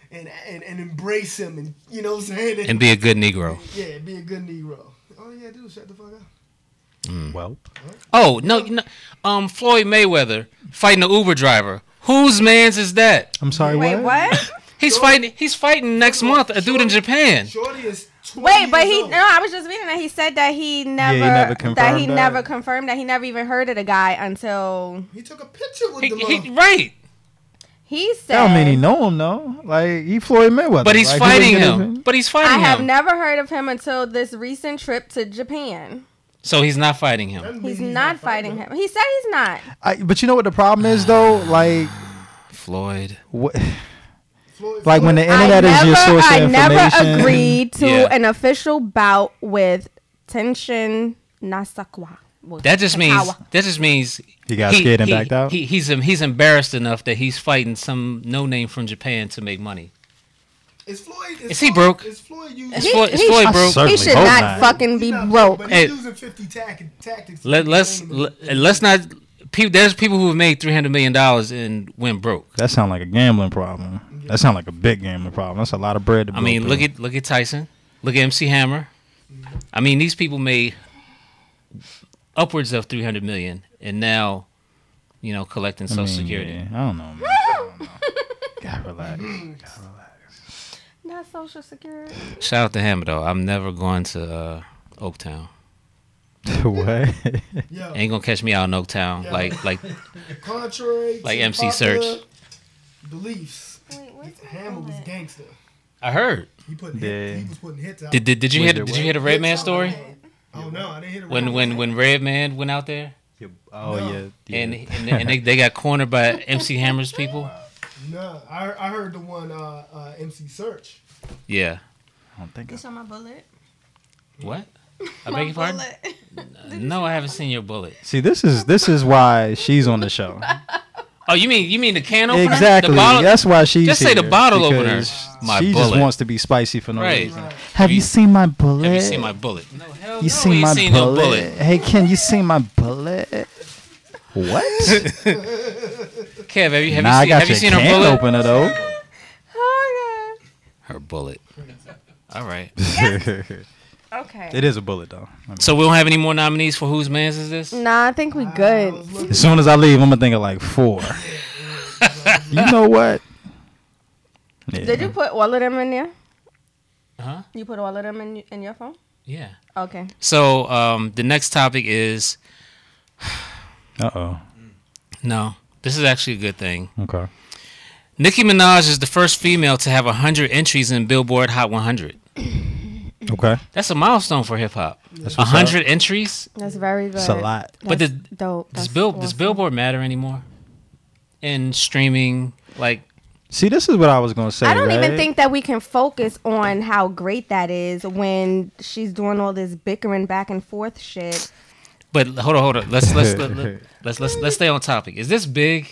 [SPEAKER 7] and and, and embrace him, and you know what I'm saying.
[SPEAKER 2] And be a good Negro.
[SPEAKER 7] yeah, be a good Negro. All you gotta do is shut the fuck up.
[SPEAKER 1] Well,
[SPEAKER 2] Oh no, no um Floyd Mayweather fighting an Uber driver. Whose man's is that?
[SPEAKER 1] I'm sorry.
[SPEAKER 6] Wait, what?
[SPEAKER 2] He's fighting he's fighting next month a dude in Japan.
[SPEAKER 7] Shorty is. 20
[SPEAKER 6] Wait, but
[SPEAKER 7] years
[SPEAKER 6] he
[SPEAKER 7] old.
[SPEAKER 6] no. I was just reading that he said that he never,
[SPEAKER 1] never
[SPEAKER 6] that he
[SPEAKER 1] confirmed that.
[SPEAKER 6] never confirmed that he never even heard of the guy until
[SPEAKER 7] He took a picture with
[SPEAKER 2] He,
[SPEAKER 7] the.
[SPEAKER 2] he,
[SPEAKER 7] mother-
[SPEAKER 2] right.
[SPEAKER 6] he said.
[SPEAKER 1] That don't mean he know him though. Like he Floyd Mayweather.
[SPEAKER 2] But he's
[SPEAKER 1] Like, who they
[SPEAKER 2] fighting
[SPEAKER 1] gonna-
[SPEAKER 2] him. But he's
[SPEAKER 6] I
[SPEAKER 2] fighting
[SPEAKER 6] have
[SPEAKER 2] him.
[SPEAKER 6] never heard of him until this recent trip to Japan.
[SPEAKER 2] so he's not fighting him.
[SPEAKER 7] Doesn't mean
[SPEAKER 6] He's not fighting him. He said he's not.
[SPEAKER 1] I, but you know what the problem is though? Like
[SPEAKER 2] Floyd.
[SPEAKER 1] what?
[SPEAKER 7] Floyd-
[SPEAKER 1] Like when the
[SPEAKER 6] I
[SPEAKER 1] internet is your source of
[SPEAKER 6] I
[SPEAKER 1] information.
[SPEAKER 6] never agreed to
[SPEAKER 2] Yeah.
[SPEAKER 6] an official bout with Tenshin Nasakawa.
[SPEAKER 2] That just means that just means
[SPEAKER 1] He got scared and backed out?
[SPEAKER 2] He, he's em- he's embarrassed enough that he's fighting some no name from Japan to make money.
[SPEAKER 7] Is Floyd?
[SPEAKER 2] Is he
[SPEAKER 7] Floyd-
[SPEAKER 2] broke?
[SPEAKER 7] Is Floyd using?
[SPEAKER 2] It's
[SPEAKER 6] He-
[SPEAKER 2] Floyd, it's
[SPEAKER 6] he-
[SPEAKER 2] Floyd
[SPEAKER 1] I
[SPEAKER 2] broke.
[SPEAKER 1] certainly
[SPEAKER 6] He should
[SPEAKER 1] hope
[SPEAKER 6] not,
[SPEAKER 1] not.
[SPEAKER 6] fucking
[SPEAKER 7] He's
[SPEAKER 6] be
[SPEAKER 7] not
[SPEAKER 6] broke.
[SPEAKER 7] But
[SPEAKER 2] Hey.
[SPEAKER 7] he's using 50 tac- tactics.
[SPEAKER 2] Let let's let, let's not. Pe- there's people who have made three hundred million dollars and went broke.
[SPEAKER 1] That sound like a gambling problem. That sound like a big gambling problem. That's a lot of bread to.
[SPEAKER 2] I mean, look at look at Tyson. Look at MC Hammer. I mean, these people made upwards of three hundred million, and now, you know, collecting Social Security.
[SPEAKER 1] I don't
[SPEAKER 2] [laughs]
[SPEAKER 1] know, man. I don't know. God, relax.
[SPEAKER 6] Not social security.
[SPEAKER 2] Shout out to Hammer though. I'm never going to uh, Oaktown.
[SPEAKER 1] [laughs] what?
[SPEAKER 7] Yo,
[SPEAKER 2] Ain't gonna catch me out in Oaktown.
[SPEAKER 7] Yeah.
[SPEAKER 2] Like like
[SPEAKER 7] contrary to
[SPEAKER 2] Like MC
[SPEAKER 7] popular
[SPEAKER 2] Search.
[SPEAKER 7] beliefs. Hammer was gangster.
[SPEAKER 2] I heard.
[SPEAKER 7] He putting
[SPEAKER 1] Yeah.
[SPEAKER 7] hit, he was putting hits out.
[SPEAKER 2] Did did, did you
[SPEAKER 1] Wait,
[SPEAKER 2] hear
[SPEAKER 1] did
[SPEAKER 2] did,
[SPEAKER 1] what?
[SPEAKER 2] you hear the Red Man story?
[SPEAKER 7] oh no, I didn't hear the
[SPEAKER 2] When
[SPEAKER 7] record.
[SPEAKER 2] when when Red Man went out there
[SPEAKER 1] Oh
[SPEAKER 7] No.
[SPEAKER 1] yeah, yeah.
[SPEAKER 2] and and, and they, they got cornered by MC Hammer's people.
[SPEAKER 7] no, I, I heard the one uh, uh, MC Search.
[SPEAKER 2] Yeah.
[SPEAKER 1] [laughs] I don't think. I,
[SPEAKER 6] saw my bullet.
[SPEAKER 2] What? I beg your pardon. No, I haven't seen your bullet.
[SPEAKER 1] see, this is this is why she's on
[SPEAKER 2] [laughs]
[SPEAKER 1] the show.
[SPEAKER 2] Oh, you mean you mean the can opener?
[SPEAKER 1] exactly.
[SPEAKER 2] The bottle-
[SPEAKER 1] That's why she's
[SPEAKER 2] Just say the
[SPEAKER 1] here,
[SPEAKER 2] bottle opener.
[SPEAKER 1] because
[SPEAKER 2] My
[SPEAKER 1] she just
[SPEAKER 2] bullet.
[SPEAKER 1] wants to be spicy for no
[SPEAKER 2] Right.
[SPEAKER 1] reason.
[SPEAKER 7] Right.
[SPEAKER 1] Have you seen my bullet?
[SPEAKER 2] Have you seen my bullet? No, hell
[SPEAKER 1] You seen my bullet? Hey, Ken, you seen my bullet?
[SPEAKER 2] [laughs]
[SPEAKER 1] What?
[SPEAKER 2] Kev, have you have you
[SPEAKER 1] nah,
[SPEAKER 2] seen,
[SPEAKER 1] I got
[SPEAKER 2] have you
[SPEAKER 1] your
[SPEAKER 2] seen her
[SPEAKER 1] can
[SPEAKER 2] bullet? [laughs]
[SPEAKER 1] opener though.
[SPEAKER 6] Oh
[SPEAKER 2] Her bullet. All right.
[SPEAKER 6] god. Okay.
[SPEAKER 1] [laughs] it is a bullet though. I mean,
[SPEAKER 2] So we don't have any more nominees for whose man's is this?
[SPEAKER 4] Mm.
[SPEAKER 6] Nah, I think we
[SPEAKER 7] I
[SPEAKER 6] good.
[SPEAKER 7] was looking
[SPEAKER 1] as soon as I leave, I'm gonna think of like
[SPEAKER 2] [laughs]
[SPEAKER 1] four. you know what? Yeah.
[SPEAKER 6] Did you put all of them in there?
[SPEAKER 2] Huh?
[SPEAKER 6] You put all of them in in your phone?
[SPEAKER 2] Yeah.
[SPEAKER 6] Okay.
[SPEAKER 2] So um, the next topic is
[SPEAKER 1] Uh oh.
[SPEAKER 2] no. This is actually a good thing.
[SPEAKER 1] Okay.
[SPEAKER 2] Nicki Minaj is the first female to have 100 entries in Billboard Hot 100.
[SPEAKER 1] Okay.
[SPEAKER 2] That's a milestone for hip hop.
[SPEAKER 1] That's
[SPEAKER 2] A
[SPEAKER 1] what's
[SPEAKER 2] hundred entries.
[SPEAKER 4] That's very good.
[SPEAKER 1] It's a lot.
[SPEAKER 2] But
[SPEAKER 4] That's
[SPEAKER 2] the-
[SPEAKER 4] dope.
[SPEAKER 2] Does
[SPEAKER 4] That's
[SPEAKER 2] bill does
[SPEAKER 4] awesome.
[SPEAKER 2] Billboard matter anymore? In streaming, like
[SPEAKER 1] See, this is what I was gonna say.
[SPEAKER 4] I don't even
[SPEAKER 1] right?
[SPEAKER 4] think that we can focus on how great that is when she's doing all this bickering back and forth shit.
[SPEAKER 2] but hold on, hold on. Let's let's let, let, let's let's let's stay on topic. Is this big?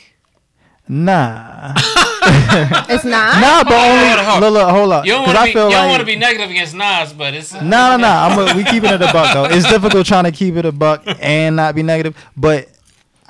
[SPEAKER 1] Nah,
[SPEAKER 4] It's not.
[SPEAKER 2] [laughs]
[SPEAKER 1] nah,
[SPEAKER 2] hold
[SPEAKER 1] but
[SPEAKER 2] on, hold on.
[SPEAKER 1] only look, look, hold up.
[SPEAKER 2] You don't
[SPEAKER 1] Uh,
[SPEAKER 2] want
[SPEAKER 1] 'Cause
[SPEAKER 2] to
[SPEAKER 1] I
[SPEAKER 2] be you
[SPEAKER 1] feel
[SPEAKER 2] don't
[SPEAKER 1] like-
[SPEAKER 2] want to be negative against Nas, but it's
[SPEAKER 1] No, no, no. I'm a, we keeping it a buck though. It's difficult trying to keep it a buck and not be negative, but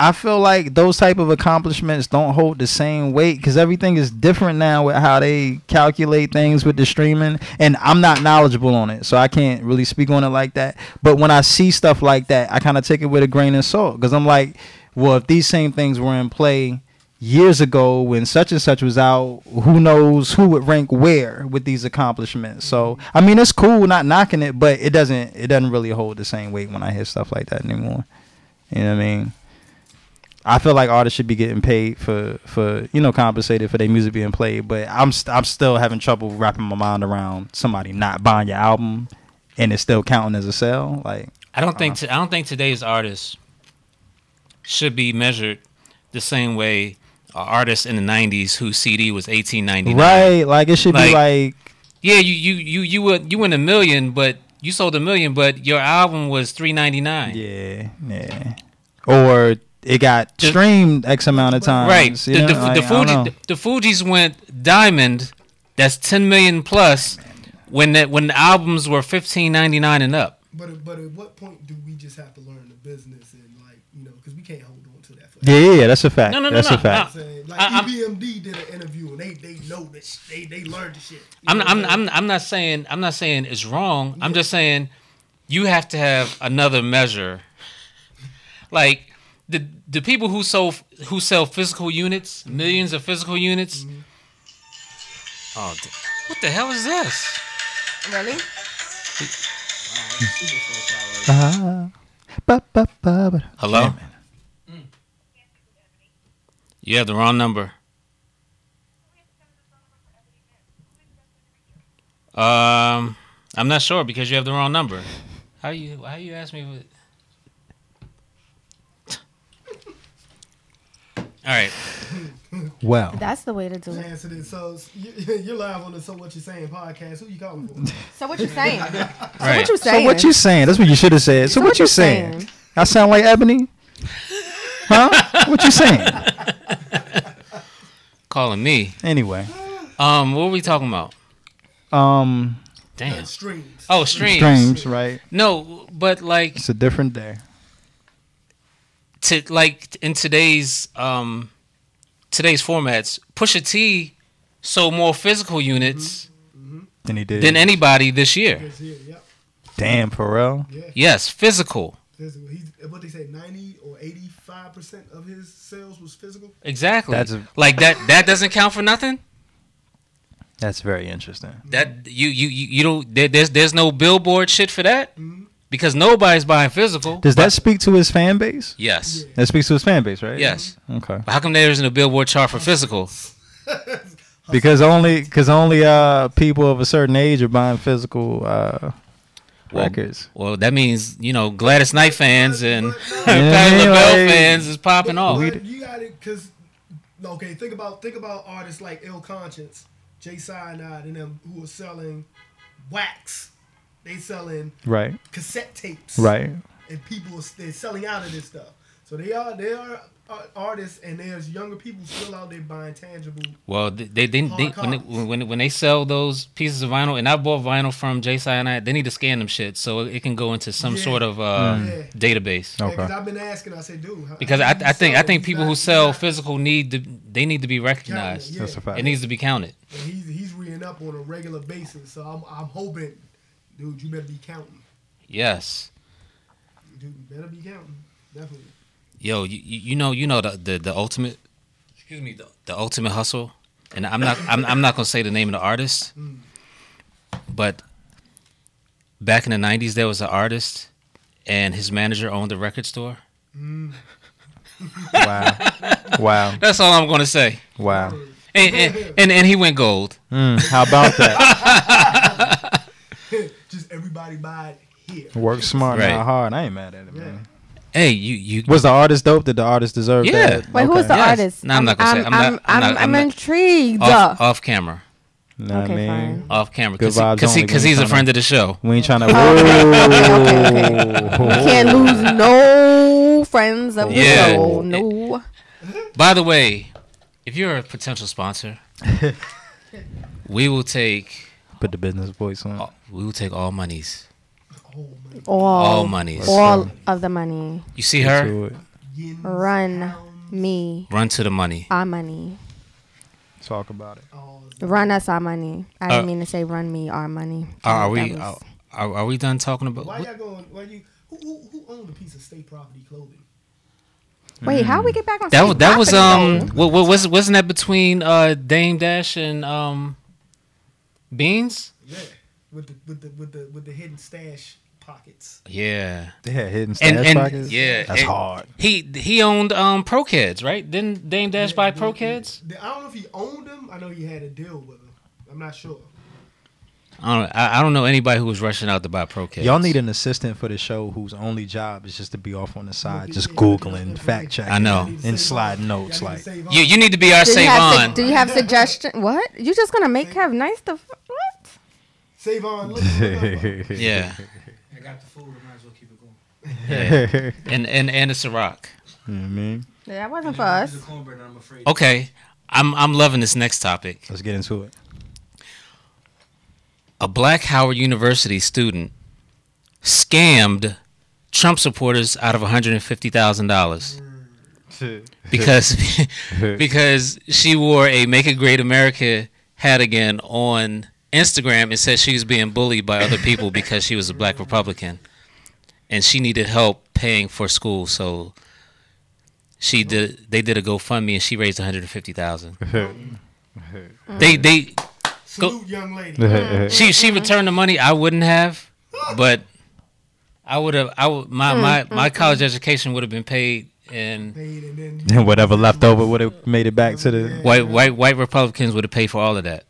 [SPEAKER 1] I feel like those type of accomplishments don't hold the same weight because everything is different now with how they calculate things with the streaming, and I'm not knowledgeable on it, so I can't really speak on it like that. But when I see stuff like that, I kind of take it with a grain of salt because I'm like, well, if these same things were in play years ago when such and such was out, who knows who would rank where with these accomplishments. So I mean it's cool not knocking it, but it doesn't it doesn't really hold the same weight when I hear stuff like that anymore. You know what I mean? I feel like artists should be getting paid for for you know compensated for their music being played, but I'm st- I'm still having trouble wrapping my mind around somebody not buying your album and it's still counting as a sale. Like
[SPEAKER 2] I don't
[SPEAKER 1] Uh-huh.
[SPEAKER 2] think t- I don't think today's artists should be measured the same way a artist in the '90s whose CD was 1899.
[SPEAKER 1] right, like it should
[SPEAKER 2] Like-
[SPEAKER 1] be like
[SPEAKER 2] Yeah, you you you you were you win a million, but you sold a million, but your album was 399.
[SPEAKER 1] Yeah, yeah. Or it got
[SPEAKER 2] The-
[SPEAKER 1] streamed X amount of times.
[SPEAKER 2] Right.
[SPEAKER 1] you
[SPEAKER 2] the,
[SPEAKER 1] know,
[SPEAKER 2] the,
[SPEAKER 1] like,
[SPEAKER 2] the
[SPEAKER 1] I don't know.
[SPEAKER 2] Fuji, the, Fuji's went diamond. That's 10 million plus when that when the albums were 15.99 and up.
[SPEAKER 7] But at, but at what point do we just have to learn the business and like you know because we can't hold on to that. Forever.
[SPEAKER 1] Yeah, yeah, yeah, that's a fact.
[SPEAKER 2] No, no, no,
[SPEAKER 1] that's
[SPEAKER 2] no,
[SPEAKER 1] a fact.
[SPEAKER 2] no.
[SPEAKER 7] Saying, Like E
[SPEAKER 2] I- I'm-
[SPEAKER 7] EBMD did an interview and they they know that sh- they they learned the shit. You
[SPEAKER 2] I'm
[SPEAKER 7] know what
[SPEAKER 2] I'm, I'm
[SPEAKER 7] saying?
[SPEAKER 2] I'm not saying I'm not saying it's wrong. I'm just saying you have to have another measure. Like the the people who sell who sell physical units, millions of physical units.
[SPEAKER 7] Mm-hmm.
[SPEAKER 2] Oh, d- what the hell is this?
[SPEAKER 4] Really?
[SPEAKER 1] Uh-huh. Ba, ba, ba, ba.
[SPEAKER 2] Hello? Mm.
[SPEAKER 1] Damn it.
[SPEAKER 2] You have the wrong number. Um, I'm not sure because you have the wrong number. How you how you ask me? What... All right.
[SPEAKER 1] Well,
[SPEAKER 4] That's the way to do it.
[SPEAKER 7] Answer this. So s- you, [laughs] you're live on the So What You Saying podcast. Who you
[SPEAKER 2] [laughs]
[SPEAKER 7] calling for?
[SPEAKER 4] So what you saying?
[SPEAKER 2] Right.
[SPEAKER 4] What you
[SPEAKER 1] so
[SPEAKER 4] saying?
[SPEAKER 1] what you saying? That's what you should have said. So, what, you saying? I sound like Ebony? Huh? what you saying?
[SPEAKER 2] Calling me.
[SPEAKER 1] Anyway,
[SPEAKER 2] Um, what were we talking about?
[SPEAKER 1] um,
[SPEAKER 2] Damn.
[SPEAKER 7] Streams.
[SPEAKER 2] Oh, streams.
[SPEAKER 1] streams, right?
[SPEAKER 2] No, but like
[SPEAKER 1] It's a different day.
[SPEAKER 2] to like in today's um today's formats, Pusha T sold more physical units
[SPEAKER 1] Than he did.
[SPEAKER 2] than anybody this year.
[SPEAKER 7] Yes, yeah, yep.
[SPEAKER 1] Damn, Pharrell.
[SPEAKER 2] Yes, physical.
[SPEAKER 7] Physical. He's what they say, ninety or eighty-five percent of his sales was physical.
[SPEAKER 2] Exactly.
[SPEAKER 1] That's a-
[SPEAKER 2] like that. That doesn't count for nothing.
[SPEAKER 1] That's very interesting.
[SPEAKER 2] That you you you, you don't. There, there's there's no billboard shit for that because nobody's buying physical.
[SPEAKER 1] Mm-hmm. Does that speak to his fan base?
[SPEAKER 2] yes.
[SPEAKER 1] That speaks to his fan base, right?
[SPEAKER 2] Yes.
[SPEAKER 1] Okay.
[SPEAKER 2] But how come there isn't a billboard chart for physical?
[SPEAKER 1] because only because only uh people of a certain age are buying physical uh
[SPEAKER 2] Well,
[SPEAKER 1] records.
[SPEAKER 2] Well, that means you know Gladys Knight fans and [laughs]
[SPEAKER 1] Yeah,
[SPEAKER 2] Patti LaBelle
[SPEAKER 1] like-
[SPEAKER 2] fans is popping off.
[SPEAKER 1] We-
[SPEAKER 7] But you got it, cause okay, think about think about artists like Ill Conscience, Jay Cyanide, and them who are selling wax. They selling
[SPEAKER 1] Right,
[SPEAKER 7] cassette
[SPEAKER 2] [laughs]
[SPEAKER 7] tapes,
[SPEAKER 1] right.
[SPEAKER 7] And people are they're selling out of this stuff. So they are they are uh, artists, and there's younger people still out there buying tangible.
[SPEAKER 2] Well, th- they they, they,
[SPEAKER 7] Hard
[SPEAKER 2] when, they
[SPEAKER 7] copies.
[SPEAKER 2] when when they sell those pieces of vinyl, and I bought vinyl from Jay Cyanide, they need to scan them shit so it can go into some
[SPEAKER 7] Yeah.
[SPEAKER 2] sort of uh,
[SPEAKER 7] Yeah.
[SPEAKER 2] database.
[SPEAKER 7] Okay. Because
[SPEAKER 1] Okay.
[SPEAKER 7] I've been asking, I say, dude. how-
[SPEAKER 2] Because
[SPEAKER 7] how
[SPEAKER 2] I,
[SPEAKER 7] do you
[SPEAKER 2] I think I
[SPEAKER 7] sell?
[SPEAKER 2] think
[SPEAKER 7] He's
[SPEAKER 2] people
[SPEAKER 7] not-
[SPEAKER 2] who
[SPEAKER 7] he's
[SPEAKER 2] sell
[SPEAKER 7] not
[SPEAKER 2] physical need to they need to be
[SPEAKER 7] counting it,
[SPEAKER 2] recognized.
[SPEAKER 7] yeah.
[SPEAKER 1] That's a fact.
[SPEAKER 2] It needs to be counted.
[SPEAKER 7] And he's he's reading up on a regular basis. So I'm I'm hoping, dude, you better be counting.
[SPEAKER 2] Yes.
[SPEAKER 7] Dude, you better be counting. Definitely.
[SPEAKER 2] Yo, you, you you know you know the, the the ultimate
[SPEAKER 5] Excuse me, though.
[SPEAKER 2] the ultimate hustle, and I'm not I'm I'm not gonna say the name of the
[SPEAKER 7] [laughs]
[SPEAKER 2] artist,
[SPEAKER 7] Mm.
[SPEAKER 2] but back in the '90s there was an artist, and his manager owned a record store.
[SPEAKER 1] Wow, wow,
[SPEAKER 2] That's all I'm gonna say.
[SPEAKER 1] wow. Hmm,
[SPEAKER 2] And and, and, and he went gold.
[SPEAKER 1] Mm, how about that?
[SPEAKER 7] Just everybody buy it here.
[SPEAKER 1] Work smart,
[SPEAKER 2] Right.
[SPEAKER 1] not hard. I ain't mad at it,
[SPEAKER 7] Yeah.
[SPEAKER 1] man.
[SPEAKER 2] Hey, you you.
[SPEAKER 1] Was the artist dope? Did the artist deserve
[SPEAKER 2] Yeah.
[SPEAKER 1] that?
[SPEAKER 4] Wait, who's the
[SPEAKER 2] Yes.
[SPEAKER 4] artist?
[SPEAKER 2] No, I'm not gonna say. I'm not-
[SPEAKER 4] I'm,
[SPEAKER 2] I'm not- I'm
[SPEAKER 4] I'm
[SPEAKER 2] not-
[SPEAKER 4] intrigued.
[SPEAKER 2] off, off camera,
[SPEAKER 1] Nah,
[SPEAKER 4] Okay,
[SPEAKER 1] man.
[SPEAKER 4] fine.
[SPEAKER 2] off camera,
[SPEAKER 1] Good
[SPEAKER 2] because he,
[SPEAKER 1] vibes
[SPEAKER 2] cause he,
[SPEAKER 1] only,
[SPEAKER 2] cause
[SPEAKER 1] man.
[SPEAKER 2] he's a
[SPEAKER 1] Tryna-
[SPEAKER 2] friend of the show.
[SPEAKER 1] We ain't
[SPEAKER 4] [laughs]
[SPEAKER 1] trying to.
[SPEAKER 4] Can't lose no friends of
[SPEAKER 2] Yeah.
[SPEAKER 4] the show. No.
[SPEAKER 2] By the way, if you're a potential sponsor, we will take
[SPEAKER 1] Put the business voice on.
[SPEAKER 2] we will take all monies,
[SPEAKER 7] Oh,
[SPEAKER 4] All,
[SPEAKER 2] all monies.
[SPEAKER 4] all of the money.
[SPEAKER 2] you see her?
[SPEAKER 1] To it.
[SPEAKER 7] Yin,
[SPEAKER 4] Run
[SPEAKER 7] pounds,
[SPEAKER 4] me
[SPEAKER 2] Run to the money.
[SPEAKER 4] our money.
[SPEAKER 1] Talk about it.
[SPEAKER 7] all that.
[SPEAKER 4] Run us our money. I
[SPEAKER 2] Uh,
[SPEAKER 4] didn't mean to say run me our money.
[SPEAKER 2] Are, are
[SPEAKER 4] That
[SPEAKER 2] we
[SPEAKER 4] was-
[SPEAKER 2] are, are are we done talking about?
[SPEAKER 7] Why y'all going? Why you? Who, who, who owned a piece of state property clothing?
[SPEAKER 4] Wait,
[SPEAKER 2] Hmm.
[SPEAKER 4] how we get back on?
[SPEAKER 2] That was
[SPEAKER 4] state
[SPEAKER 2] that was
[SPEAKER 4] property,
[SPEAKER 2] um
[SPEAKER 4] though?
[SPEAKER 2] what, what was wasn't that between uh Dame Dash and um Beans?
[SPEAKER 7] Yeah, with the with the with the with the hidden stash pockets.
[SPEAKER 2] Yeah.
[SPEAKER 1] They had hidden stash
[SPEAKER 2] And- and-
[SPEAKER 1] pockets.
[SPEAKER 2] yeah,
[SPEAKER 1] that's
[SPEAKER 2] and-
[SPEAKER 1] hard.
[SPEAKER 2] He he owned um Pro Kids, right? Didn't Dame Dash buy
[SPEAKER 7] The-
[SPEAKER 2] Pro
[SPEAKER 7] the-
[SPEAKER 2] Kids?
[SPEAKER 7] the- I don't know if he owned them. I know he had a deal with them. I'm not sure.
[SPEAKER 2] I don't I, I don't know anybody who was rushing out to buy Pro Kids.
[SPEAKER 1] Y'all need an assistant for the show whose only job is just to be off on the side, just googling, fact checking.
[SPEAKER 2] I know.
[SPEAKER 7] Y'all need to
[SPEAKER 1] And
[SPEAKER 7] save
[SPEAKER 1] slide
[SPEAKER 7] up. Y'all
[SPEAKER 1] notes,
[SPEAKER 7] need to [laughs]
[SPEAKER 1] like- [laughs]
[SPEAKER 7] save up.
[SPEAKER 2] you you need to be our
[SPEAKER 4] Do you, have, su-
[SPEAKER 2] Savon.
[SPEAKER 4] do you have suggestion? What? You just gonna make Kev nice? The f- what?
[SPEAKER 7] save on. Look,
[SPEAKER 2] [laughs]
[SPEAKER 7] look up.
[SPEAKER 2] Yeah.
[SPEAKER 8] I got the food. I might as well keep it going.
[SPEAKER 2] yeah. And and and it's a rock.
[SPEAKER 1] You know what I mean?
[SPEAKER 4] That wasn't for us.
[SPEAKER 8] It's a cornbread. I'm afraid.
[SPEAKER 2] Okay. I'm I'm loving this next topic.
[SPEAKER 1] Let's get
[SPEAKER 2] [laughs]
[SPEAKER 1] into it. [laughs]
[SPEAKER 2] A black Howard University student scammed Trump supporters out of $150,000. because [laughs] because she wore a "Make a Great America" hat again on Instagram and said she was being bullied by other people because she was a Black Republican, and she needed help paying for school. So she did. They did a GoFundMe and she raised one hundred and fifty thousand. They they
[SPEAKER 7] Salute, young lady.
[SPEAKER 2] she she returned the money. I wouldn't have, [laughs] but I would have. I would, my my my college education would have been paid and.
[SPEAKER 7] Paid and then
[SPEAKER 1] And whatever left over would have made it back to the.
[SPEAKER 2] White, white, white Republicans would have paid for all of that.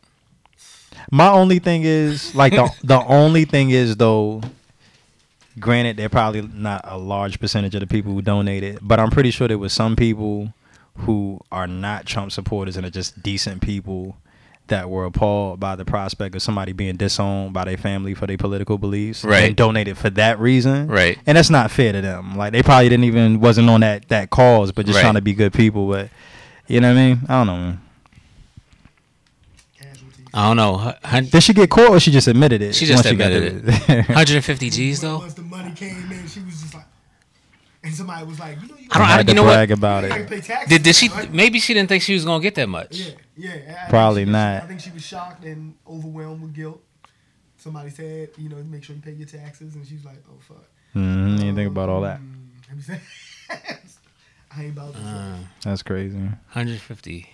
[SPEAKER 1] My only thing is like the the only thing is though. Granted, they're probably not a large percentage of the people who donated, but I'm pretty sure there was some people who are not Trump supporters and are just decent people that were appalled by the prospect of somebody being disowned by their family for their political beliefs
[SPEAKER 2] Right.
[SPEAKER 1] and donated for that reason.
[SPEAKER 2] Right.
[SPEAKER 1] And that's not fair to them. Like they probably didn't even wasn't on that that cause, but just
[SPEAKER 2] Right.
[SPEAKER 1] trying to be good people. But you know what I mean? I don't know. Man.
[SPEAKER 7] casualties.
[SPEAKER 2] I don't know. hun- hun-
[SPEAKER 1] Did she get caught or she just admitted it?
[SPEAKER 2] She just
[SPEAKER 1] once got
[SPEAKER 2] admitted
[SPEAKER 1] through [laughs] it?
[SPEAKER 2] 150 G's though.
[SPEAKER 7] Once the money came in, she was just like, and somebody was like, you know, you
[SPEAKER 2] I don't-
[SPEAKER 1] had
[SPEAKER 2] you
[SPEAKER 1] to
[SPEAKER 2] know what?
[SPEAKER 1] brag about
[SPEAKER 7] gotta
[SPEAKER 1] it.
[SPEAKER 7] pay taxes.
[SPEAKER 2] Did, did she?
[SPEAKER 7] right?
[SPEAKER 2] Maybe she didn't think she was gonna get that much.
[SPEAKER 7] Yeah, yeah. I- I think
[SPEAKER 1] Probably
[SPEAKER 7] she was-
[SPEAKER 1] not.
[SPEAKER 7] I think she was shocked and overwhelmed with guilt. Somebody said, you know, make sure you pay your taxes, and she was like, oh fuck.
[SPEAKER 1] Mm-hmm, you think about all that.
[SPEAKER 7] Mm, have you said- [laughs] I ain't about to.
[SPEAKER 2] Uh.
[SPEAKER 7] say.
[SPEAKER 1] That's crazy.
[SPEAKER 2] 150.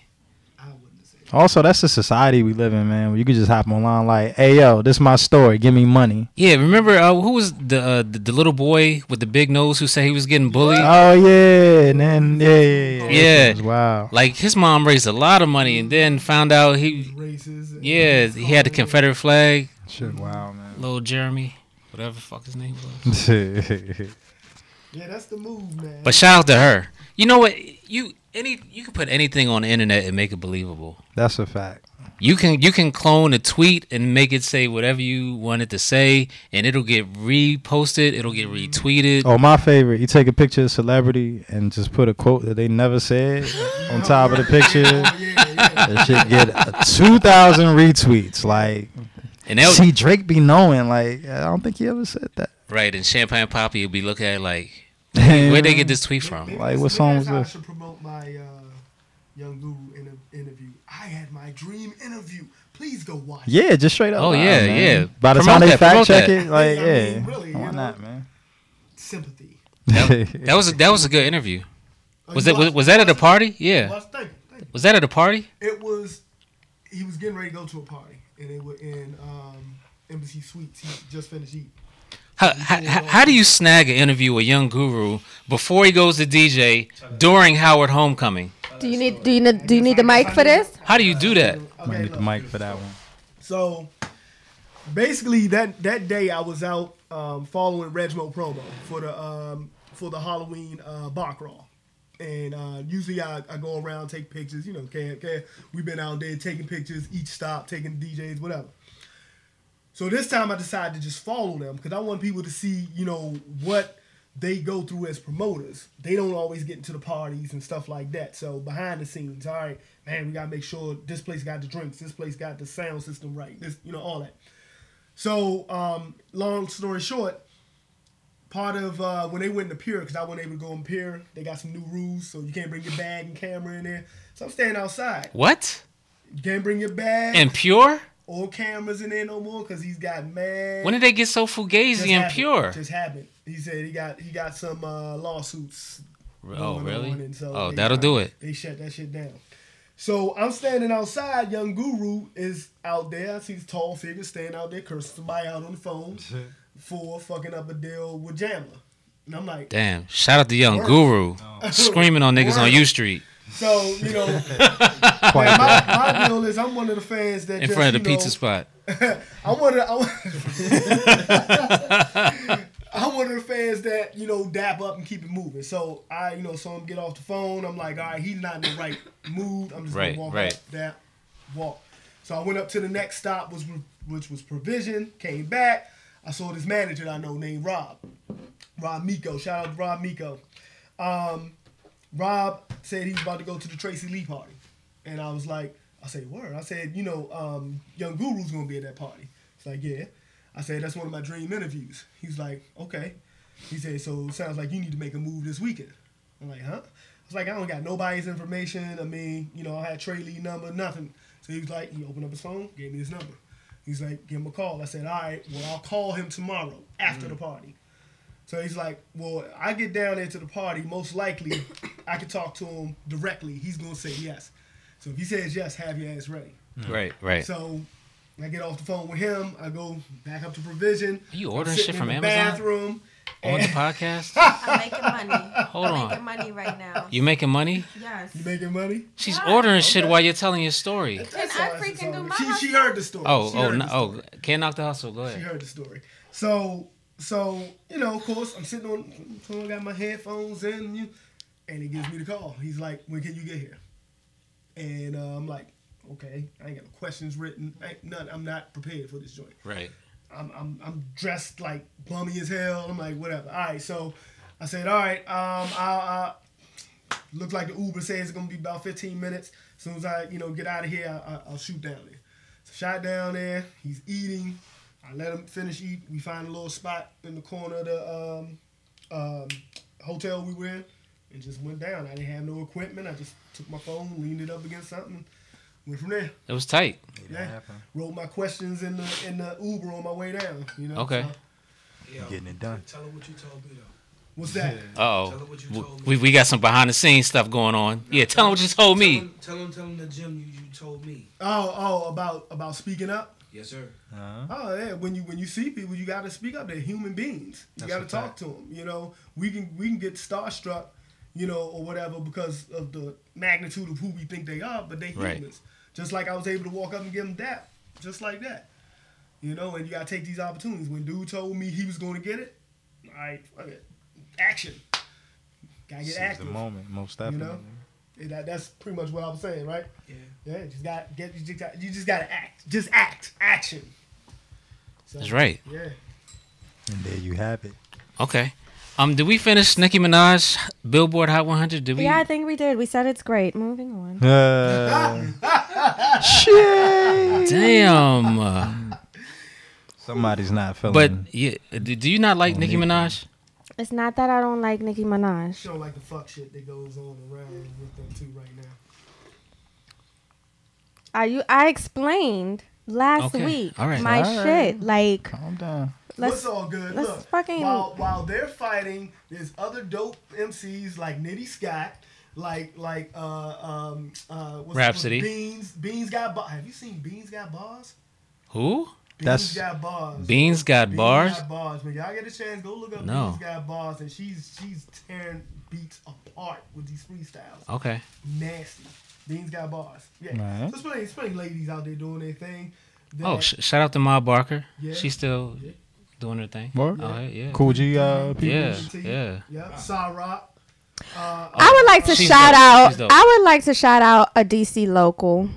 [SPEAKER 7] I wouldn't have said. it.
[SPEAKER 1] Also, that's the society we live in, man. You could just hop online like, "Hey, yo, this is my story. Give me money."
[SPEAKER 2] Yeah, remember uh, who was the, uh, the the little boy with the big nose who said he was getting bullied?
[SPEAKER 1] Oh yeah, and then yeah, yeah, yeah.
[SPEAKER 2] Yeah.
[SPEAKER 1] Wow.
[SPEAKER 2] Like his mom raised a lot of money and then found out he
[SPEAKER 7] Racist. and-
[SPEAKER 2] yeah he had the Confederate flag.
[SPEAKER 1] Shit, wow, man.
[SPEAKER 2] Little Jeremy, whatever the fuck his name was.
[SPEAKER 1] yeah,
[SPEAKER 7] Yeah, that's the move, man.
[SPEAKER 2] But shout out to her. You know what? You any you can put anything on the internet and make it believable.
[SPEAKER 1] [laughs] that's a fact.
[SPEAKER 2] You can you can clone a tweet and make it say whatever you want it to say, and it'll get reposted. It'll get retweeted.
[SPEAKER 1] Oh, my favorite. You take a picture of a celebrity and just put a quote that they never said on top of the picture.
[SPEAKER 7] Oh, yeah, yeah.
[SPEAKER 1] That shit get two thousand retweets. Like,
[SPEAKER 2] And they'll
[SPEAKER 1] see, Drake be knowing. Like, I don't think he ever said that.
[SPEAKER 2] right, and Champagne Poppy will be looking at it like,
[SPEAKER 1] Damn.
[SPEAKER 2] where'd they get this tweet
[SPEAKER 7] Maybe
[SPEAKER 2] from?
[SPEAKER 1] Like,
[SPEAKER 7] that's-
[SPEAKER 1] what
[SPEAKER 7] maybe
[SPEAKER 1] song
[SPEAKER 7] that's
[SPEAKER 1] was
[SPEAKER 7] how
[SPEAKER 1] this?
[SPEAKER 7] I should promote my uh, young guru in a, interview. I had my dream interview. Please go watch. it.
[SPEAKER 1] Yeah, just straight up.
[SPEAKER 2] Oh,
[SPEAKER 1] Nah,
[SPEAKER 2] yeah,
[SPEAKER 1] man.
[SPEAKER 2] yeah.
[SPEAKER 1] By the
[SPEAKER 2] Promote
[SPEAKER 1] time they
[SPEAKER 2] that,
[SPEAKER 1] fact
[SPEAKER 2] promote
[SPEAKER 1] check
[SPEAKER 2] that.
[SPEAKER 1] it, like,
[SPEAKER 7] I
[SPEAKER 1] yeah,
[SPEAKER 7] mean, really,
[SPEAKER 1] why
[SPEAKER 7] you know?
[SPEAKER 1] not, man?
[SPEAKER 7] Sympathy.
[SPEAKER 1] [laughs]
[SPEAKER 2] That was a, that was a good interview.
[SPEAKER 7] Oh,
[SPEAKER 2] Was
[SPEAKER 7] you
[SPEAKER 2] that was,
[SPEAKER 7] watched
[SPEAKER 2] was
[SPEAKER 7] it?
[SPEAKER 2] that at a
[SPEAKER 7] Watched
[SPEAKER 2] party?
[SPEAKER 7] it?
[SPEAKER 2] Yeah.
[SPEAKER 7] Watched- thank you, thank you.
[SPEAKER 2] Was that at a party?
[SPEAKER 7] It was. He was getting ready to go to a party, and they were in um, Embassy Suites. He just finished eating.
[SPEAKER 2] How, how, how how do you snag an interview a young guru before he goes to DJ during Howard Homecoming?
[SPEAKER 4] Do you need? Do you need? Do you need the mic for this?
[SPEAKER 2] How do you do that?
[SPEAKER 1] Might need the mic for that one.
[SPEAKER 7] So basically that that day I was out um, following Regmo promo for the um, for the Halloween uh, Bach Raw. And uh, usually I, I go around take pictures, you know, can can we've been out there taking pictures, each stop, taking DJs, whatever. So this time I decided to just follow them because I want people to see, you know, what they go through as promoters. They don't always get into the parties and stuff like that. So behind the scenes, all right, man, we gotta make sure this place got the drinks, this place got the sound system right, this, you know, all that. So um, long story short, part of uh, when they went to Pier, because I wasn't able to go in Pier, they got some new rules, so you can't bring your bag and camera in there. So I'm standing outside.
[SPEAKER 2] What?
[SPEAKER 7] You can't bring your bag
[SPEAKER 2] And pure?
[SPEAKER 7] or cameras in there no more because he's got mad.
[SPEAKER 2] When did they get so fugazi
[SPEAKER 7] Just
[SPEAKER 2] and
[SPEAKER 7] happened.
[SPEAKER 2] pure?
[SPEAKER 7] Just happened. He said he got he got some uh, lawsuits.
[SPEAKER 2] Oh,
[SPEAKER 7] going on,
[SPEAKER 2] really?
[SPEAKER 7] and so
[SPEAKER 2] Oh,
[SPEAKER 7] they
[SPEAKER 2] that'll
[SPEAKER 7] shut-
[SPEAKER 2] do it.
[SPEAKER 7] They shut that shit down. So I'm standing outside. Young Guru is out there. I see this tall figure standing out there cursing somebody out on the phone for fucking up a deal with Jamla. And I'm like,
[SPEAKER 2] Damn. Shout out to Young
[SPEAKER 7] Word.
[SPEAKER 2] Guru. Screaming on niggas on
[SPEAKER 7] Word.
[SPEAKER 2] U Street
[SPEAKER 7] so
[SPEAKER 2] [laughs]
[SPEAKER 7] you know,
[SPEAKER 1] Quite
[SPEAKER 7] my, my deal is I'm one of the fans that
[SPEAKER 2] in
[SPEAKER 7] just,
[SPEAKER 2] front
[SPEAKER 7] you
[SPEAKER 2] of the pizza
[SPEAKER 7] know,
[SPEAKER 2] spot.
[SPEAKER 7] I'm one of the, I'm, I'm [laughs] one of the fans that you know dap up and keep it moving. So I you know saw him get off the phone. I'm like, all right, he's not in the right mood. I'm just
[SPEAKER 2] Right,
[SPEAKER 7] gonna walk
[SPEAKER 2] right.
[SPEAKER 7] up that walk. So I went up to the next stop, was which was Provision. Came back. I saw this manager that I know named Rob. Rob Miko. Shout out to Rob Miko. Um, Rob said he was about to go to the Tracy Lee party. And I was like, I said, word. I said, you know, um, Young Guru's gonna be at that party. He's like, yeah. I said, that's one of my dream interviews. He's like, okay. He said, so it sounds like you need to make a move this weekend. I'm like, huh? I was like, I don't got nobody's information. I mean, you know, I had Trey Lee number, nothing. So he was like, he opened up his phone, gave me his number. He's like, give him a call. I said, all right, well, I'll call him tomorrow after the party. So he's like, well, I get down there to the party. Most likely, [coughs] I can talk to him directly. He's gonna say yes. So if he says yes, have your ass ready.
[SPEAKER 2] Right, right.
[SPEAKER 7] So I get off the phone with him. I go back up to provision.
[SPEAKER 2] Are you ordering shit
[SPEAKER 7] sitting
[SPEAKER 2] from
[SPEAKER 7] in the
[SPEAKER 2] Amazon
[SPEAKER 7] Bathroom.
[SPEAKER 2] on
[SPEAKER 7] and- [laughs]
[SPEAKER 2] the podcast?
[SPEAKER 6] I'm making
[SPEAKER 2] [laughs]
[SPEAKER 6] money.
[SPEAKER 2] Hold
[SPEAKER 6] I'm making
[SPEAKER 2] on.
[SPEAKER 6] money right now.
[SPEAKER 2] You making money?
[SPEAKER 6] Yes.
[SPEAKER 7] You making money?
[SPEAKER 2] She's
[SPEAKER 6] Yeah,
[SPEAKER 2] ordering shit
[SPEAKER 7] okay.
[SPEAKER 2] while you're telling your story.
[SPEAKER 7] That's
[SPEAKER 6] I
[SPEAKER 7] all- that's
[SPEAKER 6] freaking
[SPEAKER 7] all.
[SPEAKER 6] do my
[SPEAKER 7] She, she heard the story.
[SPEAKER 2] Oh,
[SPEAKER 7] She
[SPEAKER 2] oh,
[SPEAKER 7] heard the
[SPEAKER 2] no,
[SPEAKER 7] story.
[SPEAKER 2] oh, can't knock the hustle. Go
[SPEAKER 7] She
[SPEAKER 2] ahead.
[SPEAKER 7] heard the story. So, so you know, of course, I'm sitting on, so I got my headphones in, you, and he gives me the call. He's like, "When can you get here?" And uh, I'm like, "Okay, I ain't got no questions written. I ain't none. I'm not prepared for this joint.
[SPEAKER 2] Right.
[SPEAKER 7] I'm, I'm, I'm dressed like bummy as hell. I'm like, whatever. All right, so I said, all right, um, I, I look like the Uber says it's gonna be about 15 minutes. As soon as I, you know, get out of here, I, I, I'll shoot down there. So shot down there. He's eating. I let him finish eat. We find a little spot in the corner of the um, um, hotel we were in, and just went down. I didn't have no equipment. I just took my phone, leaned it up against something, went from there.
[SPEAKER 2] It was tight.
[SPEAKER 7] Yeah, wrote my questions in the in the Uber on my way down. You know.
[SPEAKER 2] Okay.
[SPEAKER 7] so-
[SPEAKER 8] Yo,
[SPEAKER 1] Getting it done.
[SPEAKER 8] Tell her what you told me though.
[SPEAKER 7] What's that?
[SPEAKER 2] Uh
[SPEAKER 8] Tell her what you
[SPEAKER 2] oh.
[SPEAKER 8] told me.
[SPEAKER 2] We, we got some behind the scenes stuff going on. Yeah, tell them what you told
[SPEAKER 8] Tell
[SPEAKER 2] me.
[SPEAKER 8] him, tell him, tell him the gym you, you told me.
[SPEAKER 7] Oh, oh, about about speaking up.
[SPEAKER 8] Yes, sir.
[SPEAKER 1] Uh-huh.
[SPEAKER 7] Oh yeah, when you when you see people, you got to speak up. They're human beings. You
[SPEAKER 1] That's
[SPEAKER 7] got to
[SPEAKER 1] a
[SPEAKER 7] talk
[SPEAKER 1] fact.
[SPEAKER 7] to them. You know, we can we can get starstruck, you know, or whatever because of the magnitude of who we think they are, but they
[SPEAKER 2] Right.
[SPEAKER 7] humans. Just like I was able to walk up and give them that, just like that. You know, and you got to take these opportunities. When dude told me he was going to get it, all right, fuck it, action. Gotta get
[SPEAKER 1] Seize the
[SPEAKER 7] active.
[SPEAKER 1] moment, most definitely.
[SPEAKER 7] know? Yeah, that, that's pretty much what I was saying, right?
[SPEAKER 8] Yeah.
[SPEAKER 7] Yeah, you just got get you just got, you just got to act, just act, action. So,
[SPEAKER 2] That's right.
[SPEAKER 7] Yeah,
[SPEAKER 1] And there you have
[SPEAKER 7] [laughs]
[SPEAKER 1] it.
[SPEAKER 2] Okay. Um, did we finish Nicki Minaj Billboard Hot 100? Did we?
[SPEAKER 4] Yeah, I think we did. We said it's great. Moving on.
[SPEAKER 1] Uh, shit.
[SPEAKER 2] Damn.
[SPEAKER 7] [laughs]
[SPEAKER 2] Uh,
[SPEAKER 1] Somebody's not feeling.
[SPEAKER 2] but yeah, do do you not like Oh, Nicki
[SPEAKER 1] Nicki.
[SPEAKER 2] Minaj?
[SPEAKER 4] It's not that I don't like Nicki Minaj.
[SPEAKER 7] she don't like the fuck shit that goes on around with them too right now.
[SPEAKER 4] Are you? I explained last
[SPEAKER 2] Okay.
[SPEAKER 4] week
[SPEAKER 2] All right.
[SPEAKER 4] my
[SPEAKER 1] All
[SPEAKER 4] shit.
[SPEAKER 1] right.
[SPEAKER 4] Like,
[SPEAKER 1] calm down.
[SPEAKER 7] What's
[SPEAKER 4] let's.
[SPEAKER 7] all good?
[SPEAKER 4] let's
[SPEAKER 7] Look,
[SPEAKER 4] fucking-
[SPEAKER 7] while while they're fighting, there's other dope MCs like Nitty Scott, like like uh um uh what's,
[SPEAKER 2] Rhapsody.
[SPEAKER 7] what's Beans Beans got bars. Have you seen Beans got bars?
[SPEAKER 2] Who?
[SPEAKER 7] Beans
[SPEAKER 1] That's-
[SPEAKER 7] got bars.
[SPEAKER 2] Beans got
[SPEAKER 7] Beans
[SPEAKER 2] bars.
[SPEAKER 7] Got bars. When y'all get a chance, go look up
[SPEAKER 2] No.
[SPEAKER 7] Beans Got Bars, and she's she's tearing beats apart with these freestyles.
[SPEAKER 2] Okay.
[SPEAKER 7] Nasty. Beans got bars. Yeah.
[SPEAKER 1] Right.
[SPEAKER 7] So it's plenty, it's plenty ladies out there doing their thing.
[SPEAKER 2] Oh,
[SPEAKER 7] that-
[SPEAKER 2] sh- shout out to Ma Barker.
[SPEAKER 7] Yeah.
[SPEAKER 2] She's still doing her thing.
[SPEAKER 9] What?
[SPEAKER 2] Oh, yeah.
[SPEAKER 9] Cool G uh, people.
[SPEAKER 2] Yeah,
[SPEAKER 7] T.
[SPEAKER 2] yeah.
[SPEAKER 7] Yep. Cyrock. Uh,
[SPEAKER 4] I would like to
[SPEAKER 2] She's
[SPEAKER 4] shout
[SPEAKER 2] dope. She's
[SPEAKER 4] out.
[SPEAKER 2] dope.
[SPEAKER 4] I would like to shout out a DC local.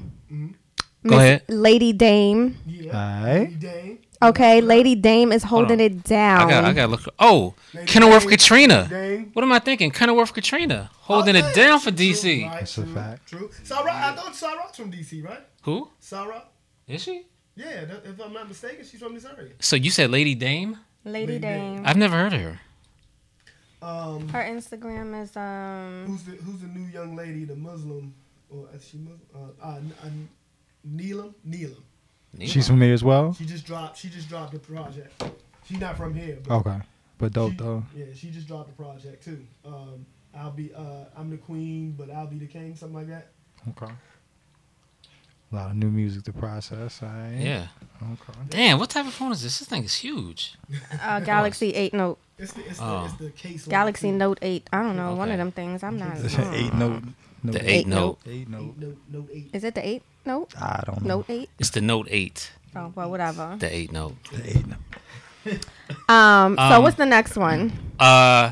[SPEAKER 2] Go ahead.
[SPEAKER 4] Lady Dame.
[SPEAKER 7] yeah.
[SPEAKER 9] Alright.
[SPEAKER 7] Dame.
[SPEAKER 4] Okay, Lady Dame is
[SPEAKER 2] on.
[SPEAKER 4] holding it down.
[SPEAKER 2] I got, I got to look. Oh,
[SPEAKER 7] Lady
[SPEAKER 2] Kenilworth
[SPEAKER 7] Dame,
[SPEAKER 2] Katrina.
[SPEAKER 7] Dame.
[SPEAKER 2] What am I thinking? Kenilworth Katrina holding
[SPEAKER 7] Oh,
[SPEAKER 2] it
[SPEAKER 7] yeah.
[SPEAKER 2] down for
[SPEAKER 7] True,
[SPEAKER 2] DC.
[SPEAKER 7] right,
[SPEAKER 9] That's a
[SPEAKER 7] true,
[SPEAKER 9] fact.
[SPEAKER 7] True. Cyrock, I thought Cyrock's from DC, right?
[SPEAKER 2] Who
[SPEAKER 7] Cyrock.
[SPEAKER 2] is she?
[SPEAKER 7] Yeah, that, if I'm not mistaken, she's from this area.
[SPEAKER 2] So you said Lady Dame?
[SPEAKER 4] Lady Dame.
[SPEAKER 2] I've never heard of her.
[SPEAKER 7] Um,
[SPEAKER 4] Her Instagram is um.
[SPEAKER 7] who's the who's the new young lady, the Muslim, or is she Muslim? Uh, uh, N- uh, Neelam, Neelam.
[SPEAKER 9] She's from there as well.
[SPEAKER 7] She just dropped. She just dropped a project. She's not from here. But
[SPEAKER 9] Okay, but dope
[SPEAKER 7] she-
[SPEAKER 9] though.
[SPEAKER 7] Yeah, she just dropped a project too. Um, I'll be uh, I'm the queen, but I'll be the king, something like that.
[SPEAKER 9] Okay. A lot of new music to process. All right.
[SPEAKER 2] yeah.
[SPEAKER 9] Okay.
[SPEAKER 2] Damn, what type of phone is this? This thing is huge.
[SPEAKER 4] Uh, Galaxy Eight Note.
[SPEAKER 7] It's the it's,
[SPEAKER 2] Oh.
[SPEAKER 7] the, it's the case. line,
[SPEAKER 4] Galaxy
[SPEAKER 7] too.
[SPEAKER 4] Note Eight. I don't know. One
[SPEAKER 2] Okay.
[SPEAKER 4] of them things.
[SPEAKER 1] [laughs]
[SPEAKER 4] I'm not.
[SPEAKER 9] It's an eight note. note
[SPEAKER 2] The eight note.
[SPEAKER 9] Eight note.
[SPEAKER 7] Eight, note, note eight.
[SPEAKER 4] Is it the eight note?
[SPEAKER 9] I don't know.
[SPEAKER 4] Note Eight.
[SPEAKER 2] It's the Note 8.
[SPEAKER 4] Oh well, whatever.
[SPEAKER 2] The 8 Note.
[SPEAKER 9] The eight note.
[SPEAKER 4] Um. So
[SPEAKER 2] Um,
[SPEAKER 4] what's the next one?
[SPEAKER 2] Uh,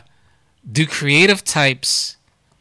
[SPEAKER 2] do creative types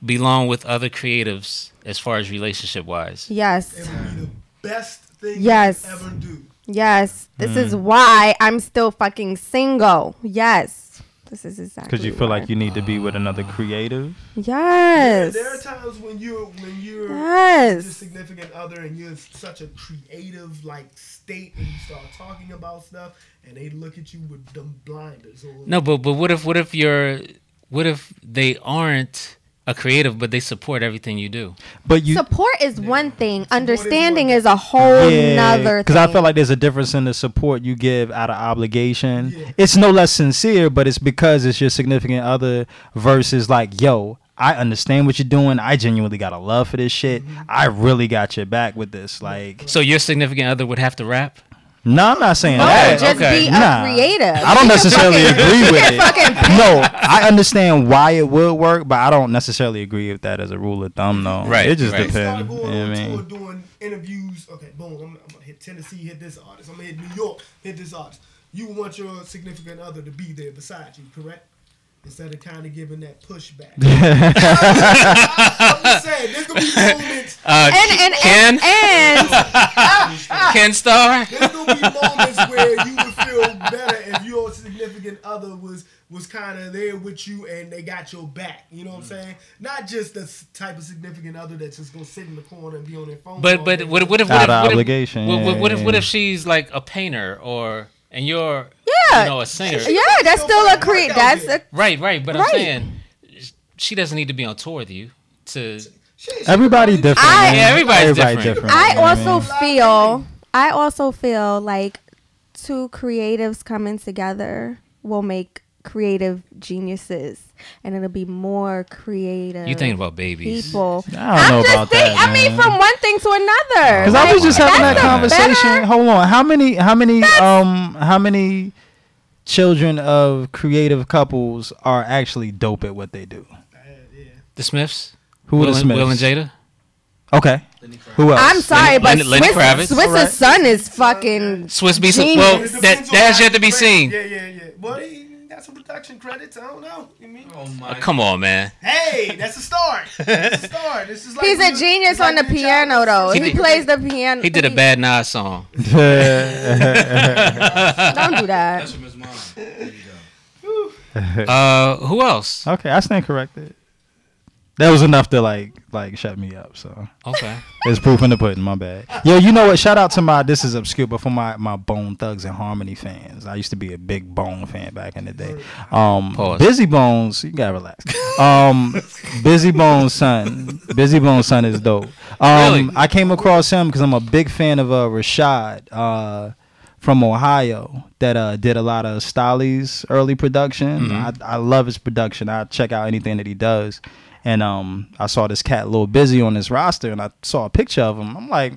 [SPEAKER 2] belong with other creatives as far as relationship wise?
[SPEAKER 4] Yes.
[SPEAKER 7] It would be the best thing
[SPEAKER 4] Yes.
[SPEAKER 7] you ever do.
[SPEAKER 4] Yes. This is
[SPEAKER 1] Hmm.
[SPEAKER 4] why I'm still fucking single. Yes. This is exactly.
[SPEAKER 1] Because you feel like you need to be with another creative.
[SPEAKER 4] Yes.
[SPEAKER 7] There are times when you're when you're with your
[SPEAKER 4] Yes.
[SPEAKER 7] significant other and you're in such a creative like state and you start talking about stuff and they look at you with them blinders or
[SPEAKER 2] No, but but what if what if you're what if they aren't a creative but they support everything you do?
[SPEAKER 1] But you,
[SPEAKER 4] Support is one thing. Understanding
[SPEAKER 7] one
[SPEAKER 4] is a whole nother
[SPEAKER 1] yeah,
[SPEAKER 4] thing.
[SPEAKER 1] because I feel like there's a difference in the support you give out of obligation.
[SPEAKER 7] Yeah.
[SPEAKER 1] It's no less sincere, but it's because it's your significant other versus like, yo, I understand what you're doing. I genuinely got a love for this shit.
[SPEAKER 2] Mm-hmm.
[SPEAKER 1] I really got your back with this. Like,
[SPEAKER 2] So your significant other would have to rap?
[SPEAKER 1] no, I'm not saying
[SPEAKER 4] Oh,
[SPEAKER 1] that.
[SPEAKER 4] just
[SPEAKER 2] okay.
[SPEAKER 4] be a
[SPEAKER 1] Nah.
[SPEAKER 4] creative.
[SPEAKER 1] I don't necessarily agree with it.
[SPEAKER 4] fucking
[SPEAKER 1] No, I understand why it would work, but I don't necessarily agree with that as a rule of thumb, though.
[SPEAKER 2] Right,
[SPEAKER 1] It just
[SPEAKER 2] right.
[SPEAKER 1] depends.
[SPEAKER 7] Start
[SPEAKER 1] You know
[SPEAKER 7] going
[SPEAKER 1] what
[SPEAKER 7] on
[SPEAKER 1] I
[SPEAKER 7] tour
[SPEAKER 1] mean?
[SPEAKER 7] doing interviews. Okay, boom. I'm, I'm gonna hit Tennessee, hit this artist. I'm gonna hit New York, hit this artist. You want your significant other to be there beside you, correct? Instead of kind of giving that
[SPEAKER 1] [laughs]
[SPEAKER 7] pushback. [laughs] I'm just saying, there's gonna be
[SPEAKER 1] [laughs]
[SPEAKER 7] moments. Ah,
[SPEAKER 2] Uh,
[SPEAKER 4] And and
[SPEAKER 2] Ken?
[SPEAKER 4] and, and
[SPEAKER 2] Ken Star?
[SPEAKER 7] There's gonna be moments where you would feel better if your significant other was was kind of there with you and they got your back. You know what I'm
[SPEAKER 2] Mm.
[SPEAKER 7] saying? Not just the s- type of significant other that's just gonna sit in the corner and be on their
[SPEAKER 2] [laughs]
[SPEAKER 7] phone.
[SPEAKER 2] But
[SPEAKER 7] all
[SPEAKER 2] but
[SPEAKER 7] day.
[SPEAKER 2] what, what if
[SPEAKER 1] Out
[SPEAKER 2] what if,
[SPEAKER 1] of
[SPEAKER 2] what if,
[SPEAKER 1] obligation,
[SPEAKER 2] What, what, what if
[SPEAKER 1] yeah,
[SPEAKER 2] what
[SPEAKER 1] yeah.
[SPEAKER 2] if she's like a painter or and you're
[SPEAKER 4] Yeah.
[SPEAKER 2] you know a singer?
[SPEAKER 4] yeah, that's still a create. That's a
[SPEAKER 2] Right, right. But
[SPEAKER 4] Right.
[SPEAKER 2] I'm saying she doesn't need to be on tour with you to
[SPEAKER 7] Shit, shit,
[SPEAKER 1] Everybody different.
[SPEAKER 4] I-
[SPEAKER 1] man.
[SPEAKER 2] Yeah, everybody's different.
[SPEAKER 4] I
[SPEAKER 1] you know what
[SPEAKER 4] also
[SPEAKER 1] mean?
[SPEAKER 4] feel I also feel like two creatives coming together will make creative geniuses and it'll be more creative
[SPEAKER 2] you thinking about babies.
[SPEAKER 4] people.
[SPEAKER 1] I don't know about
[SPEAKER 4] think-
[SPEAKER 1] that.
[SPEAKER 4] I mean
[SPEAKER 1] man.
[SPEAKER 4] from one thing to another.
[SPEAKER 1] Because I was just having that
[SPEAKER 4] that's a
[SPEAKER 1] conversation.
[SPEAKER 4] better-
[SPEAKER 1] Hold on. How many? How many? Um. How many children of creative couples are actually dope at what they do?
[SPEAKER 2] The Smiths?
[SPEAKER 1] Who
[SPEAKER 2] Will,
[SPEAKER 1] are the
[SPEAKER 2] and,
[SPEAKER 1] Smiths?
[SPEAKER 2] Will and Jada?
[SPEAKER 1] Okay. Who else?
[SPEAKER 4] I'm sorry, but
[SPEAKER 2] Lenny- Lenny Kravitz?
[SPEAKER 4] Swiss, Swiss's
[SPEAKER 1] Alright.
[SPEAKER 4] son is fucking
[SPEAKER 2] Swiss Beats.
[SPEAKER 4] Genius.
[SPEAKER 2] Well,
[SPEAKER 7] It
[SPEAKER 2] that
[SPEAKER 7] depends on
[SPEAKER 2] that's
[SPEAKER 7] how
[SPEAKER 2] yet to be
[SPEAKER 7] you
[SPEAKER 2] seen.
[SPEAKER 7] rate. Yeah, yeah, yeah. But he got some production credits. I don't know. You mean?
[SPEAKER 5] Oh
[SPEAKER 2] Uh,
[SPEAKER 5] my.
[SPEAKER 2] come on, man.
[SPEAKER 7] Hey, that's a
[SPEAKER 2] [laughs]
[SPEAKER 7] start. That's a start. This is like
[SPEAKER 4] He's a genius on the piano though. He,
[SPEAKER 2] He did-
[SPEAKER 4] plays the piano.
[SPEAKER 2] He did a bad Nas
[SPEAKER 1] [laughs]
[SPEAKER 2] song.
[SPEAKER 4] Don't do that.
[SPEAKER 5] That's from his mom.
[SPEAKER 8] [laughs]
[SPEAKER 5] There you go.
[SPEAKER 2] Uh, who else?
[SPEAKER 1] okay, I stand corrected. That was enough to like like shut me up. So [laughs]
[SPEAKER 2] Okay.
[SPEAKER 1] it's proof in the pudding. My bad. Yo, you know what? Shout out to my this is obscure, but for my my Bone Thugs and Harmony fans, I used to be a big Bone fan back in the day. Um,
[SPEAKER 2] Pause.
[SPEAKER 1] Busy Bones, you gotta relax. Um, Busy Bones son, Busy Bones son is dope. Um,
[SPEAKER 2] Really?
[SPEAKER 1] I came across him because I'm a big fan of uh, Rashad uh, from Ohio that uh, did a lot of Stolly's early production.
[SPEAKER 2] Mm-hmm.
[SPEAKER 1] I, I love his production. I check out anything that he does. And um, I saw this cat Lil Busy on his roster, and I saw a picture of him. I'm like,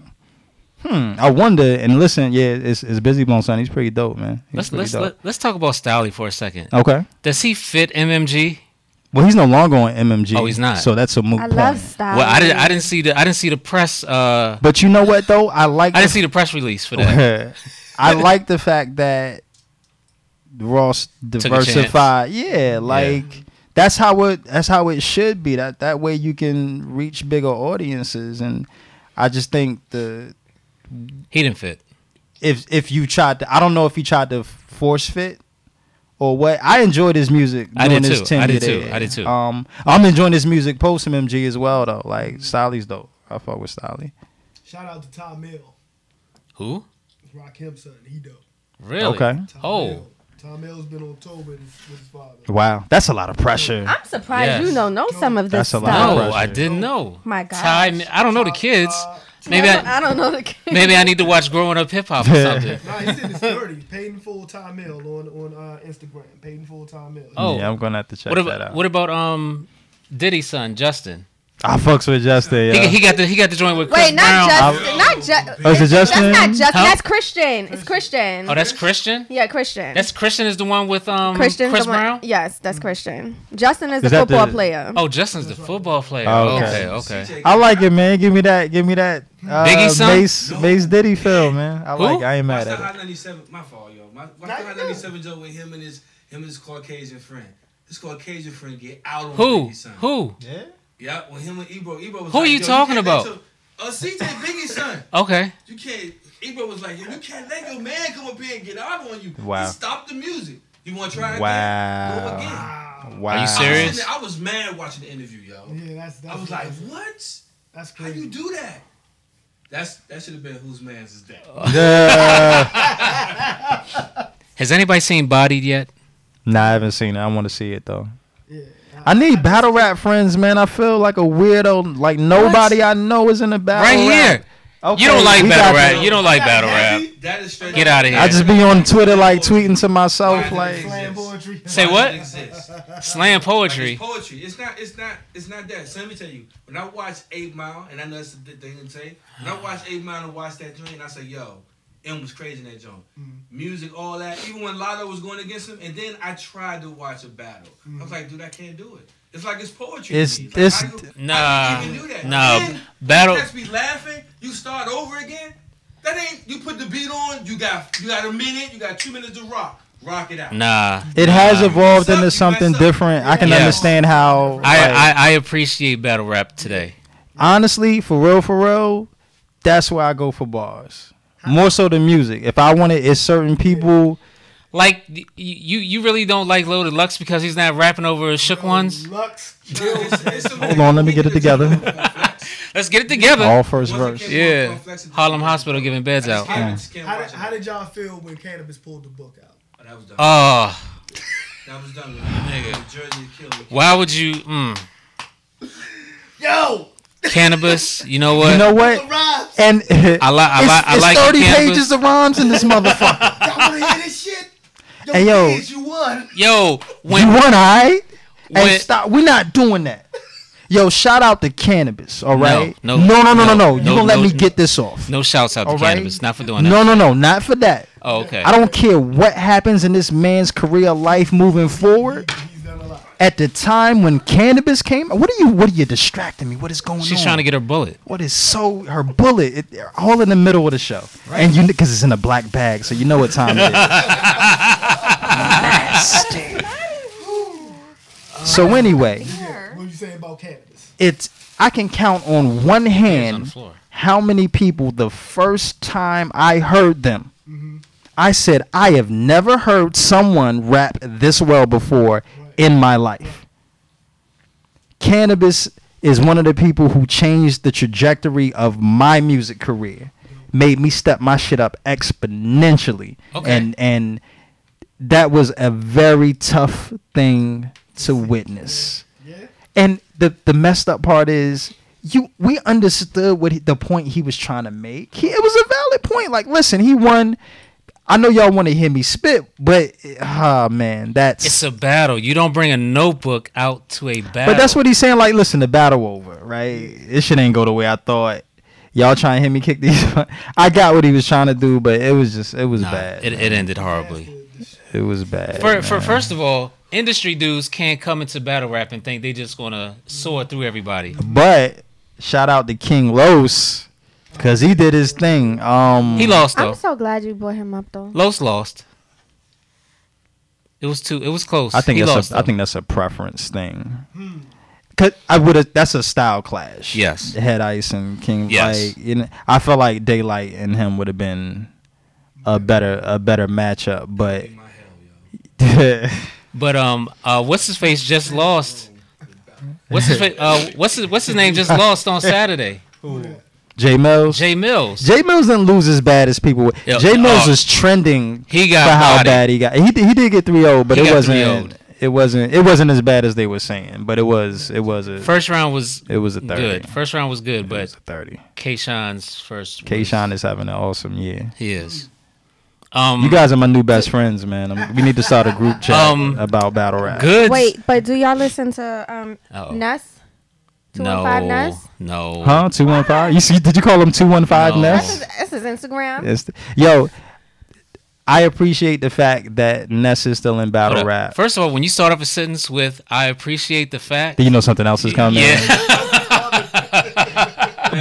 [SPEAKER 1] hmm, I wonder. And listen, yeah, it's, it's Busy Bones son. He's pretty dope, Oh. man. He's
[SPEAKER 2] Let's
[SPEAKER 1] pretty
[SPEAKER 2] let's
[SPEAKER 1] dope.
[SPEAKER 2] let, let's talk about Styley for a second.
[SPEAKER 1] okay.
[SPEAKER 2] Does he fit MMG?
[SPEAKER 1] Well, he's no longer on MMG.
[SPEAKER 2] Oh, he's not.
[SPEAKER 1] So that's a moot
[SPEAKER 4] I
[SPEAKER 1] point.
[SPEAKER 4] love style.
[SPEAKER 2] Well, I didn't. I
[SPEAKER 4] Um,
[SPEAKER 2] didn't see the. I didn't see the press. Uh,
[SPEAKER 1] But you know what though? I like.
[SPEAKER 2] I
[SPEAKER 1] the
[SPEAKER 2] didn't see the press release for that.
[SPEAKER 1] [laughs] I like the fact that Ross diversified. Yeah, like that's how it that's how it should be. That that way you can reach bigger audiences and I just think the
[SPEAKER 2] He didn't fit.
[SPEAKER 1] if if you tried to I don't know if he tried to force fit or what. I enjoyed his music
[SPEAKER 2] I
[SPEAKER 1] during
[SPEAKER 2] did
[SPEAKER 1] his
[SPEAKER 2] too.
[SPEAKER 1] tenure
[SPEAKER 2] I did
[SPEAKER 1] there.
[SPEAKER 2] too. I did too.
[SPEAKER 1] Um I'm enjoying his music post MMG as well though. Like Stylie's dope. I fuck with Stylie.
[SPEAKER 7] Shout out to Tom Mill,
[SPEAKER 2] Who?
[SPEAKER 7] rock him son, he dope.
[SPEAKER 2] Really?
[SPEAKER 1] Okay.
[SPEAKER 7] Tom
[SPEAKER 2] Oh.
[SPEAKER 7] Mill. Tom Mill's been on tour with his, with his father.
[SPEAKER 1] Wow. That's a lot of pressure.
[SPEAKER 4] I'm surprised
[SPEAKER 2] Yes.
[SPEAKER 4] you don't know some of this
[SPEAKER 1] That's a
[SPEAKER 4] stuff.
[SPEAKER 1] lot of
[SPEAKER 2] No,
[SPEAKER 1] pressure.
[SPEAKER 2] I didn't know.
[SPEAKER 4] My God.
[SPEAKER 2] Ty, Mi- I don't know the kids. Maybe
[SPEAKER 4] I, don't,
[SPEAKER 2] I,
[SPEAKER 4] I don't know the kids.
[SPEAKER 2] [laughs] maybe I need to watch Growing Up Hip Hop or
[SPEAKER 1] [laughs]
[SPEAKER 2] something.
[SPEAKER 7] Nah, he's in his 30s. Paid in full Tom Mill on on uh, Instagram. Paid in full Tom Mill.
[SPEAKER 2] Oh.
[SPEAKER 1] yeah, I'm gonna have to check
[SPEAKER 2] What
[SPEAKER 1] that out.
[SPEAKER 2] about what about um Diddy's son Justin?
[SPEAKER 1] I fucks with Justin.
[SPEAKER 2] He,
[SPEAKER 1] Yeah.
[SPEAKER 2] he got the he got the joint with Chris
[SPEAKER 4] [laughs] Wait,
[SPEAKER 2] Brown.
[SPEAKER 4] not Justin. Not Justin.
[SPEAKER 1] Oh, is it Justin?
[SPEAKER 4] That's not Justin.
[SPEAKER 2] Huh?
[SPEAKER 4] That's Christian. It's Christian.
[SPEAKER 2] oh, that's Christian.
[SPEAKER 4] yeah, Christian.
[SPEAKER 2] That's Christian is the one with um
[SPEAKER 4] Christian's
[SPEAKER 2] Chris
[SPEAKER 4] the one-
[SPEAKER 2] Brown.
[SPEAKER 4] Yes, that's Christian. Justin is,
[SPEAKER 1] Is
[SPEAKER 4] the
[SPEAKER 1] that
[SPEAKER 4] football
[SPEAKER 1] the-
[SPEAKER 4] player.
[SPEAKER 2] Oh, Justin's the football player.
[SPEAKER 1] Oh, okay.
[SPEAKER 2] okay, okay.
[SPEAKER 1] I like it, man. Give me that. Give me that. Uh,
[SPEAKER 2] Biggie son?
[SPEAKER 1] Mace, Mace Diddy feel, man. I
[SPEAKER 2] Who?
[SPEAKER 1] like. It. I ain't
[SPEAKER 8] Why
[SPEAKER 1] mad
[SPEAKER 8] the
[SPEAKER 1] at
[SPEAKER 8] Hot 97? My fault, yo. My, why the Hot 97 joke with him and his him and his Caucasian friend? His Caucasian friend get out on
[SPEAKER 2] Who?
[SPEAKER 8] Biggie son.
[SPEAKER 2] Who?
[SPEAKER 3] Yeah.
[SPEAKER 8] Yep, with him and Ebro. Ebro was
[SPEAKER 2] Who
[SPEAKER 8] like,
[SPEAKER 2] you
[SPEAKER 8] yo,
[SPEAKER 2] talking
[SPEAKER 8] can't let
[SPEAKER 2] about?
[SPEAKER 8] your- Uh, CJ Biggie son.
[SPEAKER 2] Okay.
[SPEAKER 8] You can't. Ebro was like, yo, you can't let your man come up here and get out on you.
[SPEAKER 1] Wow.
[SPEAKER 8] He stopped the music. You want to try
[SPEAKER 1] it.
[SPEAKER 8] again? Do it again.
[SPEAKER 1] Wow. Wow.
[SPEAKER 2] Are you Uh-huh. serious?
[SPEAKER 8] I was, I was mad watching the interview, yo.
[SPEAKER 7] Yeah, that's that's
[SPEAKER 8] I was like, what?
[SPEAKER 7] that's
[SPEAKER 8] How you
[SPEAKER 7] crazy.
[SPEAKER 8] do that? That's that should have been whose man's is that?
[SPEAKER 2] Uh,
[SPEAKER 1] Yeah. [laughs]
[SPEAKER 2] Has anybody seen Bodied yet?
[SPEAKER 1] nah, I haven't seen it. I want to see it though.
[SPEAKER 7] Yeah.
[SPEAKER 1] I need battle rap friends, man. I feel like a weirdo. Like nobody I know is in the battle.
[SPEAKER 2] Right
[SPEAKER 1] rap.
[SPEAKER 2] here.
[SPEAKER 1] Okay,
[SPEAKER 2] You don't like
[SPEAKER 1] we
[SPEAKER 2] battle
[SPEAKER 1] got-
[SPEAKER 2] rap. You don't like battle rap.
[SPEAKER 8] That is straight.
[SPEAKER 2] Get out of here.
[SPEAKER 1] I just be on Twitter like tweeting to myself
[SPEAKER 8] Why
[SPEAKER 1] like.
[SPEAKER 8] is it
[SPEAKER 7] Slam
[SPEAKER 8] exists.
[SPEAKER 7] poetry.
[SPEAKER 2] Say
[SPEAKER 8] Why
[SPEAKER 2] what?
[SPEAKER 8] does it exist? Like,
[SPEAKER 2] Slam poetry.
[SPEAKER 8] it's poetry. It's not. It's not. It's not that. So let me tell you. When I watch Eight Mile, and I know that's the thing to say. When I watch Eight Mile and watch that joint, and I say, "Yo, M was crazy in that joint. Music, all that. Even when Lotto was going against him, and then I tried to watch a battle. I was like, dude, I can't do it. It's like it's poetry.
[SPEAKER 1] It's-
[SPEAKER 8] to me.
[SPEAKER 1] it's-
[SPEAKER 8] Like, how you-
[SPEAKER 2] Nah,
[SPEAKER 8] how you even do that?
[SPEAKER 2] nah.
[SPEAKER 8] Then,
[SPEAKER 2] Battle-
[SPEAKER 8] You just be laughing. You start over again. That ain't. You put the beat on. You got. You got a minute. You got two minutes to rock. Rock it out.
[SPEAKER 2] Nah.
[SPEAKER 1] It has
[SPEAKER 2] nah.
[SPEAKER 1] evolved
[SPEAKER 8] You
[SPEAKER 1] into
[SPEAKER 8] mess
[SPEAKER 1] something
[SPEAKER 8] up.
[SPEAKER 1] different. I can
[SPEAKER 2] Yeah.
[SPEAKER 1] understand how. like-
[SPEAKER 2] I, I I appreciate battle rap today.
[SPEAKER 1] honestly, for real, for real, that's where I go for bars. More so than music. If I want it, it's certain people.
[SPEAKER 2] Like y- you you really don't like Loaded Lux because he's not rapping over shook ones.
[SPEAKER 7] [laughs] Lux.
[SPEAKER 8] It's- it's a-
[SPEAKER 1] Hold on, let me get it together.
[SPEAKER 2] [laughs] Let's get it together.
[SPEAKER 1] All first
[SPEAKER 8] Once it
[SPEAKER 1] verse.
[SPEAKER 8] came
[SPEAKER 2] Yeah.
[SPEAKER 8] off, Complex-
[SPEAKER 2] Harlem Hospital giving beds
[SPEAKER 8] I just
[SPEAKER 2] out.
[SPEAKER 8] can't-
[SPEAKER 1] Mm.
[SPEAKER 8] I just can't
[SPEAKER 7] How
[SPEAKER 8] watch
[SPEAKER 7] did,
[SPEAKER 8] it.
[SPEAKER 7] how did y'all feel when Cannabis pulled the book out?
[SPEAKER 8] Oh, That was
[SPEAKER 1] Uh,
[SPEAKER 8] done.
[SPEAKER 2] Oh,
[SPEAKER 8] that was done. Nigga. Jersey killed me.
[SPEAKER 2] why would you? Mm,
[SPEAKER 7] Yo,
[SPEAKER 2] cannabis. You know what?
[SPEAKER 1] You know
[SPEAKER 7] the
[SPEAKER 1] what?
[SPEAKER 7] rhymes.
[SPEAKER 1] And
[SPEAKER 2] I like I
[SPEAKER 1] [laughs] it's,
[SPEAKER 2] like I
[SPEAKER 1] it's
[SPEAKER 2] like the
[SPEAKER 1] thirty
[SPEAKER 2] cannabis.
[SPEAKER 1] pages of
[SPEAKER 2] [laughs]
[SPEAKER 1] rhymes in this motherfucker.
[SPEAKER 7] Y'all wanna hear this shit? Yo,
[SPEAKER 1] Hey, yo.
[SPEAKER 7] please, you won.
[SPEAKER 2] Yo,
[SPEAKER 1] you
[SPEAKER 2] when
[SPEAKER 1] want alright? Hey,
[SPEAKER 2] when
[SPEAKER 1] stop. We're not
[SPEAKER 2] [laughs]
[SPEAKER 1] doing that. Yo, shout out to cannabis. All right.
[SPEAKER 2] no,
[SPEAKER 1] no, no, no, no.
[SPEAKER 2] no,
[SPEAKER 1] You
[SPEAKER 2] no,
[SPEAKER 1] gonna let
[SPEAKER 2] no,
[SPEAKER 1] me
[SPEAKER 2] no.
[SPEAKER 1] get this off?
[SPEAKER 2] no shouts out to
[SPEAKER 1] All right.
[SPEAKER 2] cannabis. Not for doing that.
[SPEAKER 1] No, no, no. Not for that.
[SPEAKER 2] Oh, okay.
[SPEAKER 1] I don't care what happens in this man's career life moving forward.
[SPEAKER 7] He's done a lot.
[SPEAKER 1] at the time when cannabis came what are you what are you distracting me what is going on
[SPEAKER 2] She's trying to get her bullet.
[SPEAKER 1] what is so her bullet it, they're all in the middle of the show and you because it's in a black bag so you know what time
[SPEAKER 2] [laughs]
[SPEAKER 1] it is Nasty. so anyway
[SPEAKER 7] What you saying about Cannabis?
[SPEAKER 1] it's i can count on one
[SPEAKER 2] It's on the
[SPEAKER 1] hand
[SPEAKER 2] floor.
[SPEAKER 1] how many people the first time i heard them
[SPEAKER 2] Mm-hmm.
[SPEAKER 1] i said i have never heard someone rap this well before in my life cannabis is one of the people who changed the trajectory of my music career made me step my shit up exponentially
[SPEAKER 2] Okay.
[SPEAKER 1] and and that was a very tough thing to witness
[SPEAKER 7] Yeah.
[SPEAKER 1] and the the messed up part is you we understood what he, the point he was trying to make. He, it was a valid point. Like, listen, he won. I know y'all want to hear me spit, but ah man, that's
[SPEAKER 2] It's a battle. You don't bring a notebook out to a battle.
[SPEAKER 1] but that's what he's saying. Like, listen, the battle over, right? This shit ain't go the way I thought. Y'all trying to hear me kick these? [laughs] I got what he was trying to do, but it was just it was
[SPEAKER 2] Nah,
[SPEAKER 1] bad.
[SPEAKER 2] It,
[SPEAKER 1] It,
[SPEAKER 2] it ended horribly.
[SPEAKER 1] was bad.
[SPEAKER 2] For, for
[SPEAKER 1] man.
[SPEAKER 2] first of all, industry dudes can't come into battle rap and think they just gonna soar through everybody.
[SPEAKER 1] But shout out to King Los, cause he did his thing. Um,
[SPEAKER 2] He lost though.
[SPEAKER 4] I'm so glad you brought him up though.
[SPEAKER 2] Los lost. It was too. It was close.
[SPEAKER 1] I think
[SPEAKER 2] he
[SPEAKER 1] that's
[SPEAKER 2] lost.
[SPEAKER 1] a, I
[SPEAKER 2] though.
[SPEAKER 1] think that's a preference thing. Cause I would that's a style clash.
[SPEAKER 2] Yes.
[SPEAKER 1] Head Ice and King.
[SPEAKER 2] Yes.
[SPEAKER 1] Like you know, I feel like Daylight and him would have been a better a better matchup, but
[SPEAKER 8] In my hell, yo.
[SPEAKER 1] [laughs]
[SPEAKER 2] But um, uh, what's his face just lost? What's his fa- uh, what's his, what's his name
[SPEAKER 1] [laughs]
[SPEAKER 2] just lost on Saturday?
[SPEAKER 1] J Mills.
[SPEAKER 2] Jay Mills.
[SPEAKER 1] J Mills didn't lose as bad as people would.
[SPEAKER 2] Yeah,
[SPEAKER 1] J Mills
[SPEAKER 2] oh.
[SPEAKER 1] was trending
[SPEAKER 2] He
[SPEAKER 1] for
[SPEAKER 2] got
[SPEAKER 1] how
[SPEAKER 2] bodied.
[SPEAKER 1] bad he got. He did- he did get 3-0, but
[SPEAKER 2] He
[SPEAKER 1] it
[SPEAKER 2] got oh.
[SPEAKER 1] wasn't
[SPEAKER 2] 3-0'd.
[SPEAKER 1] it wasn't it wasn't as bad as they were saying, but it was it was a
[SPEAKER 2] First round was
[SPEAKER 1] it was a 30.
[SPEAKER 2] good. First round was good,
[SPEAKER 1] It
[SPEAKER 2] but
[SPEAKER 1] was a 30.
[SPEAKER 2] Kayshawn's first. was-
[SPEAKER 1] Kayshawn is having an awesome year.
[SPEAKER 2] He is.
[SPEAKER 4] Mm.
[SPEAKER 2] Um,
[SPEAKER 1] You guys are my new best friends, man. i we need to start a group chat
[SPEAKER 2] Um,
[SPEAKER 1] about battle rap.
[SPEAKER 2] good.
[SPEAKER 4] Wait, but do y'all listen to um
[SPEAKER 2] Uh-oh.
[SPEAKER 4] Nuss? Two
[SPEAKER 2] no,
[SPEAKER 4] and five Nuss?
[SPEAKER 2] no.
[SPEAKER 1] Huh? Two one five. You see? Did you call him two one five
[SPEAKER 2] No.
[SPEAKER 1] Ness?
[SPEAKER 4] That's his, that's his Instagram.
[SPEAKER 1] It's yo, I appreciate the fact that Ness is still
[SPEAKER 2] Hold
[SPEAKER 1] in battle
[SPEAKER 2] up.
[SPEAKER 1] rap.
[SPEAKER 2] First of all, when you start off a sentence with "I appreciate the fact,"
[SPEAKER 1] Do you know something else is coming?
[SPEAKER 2] yeah,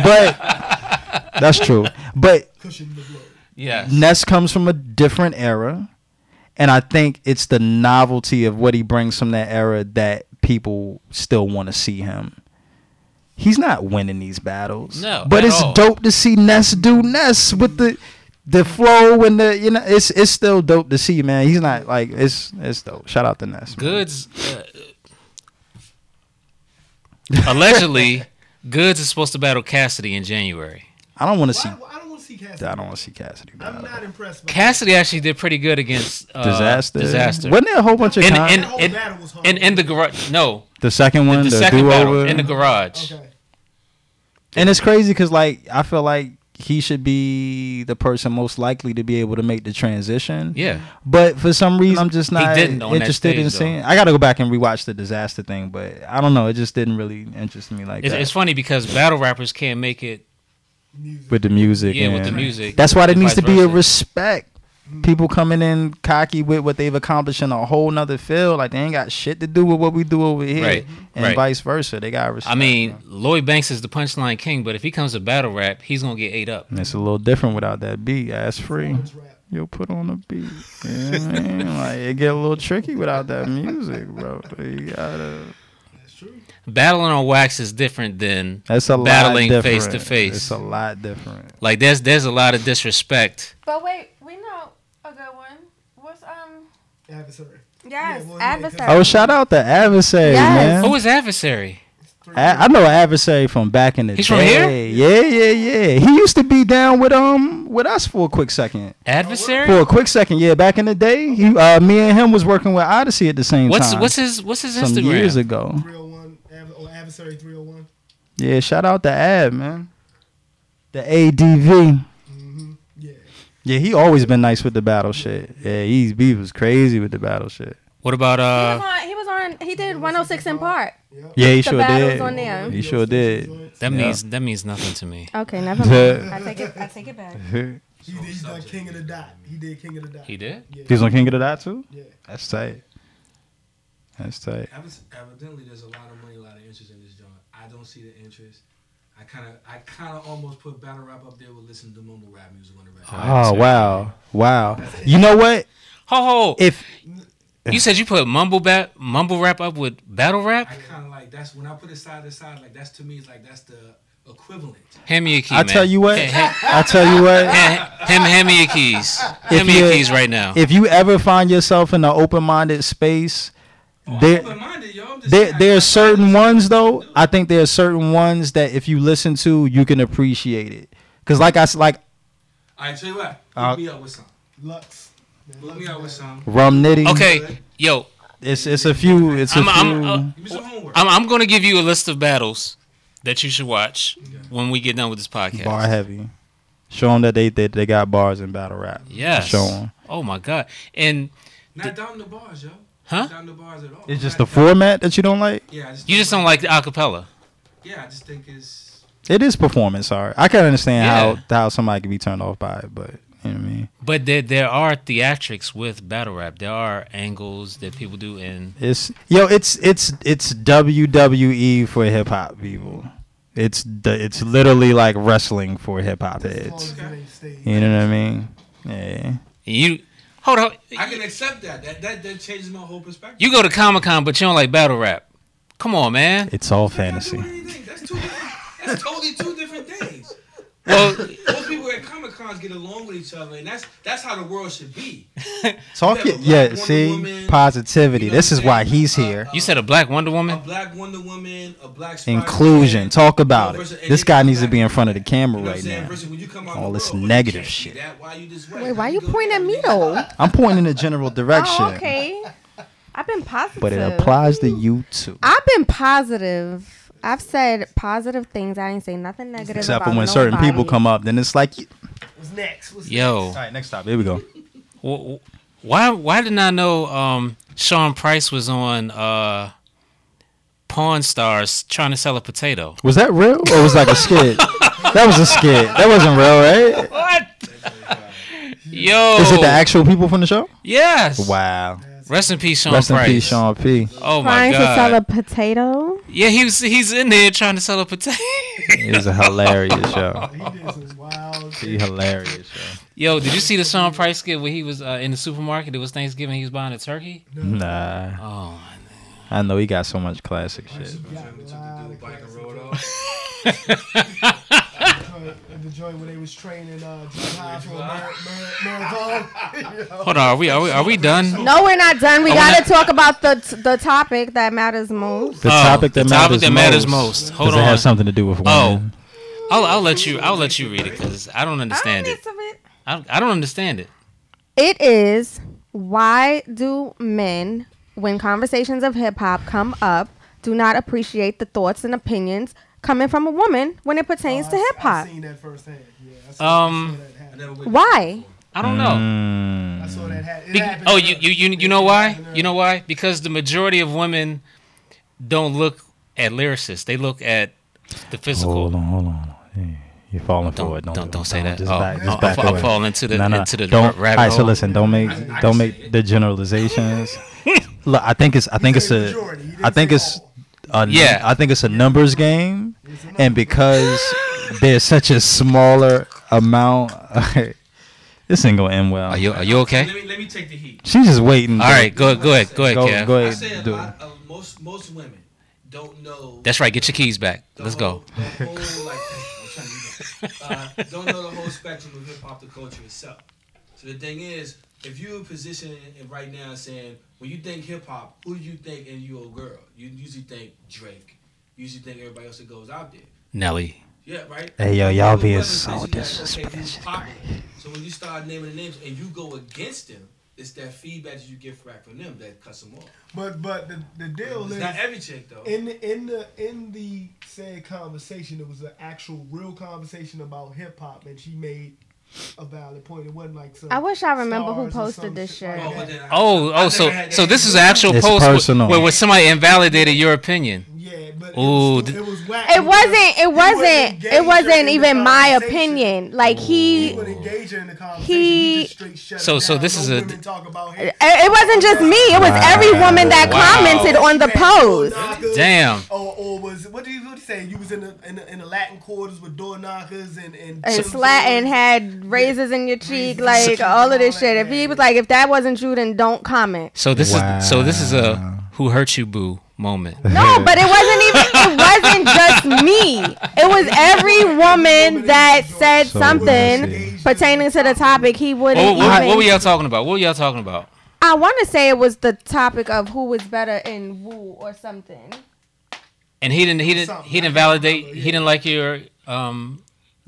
[SPEAKER 1] but that's true. But
[SPEAKER 7] Cushion the blow.
[SPEAKER 2] yes,
[SPEAKER 1] Ness comes from a different era, and I think it's the novelty of what he brings from that era that people still want to see him. He's not winning these battles,
[SPEAKER 2] No, at
[SPEAKER 1] but it's
[SPEAKER 2] all.
[SPEAKER 1] dope to see Ness do Ness with the the flow and the you know it's it's still dope to see, man. He's not like it's it's dope. Shout out to Ness. man.
[SPEAKER 2] Goods uh,
[SPEAKER 1] [laughs]
[SPEAKER 2] allegedly, Goods is supposed to battle Cassidy in January.
[SPEAKER 1] I don't want to see.
[SPEAKER 7] Why, why I don't want to see Cassidy.
[SPEAKER 1] I don't want to see Cassidy.
[SPEAKER 7] I'm
[SPEAKER 1] Battle.
[SPEAKER 7] not impressed. By
[SPEAKER 2] Cassidy actually did pretty good against uh,
[SPEAKER 1] Disaster.
[SPEAKER 2] Disaster.
[SPEAKER 1] Wasn't there a whole bunch of
[SPEAKER 2] In,
[SPEAKER 1] con-
[SPEAKER 2] in,
[SPEAKER 7] That whole
[SPEAKER 2] in,
[SPEAKER 7] battle was hard.
[SPEAKER 2] in, in the garage. No,
[SPEAKER 1] the second one,
[SPEAKER 2] the,
[SPEAKER 1] the,
[SPEAKER 2] second
[SPEAKER 1] do
[SPEAKER 2] battle
[SPEAKER 1] over
[SPEAKER 2] in the garage.
[SPEAKER 7] Okay.
[SPEAKER 1] And it's crazy because like I feel like he should be the person most likely to be able to make the transition.
[SPEAKER 2] Yeah,
[SPEAKER 1] But for some reason, I'm just
[SPEAKER 2] He
[SPEAKER 1] not
[SPEAKER 2] didn't on that
[SPEAKER 1] interested in
[SPEAKER 2] stage, though.
[SPEAKER 1] seeing. I got to go back and rewatch the disaster thing, but I don't know. It just didn't really interest me like
[SPEAKER 2] it's,
[SPEAKER 1] that.
[SPEAKER 2] it's funny because battle rappers can't make it.
[SPEAKER 7] Music.
[SPEAKER 1] with the music,
[SPEAKER 2] Yeah, with
[SPEAKER 1] and-
[SPEAKER 2] the music.
[SPEAKER 1] That's why there
[SPEAKER 2] and
[SPEAKER 1] needs to
[SPEAKER 2] vice
[SPEAKER 1] be a
[SPEAKER 2] versa.
[SPEAKER 1] respect. People coming in cocky with what they've accomplished in a whole nother field, like they ain't got shit to do with what we do over here,
[SPEAKER 2] Right,
[SPEAKER 1] and
[SPEAKER 2] right.
[SPEAKER 1] vice versa. They got respect.
[SPEAKER 2] I mean,
[SPEAKER 1] bro.
[SPEAKER 2] Lloyd Banks is the punchline king, but if he comes to battle rap, he's gonna get ate up.
[SPEAKER 1] And it's a little different without that beat. That's free.
[SPEAKER 7] Orange rap.
[SPEAKER 1] Yo, put on a beat. You know what I mean? [laughs] Like it get a little tricky without that music, bro. You gotta.
[SPEAKER 7] That's true.
[SPEAKER 2] Battling on wax is different than
[SPEAKER 1] That's a
[SPEAKER 2] Battling
[SPEAKER 1] lot
[SPEAKER 2] face to
[SPEAKER 1] different.
[SPEAKER 2] face.
[SPEAKER 1] It's a lot different.
[SPEAKER 2] like there's there's a lot of disrespect.
[SPEAKER 4] But wait, we know a good one. What's um
[SPEAKER 7] Adversary.
[SPEAKER 4] yes,
[SPEAKER 7] well, yeah, 'cause-
[SPEAKER 4] adversary.
[SPEAKER 1] Oh, shout out to adversary,
[SPEAKER 4] Yes.
[SPEAKER 2] Who
[SPEAKER 1] man.
[SPEAKER 2] is Oh, adversary?
[SPEAKER 1] A- I know adversary from back in the
[SPEAKER 2] He's
[SPEAKER 1] day.
[SPEAKER 2] from here?
[SPEAKER 1] Yeah, yeah, yeah. He used to be down with um with us for a quick second.
[SPEAKER 2] Adversary.
[SPEAKER 1] For a quick second, yeah. Back in the day, he uh me and him was working with Odyssey at the same
[SPEAKER 2] What's
[SPEAKER 1] time.
[SPEAKER 2] what's his what's his
[SPEAKER 1] some
[SPEAKER 2] Instagram?
[SPEAKER 1] years ago?
[SPEAKER 7] 301 Adver- or Adversary 301.
[SPEAKER 1] Yeah, shout out to Ad, man. The ADV.
[SPEAKER 7] Mm-hmm. Yeah.
[SPEAKER 1] Yeah, he always been nice with the battle shit. Yeah, he, he was crazy with the battle shit.
[SPEAKER 2] What about
[SPEAKER 4] he
[SPEAKER 2] uh?
[SPEAKER 4] was on he was on he did 106 in Park.
[SPEAKER 7] Yep.
[SPEAKER 1] Yeah, he
[SPEAKER 4] The
[SPEAKER 1] sure
[SPEAKER 4] battles
[SPEAKER 1] did.
[SPEAKER 4] on there.
[SPEAKER 1] He sure did. [laughs]
[SPEAKER 2] That
[SPEAKER 1] Yeah.
[SPEAKER 2] means that means nothing to me.
[SPEAKER 1] [laughs]
[SPEAKER 4] Okay, never mind. I take it I take it back. [laughs]
[SPEAKER 1] he
[SPEAKER 7] He did, he's done King of the Dot. He did King of the Dot.
[SPEAKER 2] He did.
[SPEAKER 1] was on King of the Dot too.
[SPEAKER 7] Yeah.
[SPEAKER 1] That's tight. That's tight.
[SPEAKER 8] Evident- Evidently, there's a lot of money, a lot of interest in this joint. I don't see the interest. I kind of, I kind of almost put battle rap up there with listening to mumble rap music on the record.
[SPEAKER 1] Oh wow, wow. You know what?
[SPEAKER 2] Ho ho!
[SPEAKER 1] If
[SPEAKER 2] you said you put mumble bat mumble rap up with battle
[SPEAKER 8] I
[SPEAKER 2] rap.
[SPEAKER 8] kind of like that's when I put it side to side. Like that's to me, it's like that's the equivalent.
[SPEAKER 2] Hand me your key,
[SPEAKER 1] I
[SPEAKER 2] man.
[SPEAKER 1] tell you what,
[SPEAKER 2] Hey, hand,
[SPEAKER 1] I tell you what.
[SPEAKER 2] hand, hand, hand me your keys. Hand me your
[SPEAKER 1] you're-
[SPEAKER 2] keys right now.
[SPEAKER 1] If you ever find yourself in an open-minded space,
[SPEAKER 8] Oh,
[SPEAKER 1] there.
[SPEAKER 8] I'm open-minded, yo. I'm just
[SPEAKER 1] There,
[SPEAKER 8] saying, I
[SPEAKER 1] there are
[SPEAKER 8] got-
[SPEAKER 1] certain ones though. I think there are certain ones that if you listen to, you can appreciate it. Cause like I s- like
[SPEAKER 8] All right, tell you what. Hook
[SPEAKER 1] Uh,
[SPEAKER 8] me up with something.
[SPEAKER 7] Lux. Man,
[SPEAKER 8] Hook
[SPEAKER 7] Lux
[SPEAKER 8] me
[SPEAKER 7] is
[SPEAKER 8] up with
[SPEAKER 7] bad.
[SPEAKER 8] something.
[SPEAKER 1] Rum Nitty.
[SPEAKER 2] Okay, yo,
[SPEAKER 1] It's it's a few. It's a
[SPEAKER 2] I'm I'm,
[SPEAKER 1] few.
[SPEAKER 2] uh,
[SPEAKER 8] Give me some homework.
[SPEAKER 2] I'm I'm gonna give you a list of battles that you should watch when we get done with this podcast.
[SPEAKER 1] bar heavy. Show them that they, they they got bars in battle rap.
[SPEAKER 2] Yes.
[SPEAKER 1] Show 'em.
[SPEAKER 2] Oh my god. And
[SPEAKER 8] Not down the bars, yo.
[SPEAKER 2] Huh?
[SPEAKER 8] Not down the bars at all.
[SPEAKER 1] It's just the
[SPEAKER 8] Not down-
[SPEAKER 1] format that you don't like.
[SPEAKER 8] Yeah, I just
[SPEAKER 2] you just don't like the acapella.
[SPEAKER 8] Yeah, I just think it's.
[SPEAKER 1] It is performance art. I can understand
[SPEAKER 2] Yeah.
[SPEAKER 1] how how somebody can be turned off by it, but You know what I mean?
[SPEAKER 2] But there there are theatrics with battle rap. There are angles that people do in
[SPEAKER 1] It's yo, it's it's it's WWE for hip hop people. It's the, it's literally like wrestling for hip hop
[SPEAKER 7] As long
[SPEAKER 1] heads.
[SPEAKER 7] as it ain't staged.
[SPEAKER 1] You know what I mean? Yeah.
[SPEAKER 2] you. Hold on,
[SPEAKER 8] I can accept that. That that, that changes my whole perspective.
[SPEAKER 2] you go to Comic Con, but you don't like battle rap. Come on, man.
[SPEAKER 1] It's all
[SPEAKER 8] That's not doing
[SPEAKER 1] fantasy.
[SPEAKER 8] anything. That's two. different- That's totally two different things.
[SPEAKER 2] Well,
[SPEAKER 8] Most people at Comic Cons get along with each other, and that's that's how the world should be.
[SPEAKER 1] Talk
[SPEAKER 8] Yeah,
[SPEAKER 1] yeah,
[SPEAKER 8] but Wonder
[SPEAKER 1] see
[SPEAKER 8] Woman,
[SPEAKER 1] positivity.
[SPEAKER 8] you know
[SPEAKER 1] This
[SPEAKER 8] what
[SPEAKER 1] is
[SPEAKER 8] I'm
[SPEAKER 1] why
[SPEAKER 8] saying?
[SPEAKER 1] he's
[SPEAKER 8] Uh,
[SPEAKER 1] here.
[SPEAKER 8] uh,
[SPEAKER 2] you said a black Wonder
[SPEAKER 8] a
[SPEAKER 2] Woman.
[SPEAKER 8] black Wonder Woman, a black Spider-Man,
[SPEAKER 1] Inclusion. Talk about
[SPEAKER 8] you know,
[SPEAKER 1] it.
[SPEAKER 8] versus- and
[SPEAKER 1] This
[SPEAKER 8] they-
[SPEAKER 1] guy needs to
[SPEAKER 8] black-
[SPEAKER 1] be in front of the camera
[SPEAKER 8] you know what I'm
[SPEAKER 1] right
[SPEAKER 8] saying?
[SPEAKER 1] now.
[SPEAKER 8] Versus when you come out
[SPEAKER 1] All
[SPEAKER 8] in the
[SPEAKER 1] this
[SPEAKER 8] world, oh, you
[SPEAKER 1] negative
[SPEAKER 8] can't
[SPEAKER 1] shit.
[SPEAKER 8] do That, why you this way?
[SPEAKER 4] Wait,
[SPEAKER 8] How
[SPEAKER 4] why you
[SPEAKER 8] go-
[SPEAKER 4] pointing at me though?
[SPEAKER 1] I'm pointing in a
[SPEAKER 8] [laughs]
[SPEAKER 1] general direction,
[SPEAKER 4] Oh, okay. I've been positive.
[SPEAKER 1] but it applies to you too.
[SPEAKER 4] I've been positive. I've said positive things. I ain't say nothing negative.
[SPEAKER 1] Except for
[SPEAKER 4] about
[SPEAKER 1] when certain
[SPEAKER 4] nobody.
[SPEAKER 1] people come up, then it's like,
[SPEAKER 7] What's next? What's
[SPEAKER 2] Yo,
[SPEAKER 1] all right, next stop. Here we go.
[SPEAKER 2] wh- wh- why why didn't I know um, Sean Price was on uh, Pawn Stars trying to sell a potato?
[SPEAKER 1] Was that real or was it like a
[SPEAKER 8] [laughs]
[SPEAKER 1] skit? that was a skit. That wasn't real, right?
[SPEAKER 2] What? [laughs] Yo.
[SPEAKER 1] Is it the
[SPEAKER 8] Oh.
[SPEAKER 1] actual people from the show?
[SPEAKER 2] Yes.
[SPEAKER 1] Wow.
[SPEAKER 2] Rest in peace, Sean
[SPEAKER 1] Rest in
[SPEAKER 2] Price.
[SPEAKER 1] pease, Sean P.
[SPEAKER 2] Oh my
[SPEAKER 4] Trying to
[SPEAKER 2] God.
[SPEAKER 4] sell a potato.
[SPEAKER 2] yeah, he was. He's in there trying to sell a potato. [laughs]
[SPEAKER 1] It was a hilarious
[SPEAKER 8] [laughs]
[SPEAKER 1] show.
[SPEAKER 7] next? He did some
[SPEAKER 1] [laughs]
[SPEAKER 7] wild
[SPEAKER 1] He
[SPEAKER 7] shit.
[SPEAKER 1] hilarious show.
[SPEAKER 2] Yo, did you see the Sean Price skit where he was uh, in the supermarket? It was Thanksgiving. He was buying a turkey.
[SPEAKER 1] Nah,
[SPEAKER 2] Oh,
[SPEAKER 1] I know he got so much classic shit.
[SPEAKER 7] Got
[SPEAKER 8] We took the
[SPEAKER 7] wild
[SPEAKER 8] dude bike and
[SPEAKER 7] classic
[SPEAKER 8] rode
[SPEAKER 7] joint.
[SPEAKER 8] off.
[SPEAKER 7] joint- at the joint where they was training uh, Drew High for a mar- mar- marathon. You [laughs] know?
[SPEAKER 2] [laughs] hold on. Are we? Are we? Are we done?
[SPEAKER 4] No, we're not done. We
[SPEAKER 2] I
[SPEAKER 4] gotta talk about the the topic that matters most.
[SPEAKER 1] The
[SPEAKER 2] Oh,
[SPEAKER 1] topic that
[SPEAKER 2] the
[SPEAKER 1] matters
[SPEAKER 2] topic that matters most. Hold
[SPEAKER 1] Because it
[SPEAKER 2] on.
[SPEAKER 1] has something to do with women.
[SPEAKER 2] Oh. I'll, I'll let you. I'll let you read it because I don't understand it. I, I don't understand it.
[SPEAKER 4] It is why do men, when conversations of hip hop come up, do not appreciate the thoughts and opinions coming from a woman when it pertains to
[SPEAKER 7] Oh, I-
[SPEAKER 4] hip
[SPEAKER 7] I
[SPEAKER 4] hop?
[SPEAKER 7] seen that firsthand. Yeah, I saw,
[SPEAKER 2] Um,
[SPEAKER 7] I saw that
[SPEAKER 8] I
[SPEAKER 7] happen.
[SPEAKER 8] never went
[SPEAKER 4] Why?
[SPEAKER 2] I don't
[SPEAKER 1] Mm.
[SPEAKER 2] know.
[SPEAKER 1] Hmm.
[SPEAKER 7] I saw that happen. It
[SPEAKER 2] Be-
[SPEAKER 7] happened
[SPEAKER 2] oh,
[SPEAKER 7] to
[SPEAKER 2] you,
[SPEAKER 7] her.
[SPEAKER 2] you you you know why?
[SPEAKER 7] uh,
[SPEAKER 2] You know why? Because the majority of women don't look at lyricists. They look at the
[SPEAKER 1] Hold
[SPEAKER 2] physical.
[SPEAKER 1] on, hold on. hold on. Yeah, You're falling
[SPEAKER 2] Don't
[SPEAKER 1] for it.
[SPEAKER 2] don't,
[SPEAKER 1] Don't
[SPEAKER 2] don't, say that.
[SPEAKER 1] Just
[SPEAKER 2] oh,
[SPEAKER 1] back, just
[SPEAKER 2] I'll-
[SPEAKER 1] back
[SPEAKER 2] I'll, I'll
[SPEAKER 1] away.
[SPEAKER 2] fall into the
[SPEAKER 1] No, no,
[SPEAKER 2] into the
[SPEAKER 1] don't. All
[SPEAKER 2] rabbit
[SPEAKER 1] right, so
[SPEAKER 2] hole.
[SPEAKER 1] listen. Don't make
[SPEAKER 8] I can
[SPEAKER 1] don't
[SPEAKER 8] say
[SPEAKER 1] make
[SPEAKER 8] it.
[SPEAKER 1] the generalizations. Look, I think it's I think it's
[SPEAKER 7] said
[SPEAKER 1] a
[SPEAKER 7] majority. You didn't
[SPEAKER 1] I think
[SPEAKER 7] say
[SPEAKER 1] it's
[SPEAKER 7] all.
[SPEAKER 1] a num-
[SPEAKER 2] Yeah.
[SPEAKER 1] I think it's a numbers game, and because there's such a smaller amount, [laughs] this ain't gonna end well.
[SPEAKER 2] Are you are you
[SPEAKER 8] Let
[SPEAKER 2] okay?
[SPEAKER 8] me let me take the heat.
[SPEAKER 1] She's just waiting.
[SPEAKER 2] All right, go go ahead, go ahead,
[SPEAKER 1] go,
[SPEAKER 2] Kev.
[SPEAKER 1] go
[SPEAKER 8] I
[SPEAKER 1] ahead.
[SPEAKER 8] say a
[SPEAKER 1] do
[SPEAKER 8] lot of most most women don't know.
[SPEAKER 2] That's right. Get your keys back.
[SPEAKER 8] the
[SPEAKER 2] Let's
[SPEAKER 8] whole-
[SPEAKER 2] go.
[SPEAKER 8] The whole, like, I'm trying
[SPEAKER 2] [laughs]
[SPEAKER 8] to do that. Uh, don't know the whole spectrum of hip hop, the culture itself. So the thing is, if you're positioning it right now saying, when you think hip hop, who do you think and you a girl? You usually think Drake. You usually think everybody else that goes out there.
[SPEAKER 2] Nelly.
[SPEAKER 8] Yeah, right?
[SPEAKER 1] Hey, yo, y'all
[SPEAKER 8] Other
[SPEAKER 1] being
[SPEAKER 8] women
[SPEAKER 1] so
[SPEAKER 8] basically like, okay,
[SPEAKER 1] disrespectful.
[SPEAKER 8] who's popular? So when you start naming the names and you go against them, it's that feedback that you get back from them that cuts them off.
[SPEAKER 7] But but the, the deal
[SPEAKER 8] It's
[SPEAKER 7] is
[SPEAKER 8] not every chick though.
[SPEAKER 7] in the in the in the said conversation, it was an actual real conversation about hip hop, and she made a valid point. It wasn't like some
[SPEAKER 4] I wish I remember who
[SPEAKER 7] stars or
[SPEAKER 4] posted
[SPEAKER 7] some
[SPEAKER 4] this
[SPEAKER 7] shit like
[SPEAKER 4] shirt.
[SPEAKER 7] that.
[SPEAKER 8] but then I-
[SPEAKER 2] Oh,
[SPEAKER 8] I
[SPEAKER 2] oh, so
[SPEAKER 8] never had that
[SPEAKER 2] so this is an
[SPEAKER 8] experience.
[SPEAKER 2] actual
[SPEAKER 1] It's
[SPEAKER 2] post where-
[SPEAKER 1] personal.
[SPEAKER 2] where where somebody invalidated your opinion.
[SPEAKER 7] Yeah, but
[SPEAKER 2] Ooh,
[SPEAKER 7] it, was,
[SPEAKER 2] th-
[SPEAKER 7] it was whack.
[SPEAKER 4] It wasn't. It
[SPEAKER 7] You wouldn't
[SPEAKER 4] wasn't.
[SPEAKER 7] engage her
[SPEAKER 4] It wasn't
[SPEAKER 7] in the
[SPEAKER 4] even my
[SPEAKER 7] conversation.
[SPEAKER 4] opinion. Like
[SPEAKER 7] You
[SPEAKER 4] he,
[SPEAKER 7] would engage her in the conversation.
[SPEAKER 4] He-
[SPEAKER 7] you just straight shut
[SPEAKER 2] So-
[SPEAKER 7] it
[SPEAKER 2] so
[SPEAKER 7] down.
[SPEAKER 2] this is
[SPEAKER 7] No
[SPEAKER 2] a-
[SPEAKER 7] women talk about
[SPEAKER 4] it
[SPEAKER 7] hip
[SPEAKER 4] it wasn't just me. It was every
[SPEAKER 1] Wow.
[SPEAKER 4] woman that
[SPEAKER 2] Wow.
[SPEAKER 4] commented on the
[SPEAKER 7] Back door
[SPEAKER 4] post.
[SPEAKER 7] knockers,
[SPEAKER 2] Damn.
[SPEAKER 7] Or, or was what do you what do you say? You was in the in the, in the Latin quarters with door knockers and
[SPEAKER 4] And
[SPEAKER 7] and, chimps
[SPEAKER 4] slat and
[SPEAKER 7] on.
[SPEAKER 4] had razors in your cheek,
[SPEAKER 7] Razors.
[SPEAKER 4] like all of this
[SPEAKER 7] All that
[SPEAKER 4] shit. If he
[SPEAKER 7] bad.
[SPEAKER 4] was like, if that wasn't you, then don't comment.
[SPEAKER 2] So this is so this is a
[SPEAKER 1] Wow.
[SPEAKER 2] who hurt you boo
[SPEAKER 1] [laughs]
[SPEAKER 2] moment.
[SPEAKER 4] No, but it wasn't even. It wasn't just me. It was every woman that said
[SPEAKER 1] So
[SPEAKER 4] something
[SPEAKER 1] messy.
[SPEAKER 4] pertaining to the topic. He wouldn't
[SPEAKER 1] Oh,
[SPEAKER 2] What, what, what were
[SPEAKER 4] even.
[SPEAKER 2] y'all talking about? What were y'all talking about?
[SPEAKER 4] I want to say it was the topic of who was better in woo or something.
[SPEAKER 2] And he didn't he didn't
[SPEAKER 7] Something.
[SPEAKER 2] he didn't validate he didn't like your um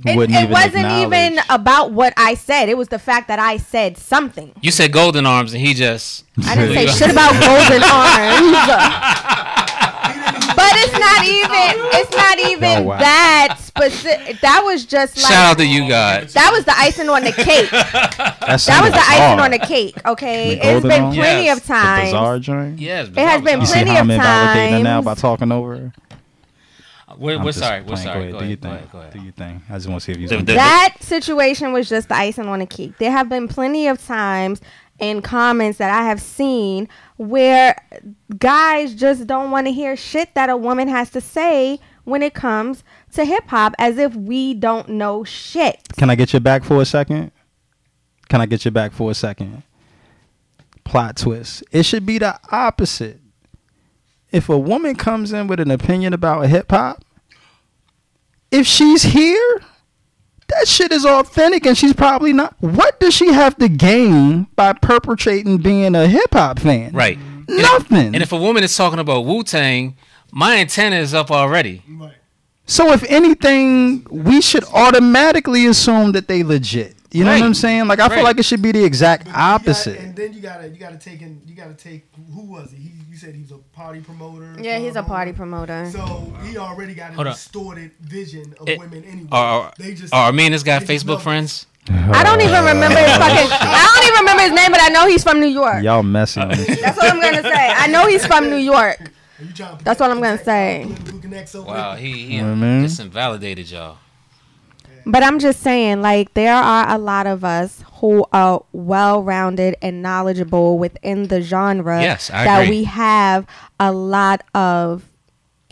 [SPEAKER 4] It,
[SPEAKER 1] Wouldn't
[SPEAKER 4] it
[SPEAKER 1] even
[SPEAKER 4] wasn't
[SPEAKER 1] acknowledge.
[SPEAKER 4] even about what I said. It was the fact that I said something.
[SPEAKER 2] you said golden arms and he just
[SPEAKER 4] I didn't say shit about golden
[SPEAKER 1] [laughs]
[SPEAKER 4] arms. but it's not even. It's not even
[SPEAKER 1] Oh, wow.
[SPEAKER 4] that specific. That was just like.
[SPEAKER 2] Shout out to you God.
[SPEAKER 4] that was the icing on the cake.
[SPEAKER 1] That,
[SPEAKER 4] That was the icing
[SPEAKER 1] bizarre.
[SPEAKER 4] on the cake. Okay,
[SPEAKER 1] The
[SPEAKER 4] it's
[SPEAKER 1] golden
[SPEAKER 4] been
[SPEAKER 1] arm?
[SPEAKER 4] plenty
[SPEAKER 2] Yes.
[SPEAKER 4] of
[SPEAKER 1] The bizarre
[SPEAKER 4] times.
[SPEAKER 1] joint.
[SPEAKER 2] Yes,
[SPEAKER 4] It has been
[SPEAKER 1] You see
[SPEAKER 4] Plenty
[SPEAKER 1] how
[SPEAKER 4] of
[SPEAKER 1] I'm invalidating her now
[SPEAKER 4] times.
[SPEAKER 1] by talking over her?
[SPEAKER 2] We're,
[SPEAKER 1] I'm
[SPEAKER 2] we're
[SPEAKER 1] just
[SPEAKER 2] sorry. We're
[SPEAKER 1] playing.
[SPEAKER 2] sorry. Go ahead. Go
[SPEAKER 1] do your
[SPEAKER 2] ahead.
[SPEAKER 1] thing.
[SPEAKER 2] Go ahead.
[SPEAKER 1] Do your thing. I just want to see if you.
[SPEAKER 2] The-
[SPEAKER 1] gonna-
[SPEAKER 2] the-
[SPEAKER 4] That situation was just the icing on the cake. There have been plenty of times in comments that I have seen where guys just don't want to hear shit that a woman has to say when it comes to hip hop as if we don't know shit.
[SPEAKER 1] Can I get your back for a second? Can I get your back for a second? Plot twist. It should be the opposite. If a woman comes in with an opinion about hip hop, if she's here, that shit is authentic and she's probably not. What does she have to gain by perpetrating being a hip hop fan?
[SPEAKER 2] Right.
[SPEAKER 1] Nothing.
[SPEAKER 2] And if a woman is talking about Wu Tang, my antenna is up already.
[SPEAKER 7] Right.
[SPEAKER 1] So if anything, we should automatically assume that they legit. You know
[SPEAKER 2] Right.
[SPEAKER 1] what I'm saying? Like I
[SPEAKER 2] Right.
[SPEAKER 1] feel like it should be the exact
[SPEAKER 7] But you gotta- and
[SPEAKER 1] opposite.
[SPEAKER 7] then you gotta you gotta take in you gotta take who was it? He you said he was a party promoter.
[SPEAKER 4] Yeah, he's a
[SPEAKER 7] club
[SPEAKER 4] party
[SPEAKER 7] owner.
[SPEAKER 4] promoter.
[SPEAKER 7] So he already got a
[SPEAKER 2] Hold on.
[SPEAKER 7] distorted vision of
[SPEAKER 2] It- uh,
[SPEAKER 7] women anyway.
[SPEAKER 2] Are, are,
[SPEAKER 7] they just
[SPEAKER 2] are Arminus got
[SPEAKER 7] they just
[SPEAKER 2] Facebook
[SPEAKER 7] love-
[SPEAKER 2] friends?
[SPEAKER 4] I don't even remember his fucking. I don't even remember his name, but I know he's from New York.
[SPEAKER 1] Y'all messing.
[SPEAKER 2] [laughs]
[SPEAKER 1] with me.
[SPEAKER 4] That's what I'm gonna say. I know he's from New York.
[SPEAKER 7] Are you trying to
[SPEAKER 4] That's what I'm gonna say.
[SPEAKER 7] Who connects over
[SPEAKER 2] Wow, he, he
[SPEAKER 1] You know what I mean?
[SPEAKER 2] just invalidated y'all.
[SPEAKER 4] But I'm just saying, like, there are a lot of us who are well rounded and knowledgeable within the genre
[SPEAKER 2] Yes, I
[SPEAKER 4] Uh, that
[SPEAKER 2] agree.
[SPEAKER 4] we have a lot of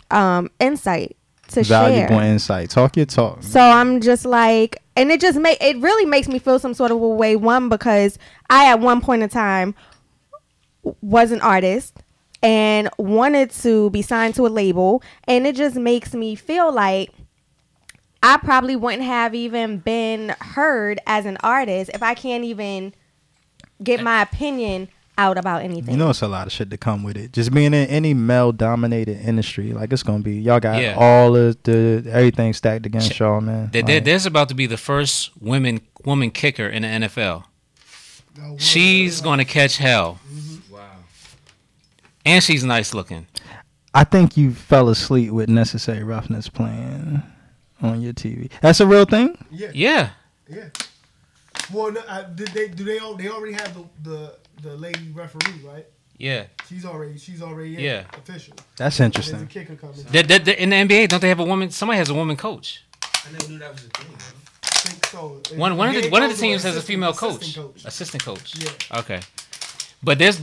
[SPEAKER 4] um, insight to share.
[SPEAKER 1] Valuable insight. Talk your talk.
[SPEAKER 4] So I'm just like, and it just make it really makes me feel some sort of a way. One because I at one point in time w- was an artist and wanted to be signed to a label, and it just makes me feel like. I probably wouldn't have even been heard as an artist if I can't even get my opinion out about anything.
[SPEAKER 1] You know, it's a lot of shit to come with it. Just being in any male-dominated industry, like it's gonna be. Y'all got
[SPEAKER 2] Yeah.
[SPEAKER 1] all of the everything stacked against y'all, man.
[SPEAKER 2] There, there,
[SPEAKER 1] Like,
[SPEAKER 2] there's about to be the first women woman kicker in the NFL. She's going to catch hell.
[SPEAKER 8] Wow.
[SPEAKER 2] And she's nice looking.
[SPEAKER 1] I think you fell asleep with necessary roughness playing on your TV. That's a real thing.
[SPEAKER 7] Yeah,
[SPEAKER 2] Yeah.
[SPEAKER 7] yeah. Well, no, I, did they do they all they already have the, the the lady referee right?
[SPEAKER 2] Yeah.
[SPEAKER 7] She's already she's already in
[SPEAKER 2] Yeah.
[SPEAKER 7] official.
[SPEAKER 1] That's
[SPEAKER 7] There's a
[SPEAKER 1] interesting.
[SPEAKER 7] kicker coming.
[SPEAKER 2] That- that- that- in the NBA, don't they have a woman? Somebody has a woman coach.
[SPEAKER 8] I never knew that was a thing. Man.
[SPEAKER 7] I think so. If-
[SPEAKER 2] One, one, of
[SPEAKER 7] if
[SPEAKER 2] the,
[SPEAKER 7] they
[SPEAKER 2] one of the
[SPEAKER 7] go to an
[SPEAKER 2] teams has a
[SPEAKER 7] assistant-
[SPEAKER 2] female
[SPEAKER 7] assistant
[SPEAKER 2] coach, assistant coach.
[SPEAKER 7] Yeah.
[SPEAKER 2] Okay. But there's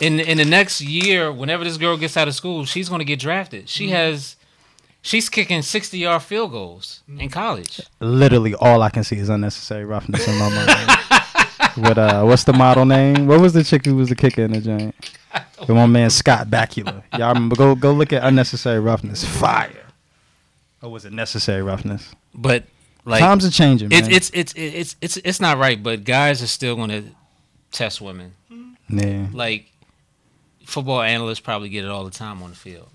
[SPEAKER 2] in in the next year, whenever this girl gets out of school, she's going to get drafted. She has she's kicking sixty yard field goals in college.
[SPEAKER 1] literally all I can see is unnecessary roughness in my mind. What uh, what's the model name? What was the chick who was the kicker in the joint? The one man Scott Bakula. Y'all remember? Go go look at unnecessary roughness. Fire. Or was it necessary roughness?
[SPEAKER 2] But like
[SPEAKER 1] Times are changing, man.
[SPEAKER 2] it's it's it's it's it's it's not right. But guys are still going to test women.
[SPEAKER 1] yeah.
[SPEAKER 2] Like football analysts probably get it all the time on the field.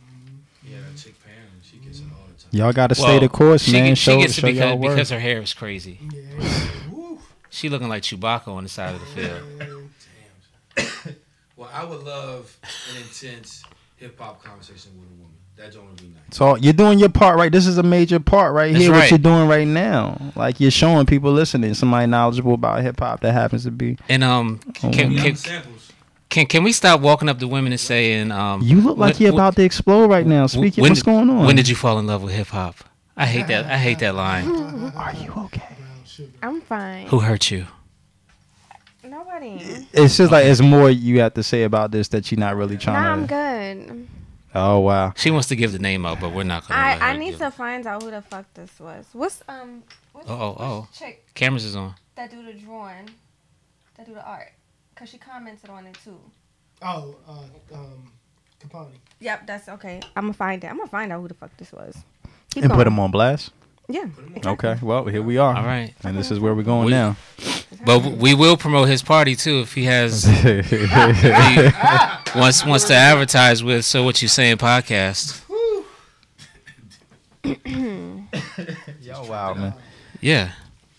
[SPEAKER 8] Yeah, that chick Pam, she gets it all the time.
[SPEAKER 1] Y'all got to stay
[SPEAKER 2] Well,
[SPEAKER 1] the course,
[SPEAKER 2] she,
[SPEAKER 1] man.
[SPEAKER 2] get-
[SPEAKER 1] show
[SPEAKER 2] she gets
[SPEAKER 1] show
[SPEAKER 2] it because
[SPEAKER 1] y'all worth.
[SPEAKER 2] because her hair is crazy.
[SPEAKER 7] Yeah. Woo.
[SPEAKER 2] She looking like Chewbacca on the side of the field.
[SPEAKER 8] [laughs] Well, I would love an intense hip hop conversation with a woman. That joint would be nice.
[SPEAKER 1] So you're doing your part right. This is a major part right
[SPEAKER 2] That's
[SPEAKER 1] here.
[SPEAKER 2] right.
[SPEAKER 1] What you're doing right now, like you're showing people listening, somebody knowledgeable about hip hop that happens to be.
[SPEAKER 2] And um,
[SPEAKER 1] Oh,
[SPEAKER 2] can,
[SPEAKER 8] We
[SPEAKER 1] yeah.
[SPEAKER 2] can,
[SPEAKER 8] have samples.
[SPEAKER 2] can can we stop walking up to women and saying um,
[SPEAKER 1] You look like
[SPEAKER 2] when-
[SPEAKER 1] you're about to explode right now.
[SPEAKER 2] when-
[SPEAKER 1] Speaking,
[SPEAKER 2] when-
[SPEAKER 1] what's going on?
[SPEAKER 2] When did you fall in love with hip hop? I hate that. I hate that line.
[SPEAKER 1] Are you okay?
[SPEAKER 7] Brown sugar.
[SPEAKER 4] I'm fine.
[SPEAKER 2] Who hurt you?
[SPEAKER 4] Nobody.
[SPEAKER 1] It's just like it's more you have to say about this that you're not really
[SPEAKER 4] Nah, I'm
[SPEAKER 1] trying to.
[SPEAKER 4] good.
[SPEAKER 1] Oh wow,
[SPEAKER 2] She wants to give the name out, but we're not gonna.
[SPEAKER 4] I, I need to find out who the fuck this was. What's um what's,
[SPEAKER 2] Oh, oh, oh.
[SPEAKER 4] what's the chick
[SPEAKER 2] Cameras is on.
[SPEAKER 4] that do the drawing, that do the art? Cause she commented on it too.
[SPEAKER 7] Oh, uh, um, Capone.
[SPEAKER 4] Yep, that's okay. I'm gonna find it. I'm gonna find out who the fuck this was. Keep
[SPEAKER 1] and
[SPEAKER 4] going.
[SPEAKER 1] put him on blast.
[SPEAKER 4] Yeah.
[SPEAKER 1] Okay, well here we are.
[SPEAKER 2] All right,
[SPEAKER 1] and this is where we're going
[SPEAKER 2] We- [laughs]
[SPEAKER 1] now.
[SPEAKER 2] but we will promote his party too if he
[SPEAKER 1] [laughs]
[SPEAKER 2] has
[SPEAKER 1] That's
[SPEAKER 2] he wants wants to advertise with. So what you saying podcast?
[SPEAKER 1] wild, man.
[SPEAKER 2] Yeah,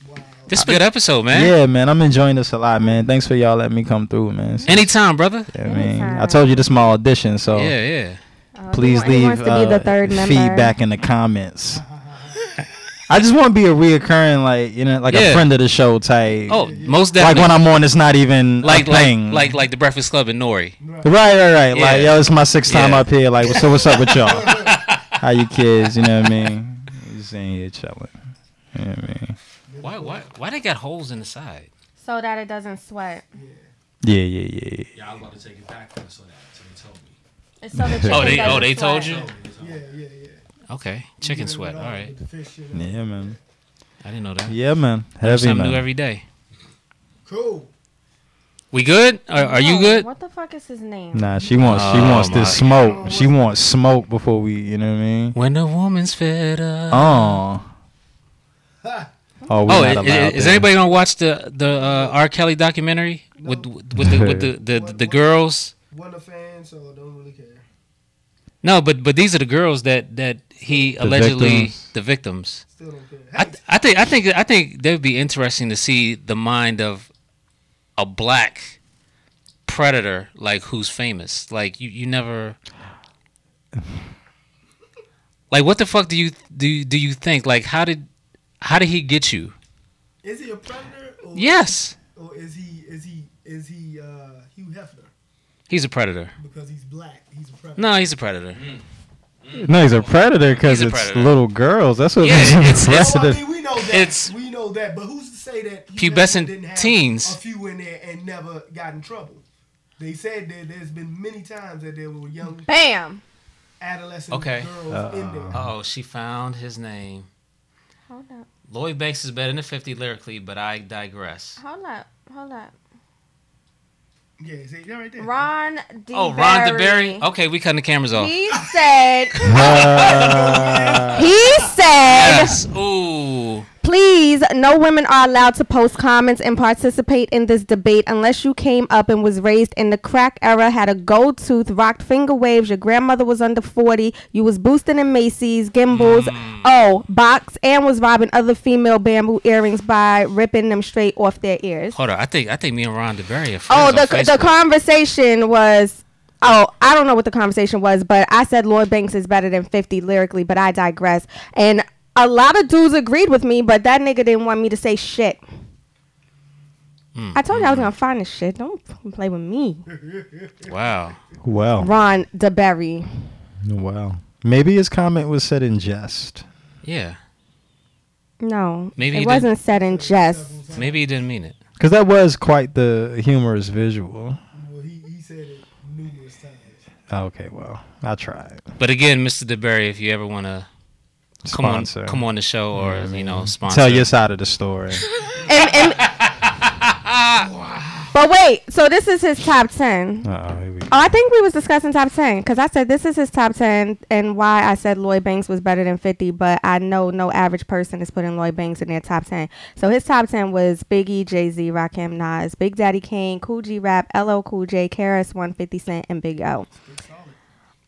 [SPEAKER 7] Wow.
[SPEAKER 2] this is a good episode, man.
[SPEAKER 1] [laughs] Yeah, man, I'm enjoying this a lot, man. Thanks for y'all letting me come through, man.
[SPEAKER 2] Anytime, brother.
[SPEAKER 1] Yeah, I mean, I
[SPEAKER 4] Anytime.
[SPEAKER 1] told you this is my audition, so
[SPEAKER 2] Yeah, yeah.
[SPEAKER 4] Oh, he
[SPEAKER 1] please
[SPEAKER 4] wa- he
[SPEAKER 1] leave
[SPEAKER 4] wants to be the
[SPEAKER 1] uh,
[SPEAKER 4] third member.
[SPEAKER 1] feedback in the comments. I just want to be a reoccurring, like you know, like
[SPEAKER 2] Yeah.
[SPEAKER 1] a friend of the show type.
[SPEAKER 2] Oh, most
[SPEAKER 1] like
[SPEAKER 2] definitely.
[SPEAKER 1] when I'm on, it's not even
[SPEAKER 2] like
[SPEAKER 1] a
[SPEAKER 2] like,
[SPEAKER 1] thing.
[SPEAKER 2] like like the Breakfast Club and Nori.
[SPEAKER 1] Right, right, right. Like,
[SPEAKER 2] Yeah.
[SPEAKER 1] yo, it's my sixth time
[SPEAKER 2] Yeah. [laughs]
[SPEAKER 1] up here. Like, so what's up with y'all? How you kids? You know what I mean? We Just in here chilling. You know what I mean?
[SPEAKER 2] Why why why they got holes in the side?
[SPEAKER 4] so that it doesn't sweat.
[SPEAKER 1] Yeah, yeah, yeah. yeah.
[SPEAKER 5] Yeah, I was about to take it back when I saw that. So they told me.
[SPEAKER 4] It's so the
[SPEAKER 1] [laughs] Oh,
[SPEAKER 2] Oh
[SPEAKER 4] chicken
[SPEAKER 2] they oh
[SPEAKER 4] doesn't
[SPEAKER 2] they told
[SPEAKER 4] sweat.
[SPEAKER 2] you?
[SPEAKER 7] Yeah, yeah, yeah.
[SPEAKER 2] Okay, chicken
[SPEAKER 7] Get rid
[SPEAKER 2] sweat.
[SPEAKER 7] of
[SPEAKER 2] All right,
[SPEAKER 7] with the fish shit.
[SPEAKER 1] Yeah, man.
[SPEAKER 2] I didn't know that.
[SPEAKER 1] Yeah, man.
[SPEAKER 2] Learn
[SPEAKER 1] Heavy,
[SPEAKER 2] something
[SPEAKER 1] man.
[SPEAKER 2] new every day.
[SPEAKER 7] Cool.
[SPEAKER 2] We good? Uh, Are, are you
[SPEAKER 4] No,
[SPEAKER 2] good?
[SPEAKER 4] What the fuck is his name?
[SPEAKER 1] nah, she wants. She
[SPEAKER 2] Oh,
[SPEAKER 1] wants this
[SPEAKER 2] my
[SPEAKER 1] smoke. She wants smoke before we. You know what I mean?
[SPEAKER 2] When a woman's fed up.
[SPEAKER 1] Oh. Oh, we
[SPEAKER 2] Uh-huh. oh,
[SPEAKER 1] not
[SPEAKER 2] i- i-
[SPEAKER 1] allowed
[SPEAKER 2] is
[SPEAKER 1] there.
[SPEAKER 2] anybody gonna watch the the uh, R. Kelly documentary with with the with the the, the, the girls?
[SPEAKER 7] Wasn't a fan, so I don't really care.
[SPEAKER 2] No, but but these are the girls that that he allegedly
[SPEAKER 1] victims.
[SPEAKER 2] the victims.
[SPEAKER 7] Still don't care.
[SPEAKER 2] I, th- I think I think I think they'd be interesting to see the mind of a black predator like who's famous. Like you, you
[SPEAKER 1] [sighs]
[SPEAKER 2] never Like what the fuck do you do you- do you think? Like how did how did he get you?
[SPEAKER 7] Is he a predator? Or,
[SPEAKER 2] Yes.
[SPEAKER 7] Or is he is he is he uh, Hugh Hefner
[SPEAKER 2] He's a predator.
[SPEAKER 7] because he's black? He's a predator.
[SPEAKER 2] No, he's a predator.
[SPEAKER 1] No, he's a predator because
[SPEAKER 2] He's a
[SPEAKER 1] it's
[SPEAKER 2] predator.
[SPEAKER 1] little girls. That's what
[SPEAKER 2] Yeah,
[SPEAKER 1] makes him
[SPEAKER 2] it's-
[SPEAKER 1] a
[SPEAKER 2] it's-
[SPEAKER 7] Oh, I
[SPEAKER 1] predator.
[SPEAKER 7] mean, we know that.
[SPEAKER 2] It's-
[SPEAKER 7] we know that. But who's to say that Hugh
[SPEAKER 2] Pubescent
[SPEAKER 7] Hefner didn't have
[SPEAKER 2] teens.
[SPEAKER 7] A few in there and never got in trouble. They said that there's been many times that there were young
[SPEAKER 4] Bam.
[SPEAKER 7] adolescent
[SPEAKER 2] Okay.
[SPEAKER 7] girls in there.
[SPEAKER 2] Oh, she found his name.
[SPEAKER 4] Hold up.
[SPEAKER 2] Lloyd Banks is better than 50 lyrically, but I digress.
[SPEAKER 4] Hold up. Hold up.
[SPEAKER 7] yeah, see that right there.
[SPEAKER 4] Uh, Ron DeBerry.
[SPEAKER 2] Oh, Ron DeBerry. Okay, we cutting the cameras off.
[SPEAKER 4] He [laughs] said.
[SPEAKER 1] [laughs] Ah.
[SPEAKER 4] He said.
[SPEAKER 2] Yes. Ooh.
[SPEAKER 4] Please, no women are allowed to post comments and participate in this debate unless you came up and was raised in the crack era, had a gold tooth, rocked finger waves, your grandmother was under 40, you was boosting in Macy's, Gimbals,
[SPEAKER 2] Mm.
[SPEAKER 4] oh, box, and was robbing other female bamboo earrings by ripping them straight off their ears.
[SPEAKER 2] Hold on. I think I think me and Ron DeBerry are friends.
[SPEAKER 4] Oh,
[SPEAKER 2] on
[SPEAKER 4] the, the
[SPEAKER 2] Facebook.
[SPEAKER 4] conversation was. Oh, I don't know what the conversation was, but I said Lloyd Banks is better than 50 lyrically, but I digress. And a lot of dudes agreed with me, but that nigga didn't want me to say shit. I told you I was
[SPEAKER 2] Mm.
[SPEAKER 4] going to find this shit. Don't fucking play with me.
[SPEAKER 2] Wow.
[SPEAKER 1] Wow.
[SPEAKER 4] Ron DeBerry.
[SPEAKER 1] Wow. Maybe his comment was said in jest.
[SPEAKER 2] Yeah.
[SPEAKER 4] No.
[SPEAKER 2] Maybe he
[SPEAKER 4] it
[SPEAKER 2] didn't-
[SPEAKER 4] wasn't said in jest.
[SPEAKER 2] Maybe he didn't mean it.
[SPEAKER 1] Because that was quite the humorous visual. Oh,
[SPEAKER 7] Well, he, he said it numerous times.
[SPEAKER 1] Okay, well, I tried.
[SPEAKER 2] But again, Mr. DeBerry, if you ever want to come on,
[SPEAKER 1] Sponsor. Mm-hmm.
[SPEAKER 2] come on the show or you know sponsor.
[SPEAKER 1] Tell your side of the story.
[SPEAKER 2] [laughs]
[SPEAKER 4] And, and- But wait, so this is his top 10.
[SPEAKER 1] Uh-oh, here we go.
[SPEAKER 4] Oh, I think we was discussing top ten because I said this is his top ten and why I said Lloyd Banks was better than fifty, but I know no average person is putting Lloyd Banks in their top ten. So his top ten was Biggie, Jay Z, Rakim, Nas, Big Daddy Kane, Cool G Rap, LL Cool J, Karis, One Fifty Cent, and Big O.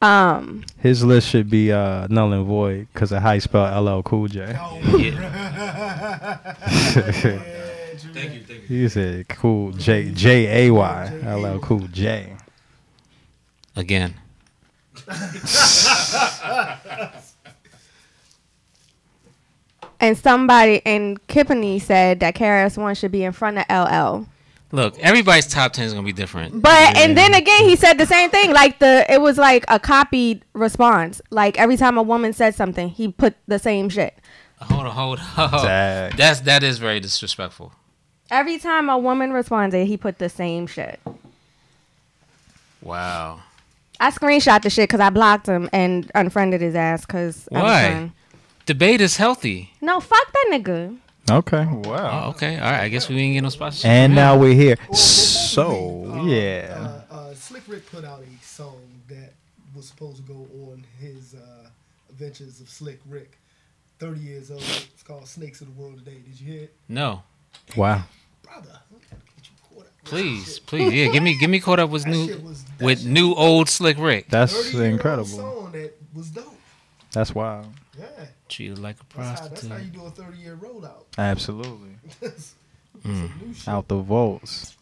[SPEAKER 4] Um,
[SPEAKER 1] His list should be uh, null and void because of how you spell LL Cool J. [laughs]
[SPEAKER 8] Thank you, thank you.
[SPEAKER 1] You said cool J J A Y LL Cool J.
[SPEAKER 2] again.
[SPEAKER 4] and somebody and Kippany said that Karis One should be in front of LL.
[SPEAKER 2] Look, everybody's top ten is gonna be different.
[SPEAKER 4] But and then again, he said the same thing. Like the it was like a copied response. Like every time a woman said something, he put the same shit.
[SPEAKER 2] Hold on, hold on.
[SPEAKER 1] Dag.
[SPEAKER 2] That's that is very disrespectful.
[SPEAKER 4] Every time a woman responded, he put the same shit.
[SPEAKER 2] Wow.
[SPEAKER 4] I screenshot the shit because I blocked him and unfriended his ass because
[SPEAKER 2] Why? Debate is healthy.
[SPEAKER 4] No, fuck that nigga.
[SPEAKER 1] Okay, wow.
[SPEAKER 2] Oh, okay. All right. I guess we didn't get no sponsorship.
[SPEAKER 1] And now we're here.
[SPEAKER 7] Well,
[SPEAKER 1] So
[SPEAKER 7] basically,
[SPEAKER 1] yeah.
[SPEAKER 7] Uh, uh, Slick Rick put out a song that was supposed to go on his uh, Adventures of Slick Rick. 30 years old. It's called Snakes of the World Today. Did you hear it?
[SPEAKER 2] no.
[SPEAKER 1] Wow.
[SPEAKER 7] Brother, I'm gonna get you caught up.
[SPEAKER 2] Please, please, yeah, give me, give me caught up with
[SPEAKER 7] That
[SPEAKER 2] new,
[SPEAKER 7] shit was- that
[SPEAKER 2] with
[SPEAKER 7] shit-
[SPEAKER 2] new old slick Rick.
[SPEAKER 1] That's
[SPEAKER 7] 30-year-old
[SPEAKER 1] incredible.
[SPEAKER 7] song that was dope.
[SPEAKER 1] That's wild.
[SPEAKER 7] Yeah.
[SPEAKER 2] Treat her like a
[SPEAKER 7] That's how, that's
[SPEAKER 2] prostitute.
[SPEAKER 7] how you do a 30 year rollout. [laughs]
[SPEAKER 1] Absolutely.
[SPEAKER 7] That's
[SPEAKER 1] Hmm.
[SPEAKER 7] some new shit.
[SPEAKER 1] Out the votes.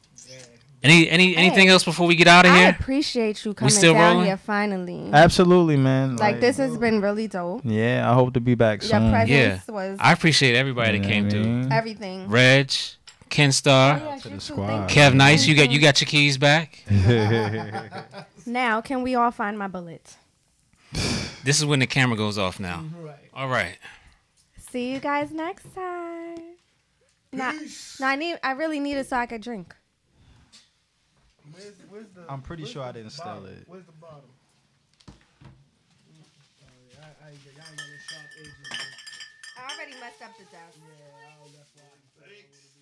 [SPEAKER 2] Any, any, anything else before we get out of
[SPEAKER 4] I
[SPEAKER 2] here?
[SPEAKER 4] appreciate you coming
[SPEAKER 2] still
[SPEAKER 4] down
[SPEAKER 2] rolling?
[SPEAKER 4] here finally.
[SPEAKER 1] Absolutely, man.
[SPEAKER 4] like this has been really dope.
[SPEAKER 1] Yeah, I hope to be back
[SPEAKER 4] Your
[SPEAKER 1] soon.
[SPEAKER 4] presence
[SPEAKER 2] Yeah.
[SPEAKER 4] was
[SPEAKER 2] I appreciate everybody that
[SPEAKER 1] You know
[SPEAKER 2] came
[SPEAKER 1] what I
[SPEAKER 2] through.
[SPEAKER 1] mean?
[SPEAKER 4] everything.
[SPEAKER 2] Reg, Ken Star,
[SPEAKER 7] Oh,
[SPEAKER 4] Yeah, you
[SPEAKER 1] the
[SPEAKER 4] too.
[SPEAKER 1] squad.
[SPEAKER 4] Thank you.
[SPEAKER 2] Kev Nice. You got, you got your keys back.
[SPEAKER 1] [laughs]
[SPEAKER 4] Now, can we all find my bullets?
[SPEAKER 2] This is when the camera goes off now.
[SPEAKER 7] Right.
[SPEAKER 2] All right.
[SPEAKER 4] See you guys next time. Now, now I need. I really need it so I could drink.
[SPEAKER 7] Where's, where's the,
[SPEAKER 1] I'm pretty
[SPEAKER 7] where's
[SPEAKER 1] sure I
[SPEAKER 7] the
[SPEAKER 1] didn't steal
[SPEAKER 7] bottle?
[SPEAKER 1] it.
[SPEAKER 7] Where's the bottle? Mm, Sorry, I, I, ain't- y'all got a sharp edge. in it.
[SPEAKER 6] I already messed up the death.
[SPEAKER 7] Yeah, oh, that's why. Thanks.